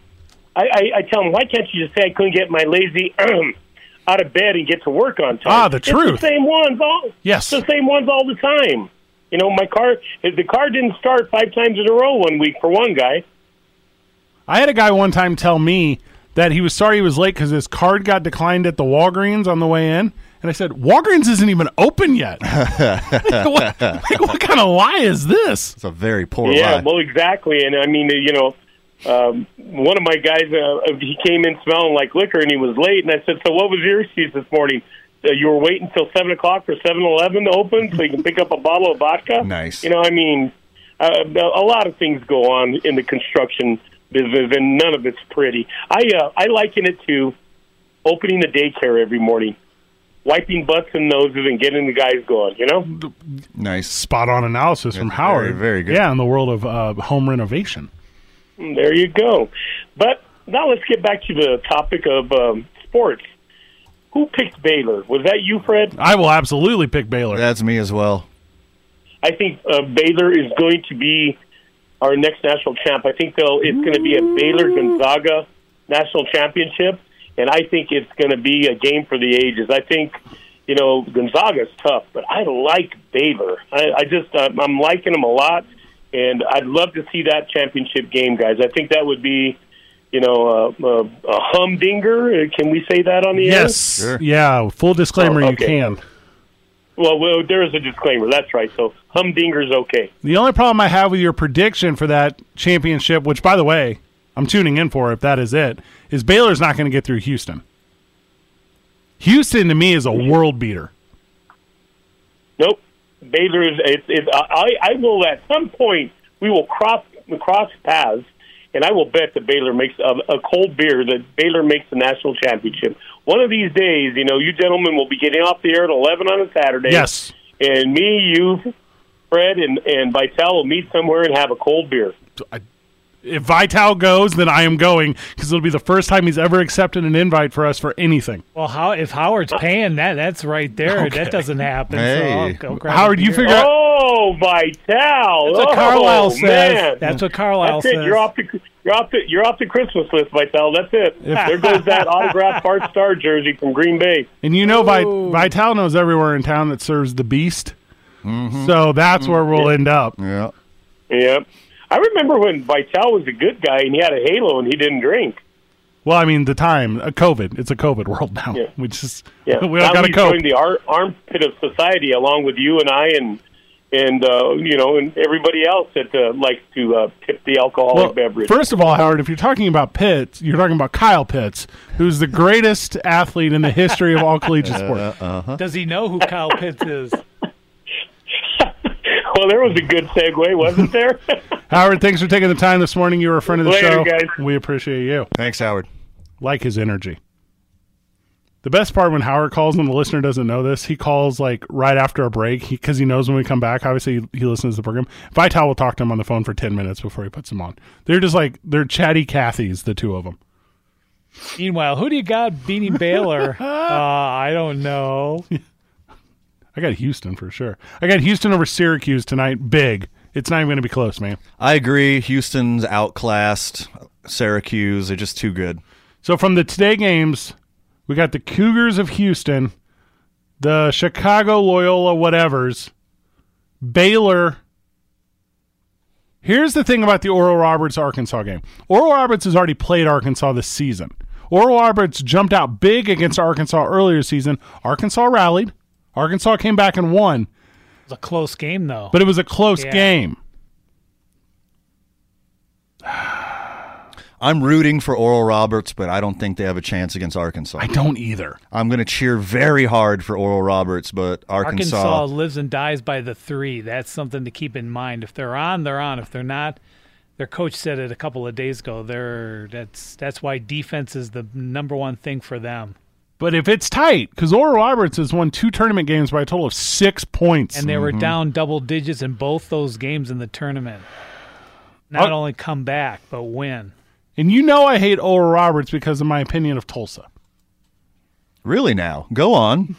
[SPEAKER 9] I, I, I tell them, why can't you just say I couldn't get my lazy out of bed and get to work on time?
[SPEAKER 4] Ah, the
[SPEAKER 9] It's
[SPEAKER 4] truth.
[SPEAKER 9] the same ones all.
[SPEAKER 4] Yes.
[SPEAKER 9] It's the same ones all the time. You know, my car, the car didn't start five times in a row one week for one guy.
[SPEAKER 4] I had a guy one time tell me that he was sorry he was late because his card got declined at the Walgreens on the way in, and I said, Walgreens isn't even open yet. what, like, what kind of lie is this?
[SPEAKER 7] It's a very poor
[SPEAKER 9] yeah,
[SPEAKER 7] lie.
[SPEAKER 9] well, exactly. And I mean, you know, um, one of my guys, uh, he came in smelling like liquor, and he was late. And I said, "So what was your excuse this morning? Uh, you were waiting till seven o'clock for Seven Eleven to open so you can pick up a bottle of vodka."
[SPEAKER 7] Nice.
[SPEAKER 9] You know, I mean, uh, a lot of things go on in the construction business, and none of it's pretty. I uh, I liken it to opening the daycare every morning, wiping butts and noses, and getting the guys going. You know.
[SPEAKER 7] nice.
[SPEAKER 4] Spot on analysis from Howard.
[SPEAKER 7] very good.
[SPEAKER 4] Yeah, in the world of uh, home renovation.
[SPEAKER 9] There you go. But now let's get back to the topic of um, sports. Who picked Baylor? Was that you, Fred?
[SPEAKER 4] I will absolutely pick Baylor.
[SPEAKER 7] That's me as well.
[SPEAKER 9] I think uh, Baylor is going to be our next national champ. I think they'll, it's going to be a Baylor Gonzaga national championship, and I think it's going to be a game for the ages. I think, you know, Gonzaga's tough, but I like Baylor. I, I just, uh, I'm liking them a lot, and I'd love to see that championship game, guys. I think that would be. You know, uh, uh, a humdinger. Can we say that on the air?
[SPEAKER 4] Yes. Yeah. Full disclaimer,
[SPEAKER 9] Oh,
[SPEAKER 4] you
[SPEAKER 9] okay.
[SPEAKER 4] can.
[SPEAKER 9] Well, well, there is a disclaimer. That's right. So humdinger's okay.
[SPEAKER 4] The only problem I have with your prediction for that championship, which by the way, I'm tuning in for if that is it, is Baylor's not going to get through Houston. Houston to me is a world beater.
[SPEAKER 9] Nope. Baylor is. It's. it's I. I will at some point we will cross cross paths, and I will bet that Baylor makes a, a cold beer that Baylor makes the national championship. One of these days, you know, you gentlemen will be getting off the air at eleven on a Saturday.
[SPEAKER 4] Yes.
[SPEAKER 9] And me, you, Fred, and and Vital will meet somewhere and have a cold beer.
[SPEAKER 4] If Vital goes, then I am going because it'll be the first time he's ever accepted an invite for us for anything.
[SPEAKER 8] Well, how if Howard's paying that, that's right there. That doesn't happen.
[SPEAKER 7] Hey.
[SPEAKER 8] So I'll go grab a
[SPEAKER 4] Howard, you
[SPEAKER 8] beer.
[SPEAKER 4] figure out
[SPEAKER 9] Oh, Vital!
[SPEAKER 8] That's what
[SPEAKER 9] oh,
[SPEAKER 8] Carlisle says.
[SPEAKER 9] Man.
[SPEAKER 8] That's what Carlisle
[SPEAKER 9] That's it.
[SPEAKER 8] says.
[SPEAKER 9] You're off the you're off the you're off the Christmas list, Vital. That's it. there goes that autographed Bart Star jersey from Green Bay.
[SPEAKER 4] And you know,
[SPEAKER 9] Oh.
[SPEAKER 4] Vi- Vital knows everywhere in town that serves the beast.
[SPEAKER 9] Mm-hmm.
[SPEAKER 4] So that's where we'll end up.
[SPEAKER 7] Yeah.
[SPEAKER 9] Yeah, I remember when Vital was a good guy and he had a halo and he didn't drink.
[SPEAKER 4] Well, I mean, the time, uh, COVID. It's a COVID world now.
[SPEAKER 9] Yeah.
[SPEAKER 4] We just,
[SPEAKER 9] Yeah,
[SPEAKER 4] we
[SPEAKER 9] now
[SPEAKER 4] all got to
[SPEAKER 9] he's
[SPEAKER 4] cope.
[SPEAKER 9] joined the ar- armpit of society along with you and I and and uh, you know and everybody else that uh, likes to uh, tip the alcoholic
[SPEAKER 4] Well,
[SPEAKER 9] beverage.
[SPEAKER 4] first of all, Howard, if you're talking about Pitts, you're talking about Kyle Pitts, who's the greatest athlete in the history of all collegiate sports.
[SPEAKER 8] Does he know who Kyle Pitts is?
[SPEAKER 9] well, there was a good segue, wasn't there?
[SPEAKER 4] Howard, thanks for taking the time this morning. You were a friend of the
[SPEAKER 9] Later,
[SPEAKER 4] show.
[SPEAKER 9] guys.
[SPEAKER 4] We appreciate you.
[SPEAKER 7] Thanks, Howard.
[SPEAKER 4] Like his energy. The best part when Howard calls and the listener doesn't know this, he calls like right after a break because he, knows when we come back. Obviously, he, he listens to the program. Vital will talk to him on the phone for 10 minutes before he puts him on. They're just like, they're chatty Cathy's, the two of them.
[SPEAKER 8] Meanwhile, who do you got beating Baylor? uh, I don't know.
[SPEAKER 4] I got Houston for sure. I got Houston over Syracuse tonight. Big. It's not even going to be close, man.
[SPEAKER 7] I agree. Houston's outclassed. Syracuse, they're just too good.
[SPEAKER 4] So from the today games, we got the Cougars of Houston, the Chicago Loyola whatevers, Baylor. Here's the thing about the Oral Roberts Arkansas game. Oral Roberts has already played Arkansas this season. Oral Roberts jumped out big against Arkansas earlier season. Arkansas rallied. Arkansas came back and won,
[SPEAKER 8] It was a close game though.
[SPEAKER 4] but it was a close
[SPEAKER 8] Yeah.
[SPEAKER 4] game.
[SPEAKER 7] I'm rooting for Oral Roberts, but I don't think they have a chance against Arkansas. I
[SPEAKER 4] don't either.
[SPEAKER 7] I'm going to cheer very hard for Oral Roberts, but
[SPEAKER 8] Arkansas.
[SPEAKER 7] Arkansas.
[SPEAKER 8] lives and dies by the three. That's something to keep in mind. If they're on, they're on. If they're not, their coach said it a couple of days ago. They're that's that's why defense is the number one thing for them.
[SPEAKER 4] But if it's tight, because Oral Roberts has won two tournament games by a total of six points,
[SPEAKER 8] And they were down double digits in both those games in the tournament. Not only come back, but win.
[SPEAKER 4] And you know I hate Oral Roberts because of my opinion of Tulsa.
[SPEAKER 7] Really now? Go on.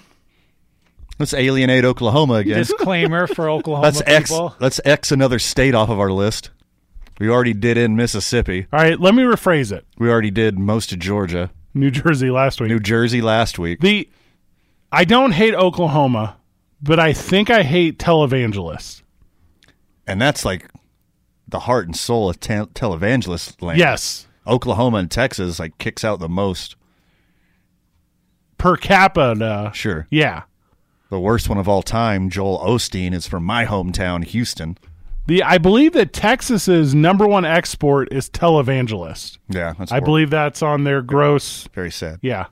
[SPEAKER 7] Let's alienate Oklahoma again.
[SPEAKER 8] Disclaimer for Oklahoma
[SPEAKER 7] Let's X,
[SPEAKER 8] people.
[SPEAKER 7] let's X another state off of our list. We already did in Mississippi.
[SPEAKER 4] All right, let me rephrase it.
[SPEAKER 7] We already did most of Georgia.
[SPEAKER 4] New Jersey last week.
[SPEAKER 7] New Jersey last week.
[SPEAKER 4] The I don't hate Oklahoma, but I think I hate televangelists.
[SPEAKER 7] And that's like the heart and soul of tel- televangelist land.
[SPEAKER 4] Yes.
[SPEAKER 7] Oklahoma and Texas like kicks out the most.
[SPEAKER 4] Per capita.
[SPEAKER 7] Sure.
[SPEAKER 4] Yeah.
[SPEAKER 7] The worst one of all time, Joel Osteen, is from my hometown, Houston.
[SPEAKER 4] The I believe that Texas's number one export is televangelist.
[SPEAKER 7] Yeah, that's
[SPEAKER 4] I
[SPEAKER 7] horrible.
[SPEAKER 4] believe that's on their gross.
[SPEAKER 7] Very sad.
[SPEAKER 4] Yeah.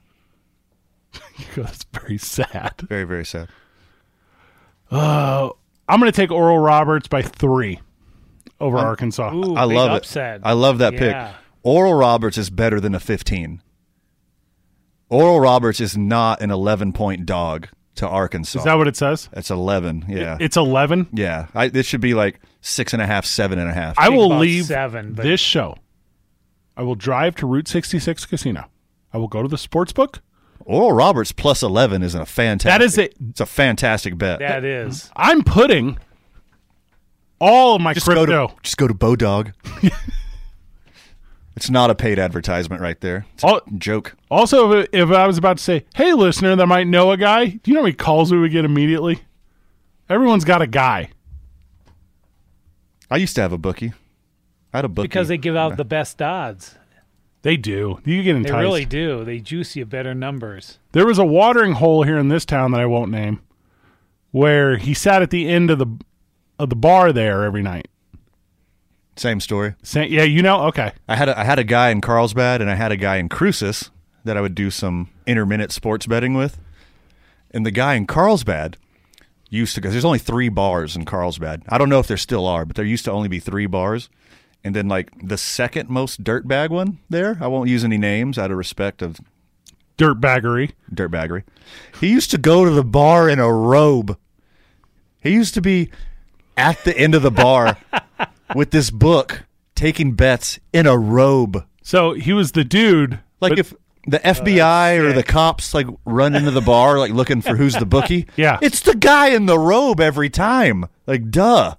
[SPEAKER 4] that's very sad.
[SPEAKER 7] Very very sad.
[SPEAKER 4] Uh, I'm going to take Oral Roberts by three over Arkansas.
[SPEAKER 8] Ooh,
[SPEAKER 7] I
[SPEAKER 8] big
[SPEAKER 7] love
[SPEAKER 8] upset.
[SPEAKER 7] it. I love that
[SPEAKER 8] Yeah.
[SPEAKER 7] pick. Oral Roberts is better than a 15. Oral Roberts is not an 11 point dog to Arkansas.
[SPEAKER 4] Is that what it says?
[SPEAKER 7] It's 11. Yeah.
[SPEAKER 4] It's 11.
[SPEAKER 7] yeah. I, this should be like six and a half, seven and a half.
[SPEAKER 4] I
[SPEAKER 8] think
[SPEAKER 4] will
[SPEAKER 8] about
[SPEAKER 4] leave
[SPEAKER 8] seven, but-
[SPEAKER 4] this show. I will drive to Route 66 Casino. I will go to the sports book.
[SPEAKER 7] Oral Roberts plus 11 is a fantastic.
[SPEAKER 4] That is it.
[SPEAKER 7] It's a fantastic bet.
[SPEAKER 8] That is.
[SPEAKER 4] I'm putting all of my
[SPEAKER 7] just
[SPEAKER 4] crypto.
[SPEAKER 7] go to just go to Bodog. it's not a paid advertisement right there. It's
[SPEAKER 4] All-
[SPEAKER 7] a joke.
[SPEAKER 4] also, if, if I was about to say, hey, listener that might know a guy, do you know how many calls we would get immediately? Everyone's got a guy.
[SPEAKER 7] I used to have a bookie. I had a bookie.
[SPEAKER 8] Because they give out the best odds.
[SPEAKER 4] They do. You get
[SPEAKER 8] They
[SPEAKER 4] enticed.
[SPEAKER 8] really do. They juice you better numbers.
[SPEAKER 4] There was a watering hole here in this town that I won't name, where he sat at the end of the of the bar there every night.
[SPEAKER 7] Same story.
[SPEAKER 4] Saying, yeah, you know, okay,
[SPEAKER 7] I had a, I had a guy in Carlsbad and I had a guy in Crucis that I would do some intermittent sports betting with. And the guy in Carlsbad used to because there's only three bars in Carlsbad. I don't know if there still are, but there used to only be three bars. And then like the second most dirtbag one there, I won't use any names out of respect of
[SPEAKER 4] dirtbaggery.
[SPEAKER 7] dirtbaggery. He used to go to the bar in a robe. He used to be at the end of the bar with this book taking bets in a robe.
[SPEAKER 4] So he was the dude.
[SPEAKER 7] Like
[SPEAKER 4] but- Oh,
[SPEAKER 7] if the FBI or the cops like run into the bar like looking for who's the bookie.
[SPEAKER 4] Yeah.
[SPEAKER 7] It's the guy in the robe every time. Like duh.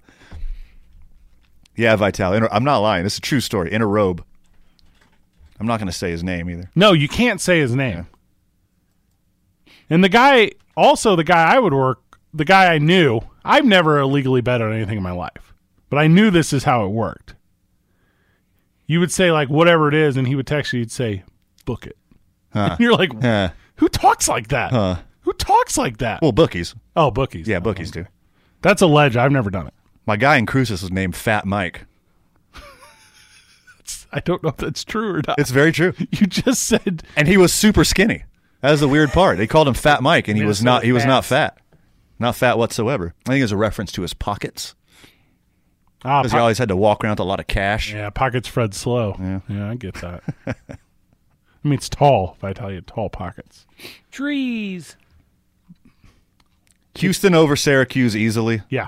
[SPEAKER 7] Yeah, Vital. In a, I'm not lying. It's a true story. In a robe. I'm not going to say his name either.
[SPEAKER 4] no, you can't say his name. And the guy, also the guy I would work, the guy I knew. I've never illegally bet on anything in my life, but I knew this is how it worked. You would say like whatever it is, and he would text you. He'd say, "Book it." And you're like,
[SPEAKER 7] Huh.
[SPEAKER 4] "Who talks like that?
[SPEAKER 7] Huh.
[SPEAKER 4] Who talks like that?"
[SPEAKER 7] Well, bookies.
[SPEAKER 4] Oh, bookies.
[SPEAKER 7] Yeah, bookies do.
[SPEAKER 4] That's a ledge. I've never done it.
[SPEAKER 7] My guy in Crucis was named Fat Mike.
[SPEAKER 4] I don't know if that's true or not.
[SPEAKER 7] It's very true.
[SPEAKER 4] you just said
[SPEAKER 7] And he was super skinny. That was the weird part. They called him Fat Mike, and he was not. He was not fat. Not fat whatsoever. I think it was a reference to his pockets
[SPEAKER 4] ah,
[SPEAKER 7] because
[SPEAKER 4] po-
[SPEAKER 7] he always had to walk around with a lot of cash.
[SPEAKER 4] yeah, pockets Fred slow. Yeah, I get that. I mean, it's tall. If I tell you, tall pockets.
[SPEAKER 8] Trees.
[SPEAKER 7] Houston over Syracuse easily.
[SPEAKER 4] Yeah,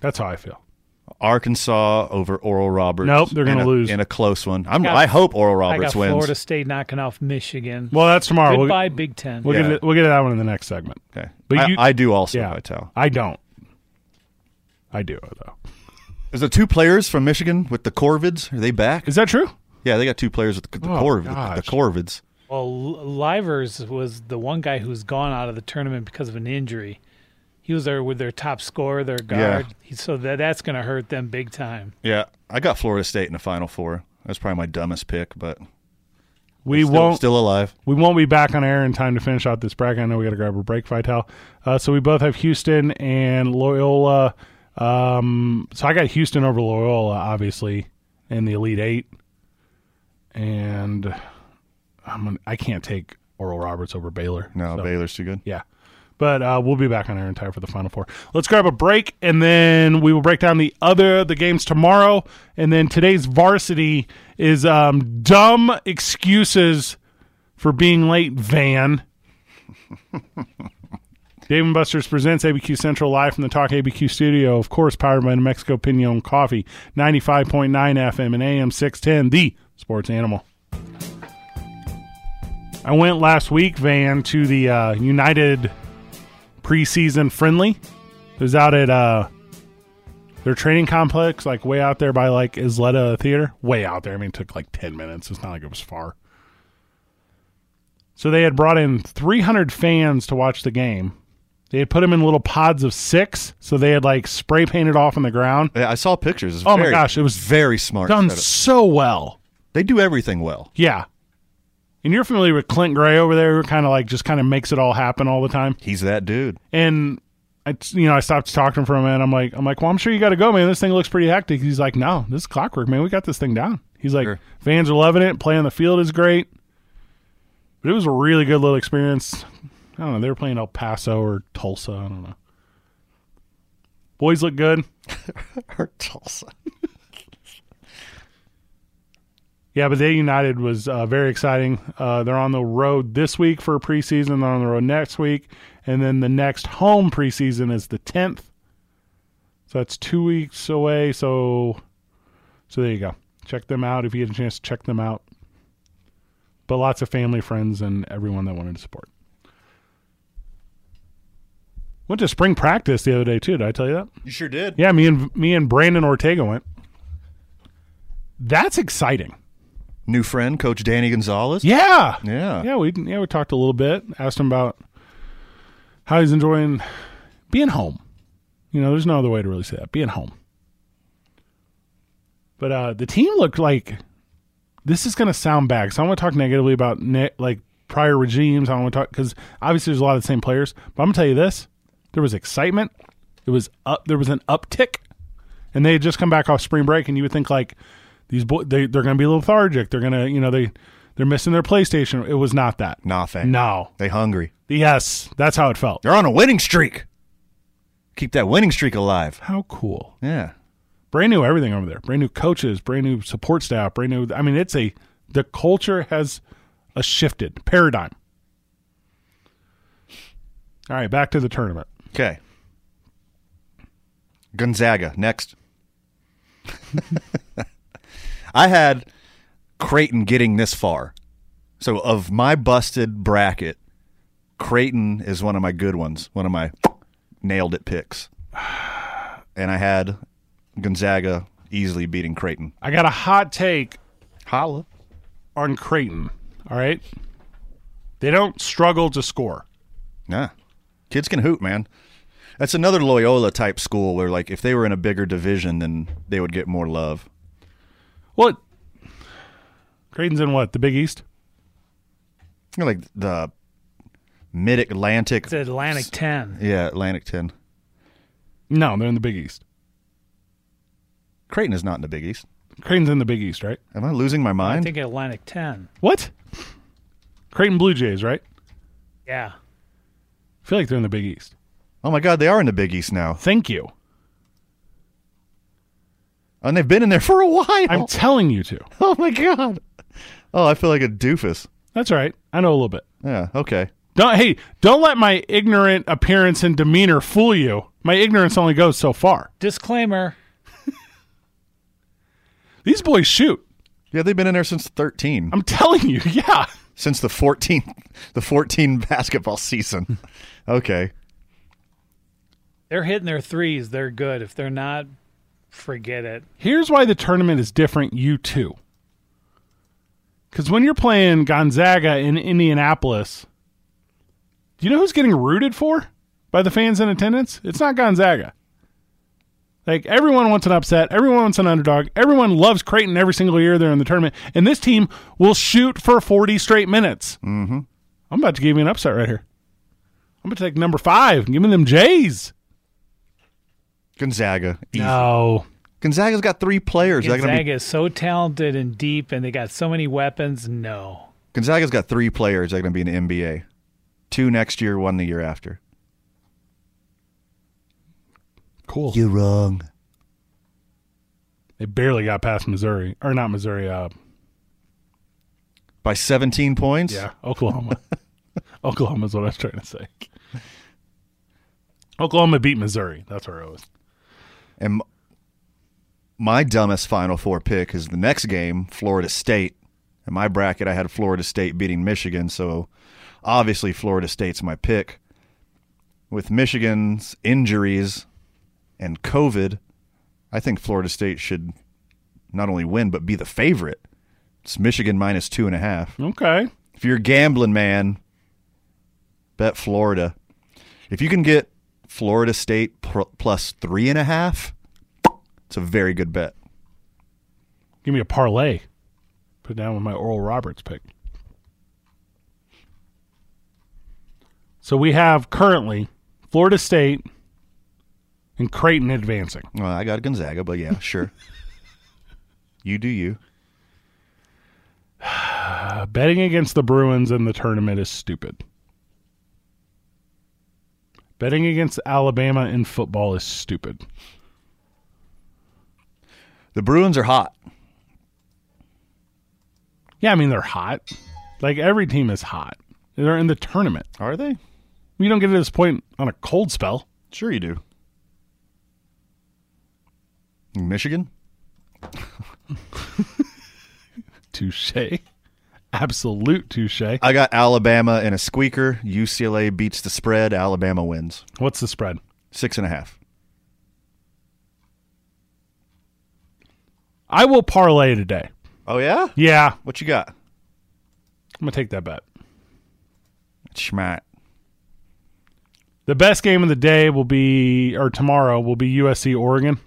[SPEAKER 4] that's how I feel.
[SPEAKER 7] Arkansas over Oral Roberts.
[SPEAKER 4] Nope, they're gonna
[SPEAKER 7] in a-
[SPEAKER 4] lose.
[SPEAKER 7] in a close one. I'm,
[SPEAKER 8] got-
[SPEAKER 7] I hope Oral
[SPEAKER 8] I got
[SPEAKER 7] Roberts wins.
[SPEAKER 8] Florida State knocking off Michigan.
[SPEAKER 4] Well, that's tomorrow. We'll-
[SPEAKER 8] Goodbye, Big Ten.
[SPEAKER 4] We'll get it, we'll get to that one in the next segment.
[SPEAKER 7] Okay, I- I do also,
[SPEAKER 4] Yeah,
[SPEAKER 7] I tell.
[SPEAKER 4] I don't. I do though.
[SPEAKER 7] Is the two players from Michigan with the Corvids? Are they back?
[SPEAKER 4] Is that true?
[SPEAKER 7] Yeah, they got two players with the, the,
[SPEAKER 8] Oh,
[SPEAKER 7] Corv- the-
[SPEAKER 8] gosh.
[SPEAKER 7] the Corvids.
[SPEAKER 8] Well, L- Livers was the one guy who's gone out of the tournament because of an injury. He was there with their top scorer, their guard. He, so that that's going to hurt them big time.
[SPEAKER 7] Yeah, I got Florida State in the Final Four. That's probably my dumbest pick, but
[SPEAKER 4] We
[SPEAKER 7] Still-
[SPEAKER 4] won't
[SPEAKER 7] still alive.
[SPEAKER 4] We won't be back on air in time to finish out this bracket. I know we got to grab a break, Vital. Uh, so we both have Houston and Loyola. Um, so I got Houston over Loyola, obviously, in the Elite Eight, and I'm gonna, I can't take Oral Roberts over Baylor.
[SPEAKER 7] no,
[SPEAKER 4] So,
[SPEAKER 7] Baylor's too good.
[SPEAKER 4] Yeah. But uh, we'll be back on air in time for the Final Four. Let's grab a break, and then we will break down the other the games tomorrow. And then today's varsity is um, dumb excuses for being late. Van. Dave and Buster's presents ABQ Central live from the Talk ABQ studio. Of course, powered by New Mexico Pinon Coffee, ninety-five point nine FM and AM six ten. The Sports Animal. I went last week, Van, to the uh, United preseason friendly. It was out at uh, their training complex, like way out there by like Isleta Theater. Way out there. I mean, it took like 10 minutes. It's not like it was far. So they had brought in 300 fans to watch the game. They had put them in little pods of six, so they had like spray painted off on the ground.
[SPEAKER 7] Yeah, I saw pictures. It's
[SPEAKER 4] Oh my
[SPEAKER 7] very-
[SPEAKER 4] gosh, it was
[SPEAKER 7] very smart.
[SPEAKER 4] done
[SPEAKER 7] setup.
[SPEAKER 4] so well.
[SPEAKER 7] They do everything well.
[SPEAKER 4] Yeah. And you're familiar with Clint Gray over there, who kind of like just kind of makes it all happen all the time.
[SPEAKER 7] He's that dude.
[SPEAKER 4] And I, you know, I stopped talking to him for a minute. I'm like, I'm like, well, I'm sure you got to go, man. This thing looks pretty hectic. He's like, no, this is clockwork, man. We got this thing down. He's like, fans are loving it. Play on the field is great. But it was a really good little experience. I don't know. They were playing El Paso or Tulsa. I don't know. Boys look good.
[SPEAKER 7] or Tulsa.
[SPEAKER 4] Yeah, but they united was uh, very exciting. Uh, they're on the road this week for preseason. They're on the road next week, and then the next home preseason is the tenth. So that's two weeks away. So, so there you go. Check them out if you get a chance. Check them out. But lots of family, friends, and everyone that wanted to support. Went to spring practice the other day too. Did I tell you that?
[SPEAKER 7] You sure did.
[SPEAKER 4] Yeah, me and me and Brandon Ortega went. That's exciting.
[SPEAKER 7] New friend, Coach Danny Gonzalez.
[SPEAKER 4] Yeah.
[SPEAKER 7] Yeah.
[SPEAKER 4] Yeah, we yeah, we talked a little bit, asked him about how he's enjoying being home. You know, there's no other way to really say that. Being home. But uh the team looked like this is going to sound bad. So I want to talk negatively about ne- like prior regimes. I don't want to talk cuz obviously there's a lot of the same players, but I'm going to tell you this. There was excitement. It was up there was an uptick. And they had just come back off spring break and you would think like these boys they they're going to be lethargic. They're going to, you know, they they're missing their PlayStation. It was not that.
[SPEAKER 7] Nah, fan.
[SPEAKER 4] No.
[SPEAKER 7] They hungry.
[SPEAKER 4] Yes, that's how it felt.
[SPEAKER 7] They're on a winning streak. Keep that winning streak alive.
[SPEAKER 4] How cool.
[SPEAKER 7] Yeah.
[SPEAKER 4] Brand new everything over there. Brand new coaches, brand new support staff, brand new I mean it's a the culture has a shifted paradigm. All right, back to the tournament.
[SPEAKER 7] Okay. Gonzaga next. I had Creighton getting this far. So of my busted bracket, Creighton is one of my good ones, one of my nailed it picks. And I had Gonzaga easily beating Creighton.
[SPEAKER 4] I got a hot take
[SPEAKER 7] Holla.
[SPEAKER 4] on Creighton. All right. They don't struggle to score.
[SPEAKER 7] Yeah. Kids can hoop, man. That's another Loyola type school where like if they were in a bigger division then they would get more love.
[SPEAKER 4] What? Creighton's in what? The Big East?
[SPEAKER 7] You know, like the mid Atlantic
[SPEAKER 8] It's Atlantic Ten.
[SPEAKER 7] Yeah, Atlantic ten.
[SPEAKER 4] No, they're in the Big East.
[SPEAKER 7] Creighton is not in the Big East.
[SPEAKER 4] Creighton's in the Big East, right?
[SPEAKER 7] Am I losing my
[SPEAKER 8] I
[SPEAKER 7] mind?
[SPEAKER 8] think Atlantic Ten.
[SPEAKER 4] What? Creighton Blue Jays, right?
[SPEAKER 8] Yeah.
[SPEAKER 4] I feel like they're in the Big East.
[SPEAKER 7] oh my God, they are in the Big East now,
[SPEAKER 4] Thank you.
[SPEAKER 7] and they've been in there for a while.
[SPEAKER 4] I'm telling you to.
[SPEAKER 7] oh my God. Oh, I feel like a doofus.
[SPEAKER 4] That's all right. I know a little bit.
[SPEAKER 7] Yeah. Okay.
[SPEAKER 4] Don't hey, don't let my ignorant appearance and demeanor fool you. My ignorance only goes so far.
[SPEAKER 8] Disclaimer:
[SPEAKER 4] These boys shoot.
[SPEAKER 7] Yeah, they've been in there since 13. I'm
[SPEAKER 4] telling you, yeah.
[SPEAKER 7] Since the 14 the 14 basketball season. okay.
[SPEAKER 8] They're hitting their threes. They're good. If they're not, forget it.
[SPEAKER 4] Here's why the tournament is different, you two. Because when you're playing Gonzaga in Indianapolis, do you know who's getting rooted for by the fans in attendance? It's not Gonzaga. Like, everyone wants an upset. Everyone wants an underdog. Everyone loves Creighton every single year they're in the tournament. And this team will shoot for 40 straight minutes. Mm-hmm. I'm about to give you an upset right here. I'm going to take number five and give me them Jays.
[SPEAKER 7] Gonzaga.
[SPEAKER 4] No.
[SPEAKER 7] Gonzaga's got three players. They're gonna be-
[SPEAKER 8] Gonzaga is so talented and deep, and they got so many weapons. No,
[SPEAKER 7] Gonzaga's got three players that are going to be in the NBA. Two next year, one the year after.
[SPEAKER 4] Cool.
[SPEAKER 5] You're wrong.
[SPEAKER 4] They barely got past Missouri. Or not Missouri. Uh,
[SPEAKER 7] By 17 points?
[SPEAKER 4] yeah, Oklahoma. Oklahoma's what I was trying to say. Oklahoma beat Missouri. That's where it was.
[SPEAKER 7] And m- my dumbest Final Four pick is the next game, Florida State. In my bracket, I had Florida State beating Michigan, so obviously Florida State's my pick. With Michigan's injuries and COVID, I think Florida State should not only win but be the favorite. It's Michigan minus two and a half.
[SPEAKER 4] Okay.
[SPEAKER 7] If you're a gambling man, bet Florida. If you can get Florida State pr- plus three and a half, it's a very good bet.
[SPEAKER 4] Give me a parlay. Put it down with my Oral Roberts pick. So we have currently Florida State and Creighton advancing.
[SPEAKER 7] Well, I got Gonzaga, but yeah, sure. you do you.
[SPEAKER 4] Uh, betting against the Bruins in the tournament is stupid. Betting against Alabama in football is stupid.
[SPEAKER 7] The Bruins are hot.
[SPEAKER 4] Yeah, I mean they're hot. Like every team is hot. They're in the tournament.
[SPEAKER 7] Are they?
[SPEAKER 4] You don't get to this point on a cold spell.
[SPEAKER 7] Sure you do. Michigan?
[SPEAKER 4] Touche. Absolute touche.
[SPEAKER 7] I got Alabama in a squeaker. UCLA beats the spread. Alabama wins.
[SPEAKER 4] What's the spread?
[SPEAKER 7] Six and a half.
[SPEAKER 4] I will parlay today.
[SPEAKER 7] Oh, yeah?
[SPEAKER 4] Yeah,
[SPEAKER 7] What you got?
[SPEAKER 4] I'm gonna take that bet.
[SPEAKER 7] Schmat.
[SPEAKER 4] The best game of the day will be or tomorrow will be USC Oregon.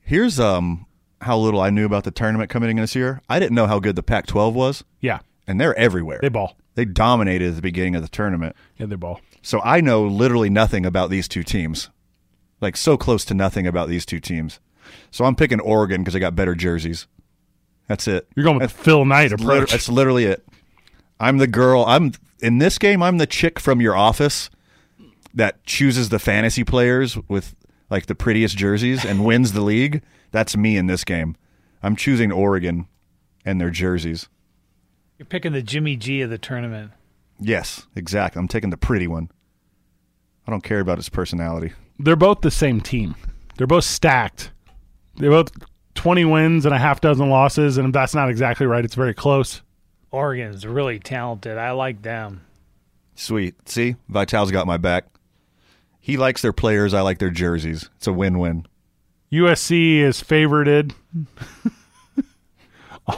[SPEAKER 7] Here's um how little I knew about the tournament coming in this year. I didn't know how good the Pac-12 was,
[SPEAKER 4] Yeah,
[SPEAKER 7] and they're everywhere.
[SPEAKER 4] they ball.
[SPEAKER 7] They dominated at the beginning of the tournament.
[SPEAKER 4] Yeah, they ball.
[SPEAKER 7] So I know literally nothing about these two teams. Like so close to nothing about these two teams. So I'm picking Oregon because I got better jerseys. That's it.
[SPEAKER 4] You're going with the Phil Knight
[SPEAKER 7] That's, lit-
[SPEAKER 4] approach.
[SPEAKER 7] that's literally it. I'm the girl. I'm in this game. I'm the chick from your office that chooses the fantasy players with like the prettiest jerseys and wins the league. That's me in this game. I'm choosing Oregon and their jerseys.
[SPEAKER 8] you're picking the Jimmy G of the tournament.
[SPEAKER 7] Yes, exactly. I'm taking the pretty one. I don't care about his personality.
[SPEAKER 4] They're both the same team. They're both stacked. They're both 20 wins and a half dozen losses, and if that's not exactly right, it's very close.
[SPEAKER 8] Oregon's really talented. I like them.
[SPEAKER 7] Sweet. See, Vital's got my back. He likes their players. I like their jerseys. It's a win-win.
[SPEAKER 4] USC is favorited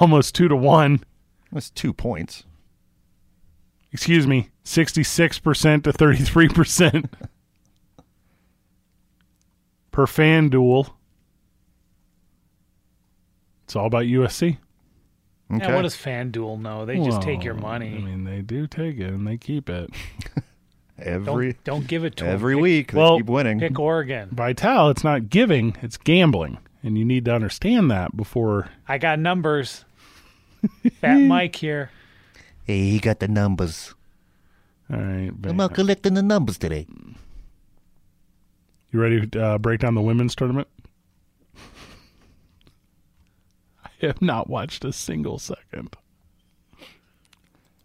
[SPEAKER 4] almost two to one.
[SPEAKER 7] That's two points.
[SPEAKER 4] Excuse me, 66% to 33% per fan duel. It's all about USC.
[SPEAKER 7] Okay.
[SPEAKER 8] Yeah, what does FanDuel know? They just take your
[SPEAKER 4] Well, I
[SPEAKER 8] money.
[SPEAKER 4] mean, they do take it and they keep it.
[SPEAKER 7] every
[SPEAKER 8] Don't, don't give it to 'em.
[SPEAKER 7] every
[SPEAKER 8] Pick-
[SPEAKER 7] week.
[SPEAKER 4] Well,
[SPEAKER 7] they keep winning.
[SPEAKER 8] Pick Oregon.
[SPEAKER 4] Vital, it's not giving, it's gambling. And you need to understand that before
[SPEAKER 8] I got numbers. Fat Mike here.
[SPEAKER 5] Hey, he got the numbers.
[SPEAKER 4] all right, but-
[SPEAKER 5] out collecting the numbers today.
[SPEAKER 4] you ready to uh, break down the women's tournament? I have not watched a single second.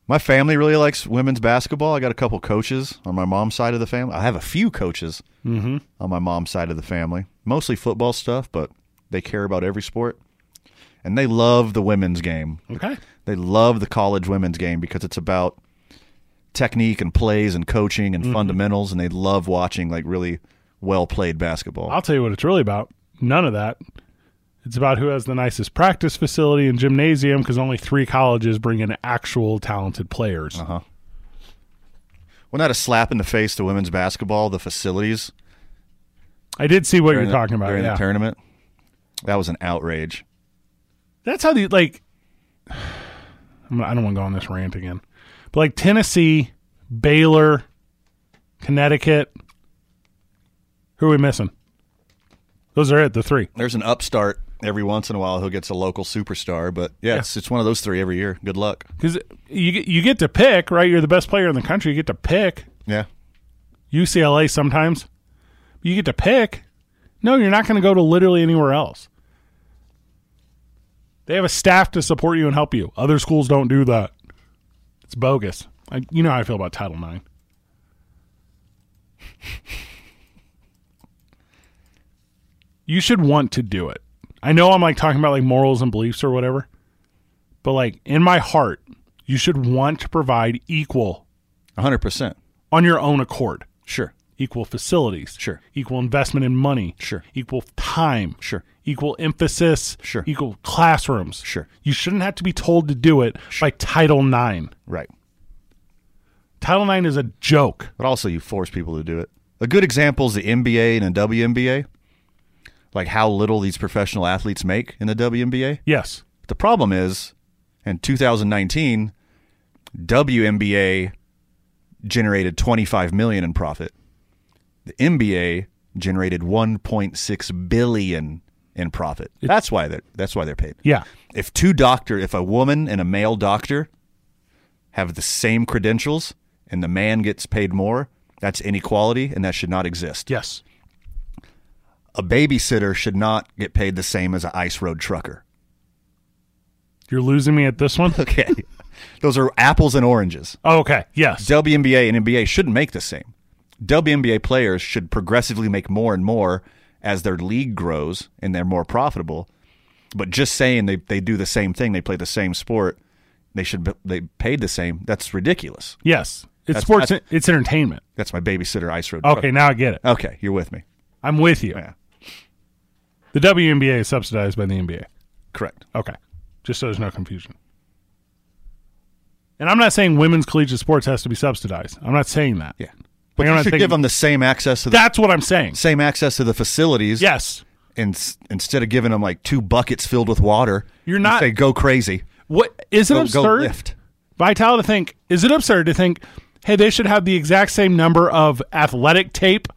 [SPEAKER 7] My family really likes women's basketball. I got a couple coaches on my mom's side of
[SPEAKER 4] Mm-hmm.
[SPEAKER 7] the family. I have a few coaches on my mom's side of the family. Mostly football stuff, but They care about every sport, and they love the women's game.
[SPEAKER 4] Okay.
[SPEAKER 7] They love the college women's game because it's about technique and plays and coaching and
[SPEAKER 4] Mhm.
[SPEAKER 7] fundamentals, and they love watching like really well played basketball.
[SPEAKER 4] I'll tell you what it's really about. None of that. It's about who has the nicest practice facility and gymnasium because only three colleges bring in actual talented players. Uh
[SPEAKER 7] huh. Well, not a slap in the face to women's basketball. The facilities.
[SPEAKER 4] I did see what
[SPEAKER 7] during
[SPEAKER 4] you're
[SPEAKER 7] the-
[SPEAKER 4] talking about.
[SPEAKER 7] during
[SPEAKER 4] yeah.
[SPEAKER 7] the tournament. That was an outrage.
[SPEAKER 4] That's how the like. I'm, not- I don't want to go on this rant again, but like Tennessee, Baylor, Connecticut. Who are we missing? Those are it. The three.
[SPEAKER 7] There's an upstart every once in a while who gets a local superstar, but yeah, It's, it's one of those three every year. Good luck.
[SPEAKER 4] Because you get- you get to pick, right? You're the best player in the country. You get to pick.
[SPEAKER 7] Yeah.
[SPEAKER 4] UCLA sometimes. You get to pick. No, you're not going to go to literally anywhere else. They have a staff to support you and help you. Other schools don't do that. It's bogus. I, you know how I feel about Title IX. you should want to do it. I know I'm like talking about like morals and beliefs or whatever, but like in my heart, you should want to provide equal
[SPEAKER 7] 100%
[SPEAKER 4] on your own accord.
[SPEAKER 7] Sure.
[SPEAKER 4] Equal facilities. Sure. Equal investment in money. Sure. Equal time. Sure. Equal emphasis. Sure. Equal classrooms. Sure. You shouldn't have to be told to do it by Title IX.
[SPEAKER 7] Right.
[SPEAKER 4] Title IX is a joke.
[SPEAKER 7] But also, you force people to do it. A good example is the NBA and the WNBA, like how little these professional athletes make in the WNBA.
[SPEAKER 4] Yes.
[SPEAKER 7] The problem is, in 2019, WNBA generated 25 million in profit. The NBA generated 1.6 billion in profit. that's why they that's why they're paid.
[SPEAKER 4] Yeah.
[SPEAKER 7] If two doctor, if a woman and a male doctor have the same credentials and the man gets paid more, that's inequality and that should not exist.
[SPEAKER 4] Yes.
[SPEAKER 7] A babysitter should not get paid the same as an ice road trucker.
[SPEAKER 4] You're losing me at this one.
[SPEAKER 7] Okay. Those are apples and oranges.
[SPEAKER 4] Oh, okay. Yes.
[SPEAKER 7] WNBA and NBA shouldn't make the same. WNBA players should progressively make more and more as their league grows and they're more profitable. But just saying they, they do the same thing, they play the same sport, they should be, they paid the same. That's ridiculous.
[SPEAKER 4] Yes. It's
[SPEAKER 7] That's-
[SPEAKER 4] sports.
[SPEAKER 7] that's-
[SPEAKER 4] it's entertainment.
[SPEAKER 7] That's my babysitter ice road.
[SPEAKER 4] Okay,
[SPEAKER 7] truck.
[SPEAKER 4] now I get it.
[SPEAKER 7] Okay, you're with me.
[SPEAKER 4] I'm with you. The WNBA is subsidized by the NBA.
[SPEAKER 7] Correct.
[SPEAKER 4] Okay. Just so there's no confusion. And I'm not saying women's collegiate sports has to be subsidized. I'm not saying that. Yeah.
[SPEAKER 7] But you should give them the same access to the
[SPEAKER 4] That's what I'm saying.
[SPEAKER 7] Same access to the facilities.
[SPEAKER 4] Yes.
[SPEAKER 7] And s- instead of giving them like two buckets filled with water,
[SPEAKER 4] You're
[SPEAKER 7] you
[SPEAKER 4] not-
[SPEAKER 7] say go crazy.
[SPEAKER 4] What is it
[SPEAKER 7] Go- go
[SPEAKER 4] absurd?
[SPEAKER 7] lift.
[SPEAKER 4] Vital to think is it absurd to think, hey, they should have the exact same number of athletic tape?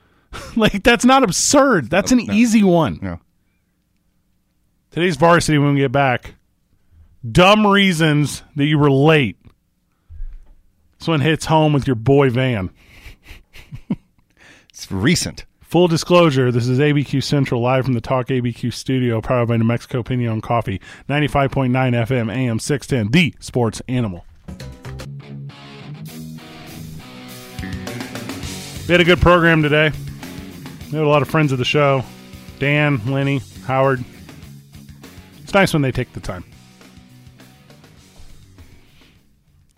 [SPEAKER 4] like that's not absurd. That's an easy one.
[SPEAKER 7] No.
[SPEAKER 4] Today's varsity when we get back. Dumb reasons that you were late. This one hits home with your boy Van.
[SPEAKER 7] it's recent.
[SPEAKER 4] Full disclosure, this is ABQ Central live from the Talk ABQ studio, powered by New Mexico Pinion Coffee, 95.9 FM, AM 610, the sports animal. We had a good program today. We had a lot of friends of the show Dan, Lenny, Howard. It's nice when they take the time.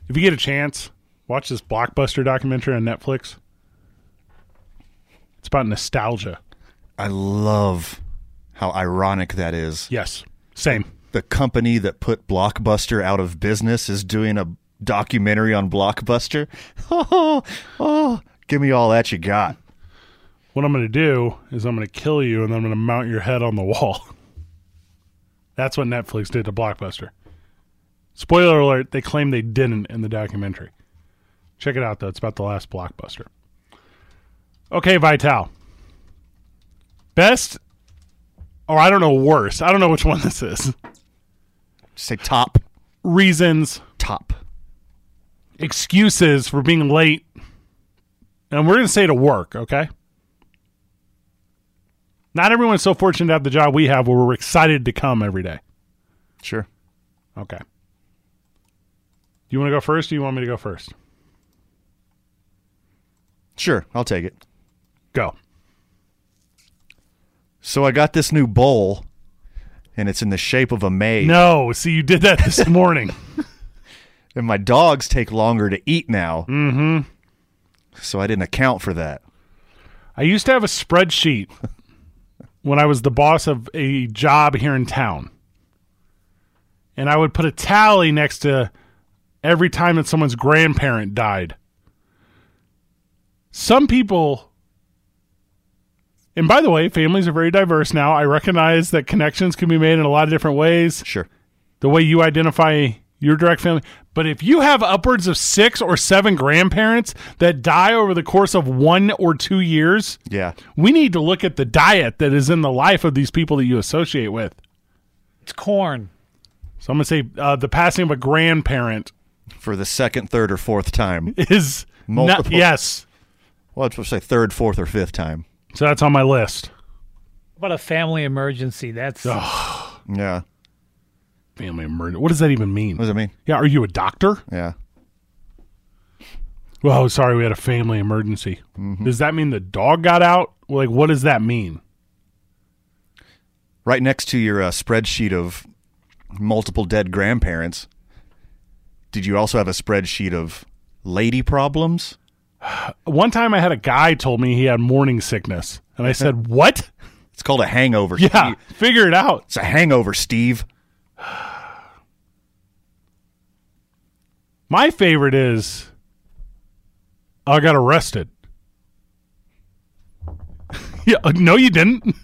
[SPEAKER 4] If you get a chance, watch this blockbuster documentary on Netflix. It's about nostalgia.
[SPEAKER 7] I love how ironic that is.
[SPEAKER 4] Yes. Same.
[SPEAKER 7] The company that put Blockbuster out of business is doing a documentary on Blockbuster. Oh, oh, give me all that you got.
[SPEAKER 4] What I'm going to do is I'm going to kill you and then I'm going to mount your head on the wall. That's what Netflix did to Blockbuster. Spoiler alert, they claim they didn't in the documentary. Check it out, though. It's about the last Blockbuster. Okay, Vital. Best, or I don't know, worst. I don't know which one this is.
[SPEAKER 7] Say top.
[SPEAKER 4] Reasons.
[SPEAKER 7] Top.
[SPEAKER 4] Excuses for being late. And we're going to say to work, okay? Not everyone's so fortunate to have the job we have where we're excited to come every day.
[SPEAKER 7] Sure.
[SPEAKER 4] Okay. Do you want to go first or do you want me to go first?
[SPEAKER 7] Sure, I'll take it.
[SPEAKER 4] Go.
[SPEAKER 7] So I got this new bowl, and it's in the shape of a maze.
[SPEAKER 4] No, see, you did that this morning.
[SPEAKER 7] and my dogs take longer to eat now.
[SPEAKER 4] Mm-hmm.
[SPEAKER 7] So I didn't account for that.
[SPEAKER 4] I used to have a spreadsheet when I was the boss of a job here in town. And I would put a tally next to every time that someone's grandparent died. Some people, and by the way, families are very diverse now. I recognize that connections can be made in a lot of different ways.
[SPEAKER 7] Sure.
[SPEAKER 4] The way you identify your direct family. But if you have upwards of six or seven grandparents that die over the course of one or two years,
[SPEAKER 7] Yeah.
[SPEAKER 4] we need to look at the diet that is in the life of these people that you associate with.
[SPEAKER 8] It's corn.
[SPEAKER 4] So I'm going to say uh, the passing of a grandparent
[SPEAKER 7] For the second, third, or fourth time.
[SPEAKER 4] is
[SPEAKER 7] Multiple.
[SPEAKER 4] Not, yes.
[SPEAKER 7] Well, it's supposed to say third, fourth, or fifth time.
[SPEAKER 4] So that's on my list.
[SPEAKER 8] What a family emergency. That's
[SPEAKER 7] Yeah.
[SPEAKER 4] Family murder. What does that even mean?
[SPEAKER 7] What does it mean?
[SPEAKER 4] Yeah. Are you a doctor?
[SPEAKER 7] Yeah.
[SPEAKER 4] Well, sorry, we had a family emergency. Does that mean the dog got out? Like, what does that mean?
[SPEAKER 7] Right next to your uh, spreadsheet of multiple dead grandparents, did you also have a spreadsheet of lady problems?
[SPEAKER 4] One time I had a guy told me he had morning sickness, and I said, What?
[SPEAKER 7] It's called a hangover.
[SPEAKER 4] Yeah, figure it out.
[SPEAKER 7] It's a hangover, Steve.
[SPEAKER 4] My favorite is I got arrested. yeah, uh, no, you didn't.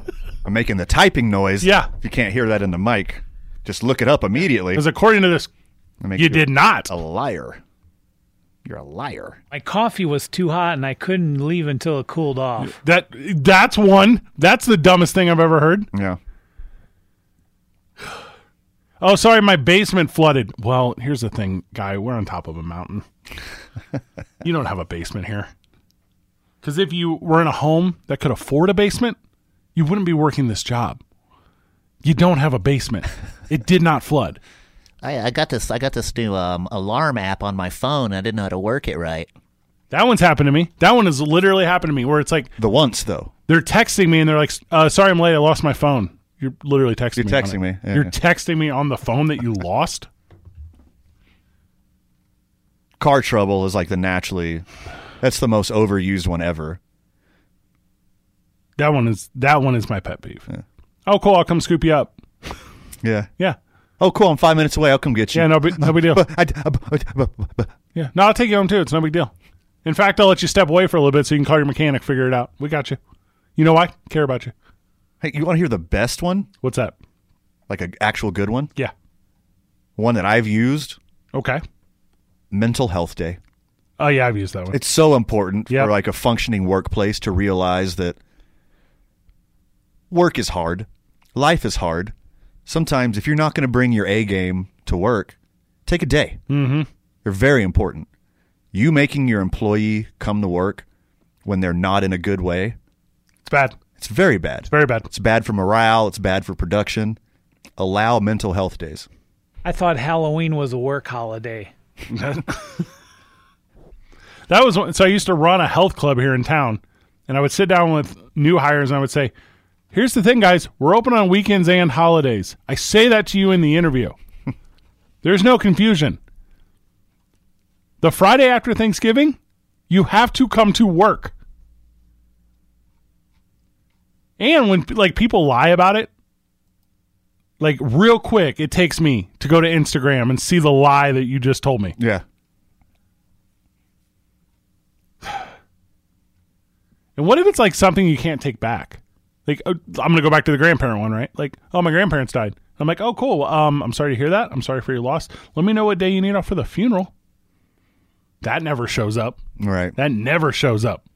[SPEAKER 7] I'm making the typing noise.
[SPEAKER 4] Yeah.
[SPEAKER 7] If you can't hear that in the mic, just look it up immediately.
[SPEAKER 4] Because according to this,
[SPEAKER 7] That makes
[SPEAKER 4] you Oh. did not.
[SPEAKER 7] A liar. You're a liar.
[SPEAKER 8] my coffee was too hot and I couldn't leave until it cooled off.
[SPEAKER 4] That that's one. That's the dumbest thing I've ever heard.
[SPEAKER 7] Yeah.
[SPEAKER 4] Oh, sorry, my basement flooded. Well, here's the thing, guy. We're on top of a mountain. you don't have a basement here. Because if you were in a home that could afford a basement, you wouldn't be working this job. You don't have a basement. It did not flood.
[SPEAKER 11] I, I got this. I got this new um, alarm app on my phone. I didn't know how to work it right.
[SPEAKER 4] That one's happened to me. That one has literally happened to me where it's like
[SPEAKER 7] The once though.
[SPEAKER 4] they're texting me and they're like, uh, sorry, I'm late. I lost my phone. You're literally texting me.
[SPEAKER 7] You're
[SPEAKER 4] on
[SPEAKER 7] texting
[SPEAKER 4] it.
[SPEAKER 7] me. Yeah,
[SPEAKER 4] You're
[SPEAKER 7] yeah.
[SPEAKER 4] texting me on the phone that you lost.
[SPEAKER 7] Car trouble is like the naturally that's the most overused one ever.
[SPEAKER 4] That one is that one is my pet peeve. Oh, cool. I'll come scoop you up.
[SPEAKER 7] Yeah.
[SPEAKER 4] Yeah.
[SPEAKER 7] Oh, cool. I'm five minutes away. I'll come get you.
[SPEAKER 4] Yeah, no, big- no big deal.
[SPEAKER 7] That's
[SPEAKER 4] Yeah. No, I'll take you home too. It's no big deal. In fact, I'll let you step away for a little bit so you can call your mechanic, figure it out. We got you. You know why? Care about you.
[SPEAKER 7] Hey, you want to hear the best one?
[SPEAKER 4] What's that?
[SPEAKER 7] Like an actual good one?
[SPEAKER 4] Yeah.
[SPEAKER 7] One that I've used?
[SPEAKER 4] Okay.
[SPEAKER 7] Mental Health Day.
[SPEAKER 4] Oh yeah, I've used that one.
[SPEAKER 7] It's so important
[SPEAKER 4] Yep.
[SPEAKER 7] for like a functioning workplace to realize that work is hard, life is hard. Sometimes if you're not going to bring your A game to work, take a day.
[SPEAKER 4] Mm-hmm.
[SPEAKER 7] They're very important. You making your employee come to work when they're not in a good way,
[SPEAKER 4] It's bad.
[SPEAKER 7] it's very bad.
[SPEAKER 4] Very bad.
[SPEAKER 7] It's bad for morale, it's bad for production. Allow mental health days.
[SPEAKER 8] I thought Halloween was a work holiday.
[SPEAKER 4] That was one, so I used to run a health club here in town, and I would sit down with new hires and I would say, "Here's the thing, guys. We're open on weekends and holidays." I say that to you in the interview. There's no confusion. The Friday after Thanksgiving, you have to come to work. And when like people lie about it, like real quick, it takes me to go to Instagram and see the lie that you just told me.
[SPEAKER 7] Yeah.
[SPEAKER 4] And what if it's like something you can't take back? Like uh, I'm gonna go back to the grandparent one, right? Like, oh, my grandparents died. I'm like, oh, cool. Um, I'm sorry to hear that. I'm sorry for your loss. Let me know what day you need off for the funeral. That never shows up.
[SPEAKER 7] Right.
[SPEAKER 4] That never shows up.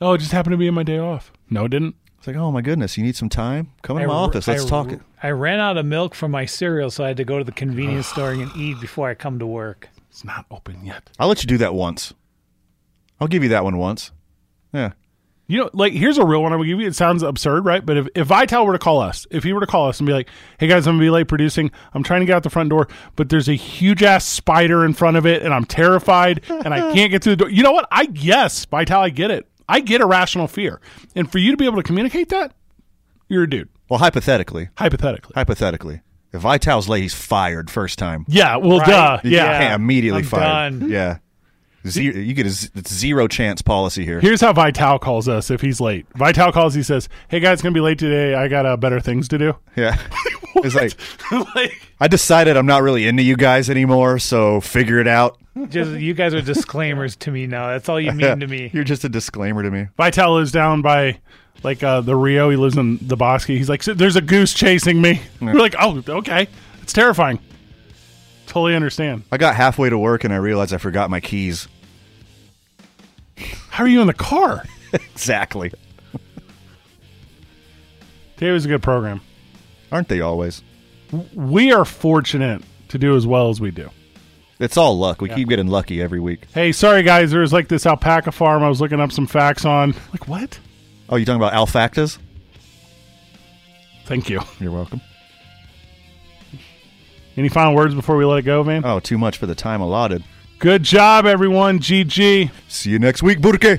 [SPEAKER 4] Oh, it just happened to be my day off. No, it didn't.
[SPEAKER 7] It's like, oh my goodness, you need some time? Come in my office. Let's
[SPEAKER 8] I-
[SPEAKER 7] talk it.
[SPEAKER 8] I ran out of milk for my cereal, so I had to go to the convenience store and eat before I come to work.
[SPEAKER 4] It's not open yet.
[SPEAKER 7] I'll let you do that once. I'll give you that one once. Yeah.
[SPEAKER 4] You know, like here's a real one I would give you. It sounds absurd, right? But if, if Vital were to call us, if he were to call us and be like, "Hey guys, I'm gonna be late producing. I'm trying to get out the front door, but there's a huge ass spider in front of it, and I'm terrified, and I can't get through the door." You know what? I yes, Vital, I get it. I get irrational fear, and for you to be able to communicate that, you're a dude.
[SPEAKER 7] Well, hypothetically.
[SPEAKER 4] Hypothetically.
[SPEAKER 7] Hypothetically. If Vital's late, he's fired first time.
[SPEAKER 4] Yeah, well, Right. duh,
[SPEAKER 7] You
[SPEAKER 4] yeah.
[SPEAKER 7] can't immediately
[SPEAKER 4] I'm
[SPEAKER 7] fired.
[SPEAKER 4] done.
[SPEAKER 7] Yeah. Zero, you get a z- it's zero chance policy here.
[SPEAKER 4] Here's how Vital calls us if he's late. Vital calls. He says, "Hey guys, gonna be late today. I got uh, better things to do."
[SPEAKER 7] Yeah. it's like,
[SPEAKER 4] Like-
[SPEAKER 7] I decided I'm not really into you guys anymore, so figure it out.
[SPEAKER 8] Just you guys are disclaimers to me now. That's all you mean to me.
[SPEAKER 7] You're just a disclaimer to me.
[SPEAKER 4] Vital lives down by like uh, the Rio. He lives in the Bosque. He's like, "There's a goose chasing me."
[SPEAKER 7] Yeah.
[SPEAKER 4] We're like, "Oh, okay. It's terrifying." Totally understand.
[SPEAKER 7] I got halfway to work and I realized I forgot my keys.
[SPEAKER 4] How are you in the car?
[SPEAKER 7] exactly.
[SPEAKER 4] Today was a good program.
[SPEAKER 7] Aren't they always?
[SPEAKER 4] We are fortunate to do as well as we do.
[SPEAKER 7] It's all luck. We
[SPEAKER 4] Yeah.
[SPEAKER 7] keep getting lucky every week.
[SPEAKER 4] Hey, sorry guys, there was like this alpaca farm I was looking up some facts on. Like what?
[SPEAKER 7] Oh, you talking about Alfactas?
[SPEAKER 4] Thank you.
[SPEAKER 7] You're welcome.
[SPEAKER 4] Any final words before we let it go,
[SPEAKER 7] Uh,
[SPEAKER 4] man?
[SPEAKER 7] Oh, too much for the time allotted.
[SPEAKER 4] Good job, everyone. GG.
[SPEAKER 7] See you next week, Burke.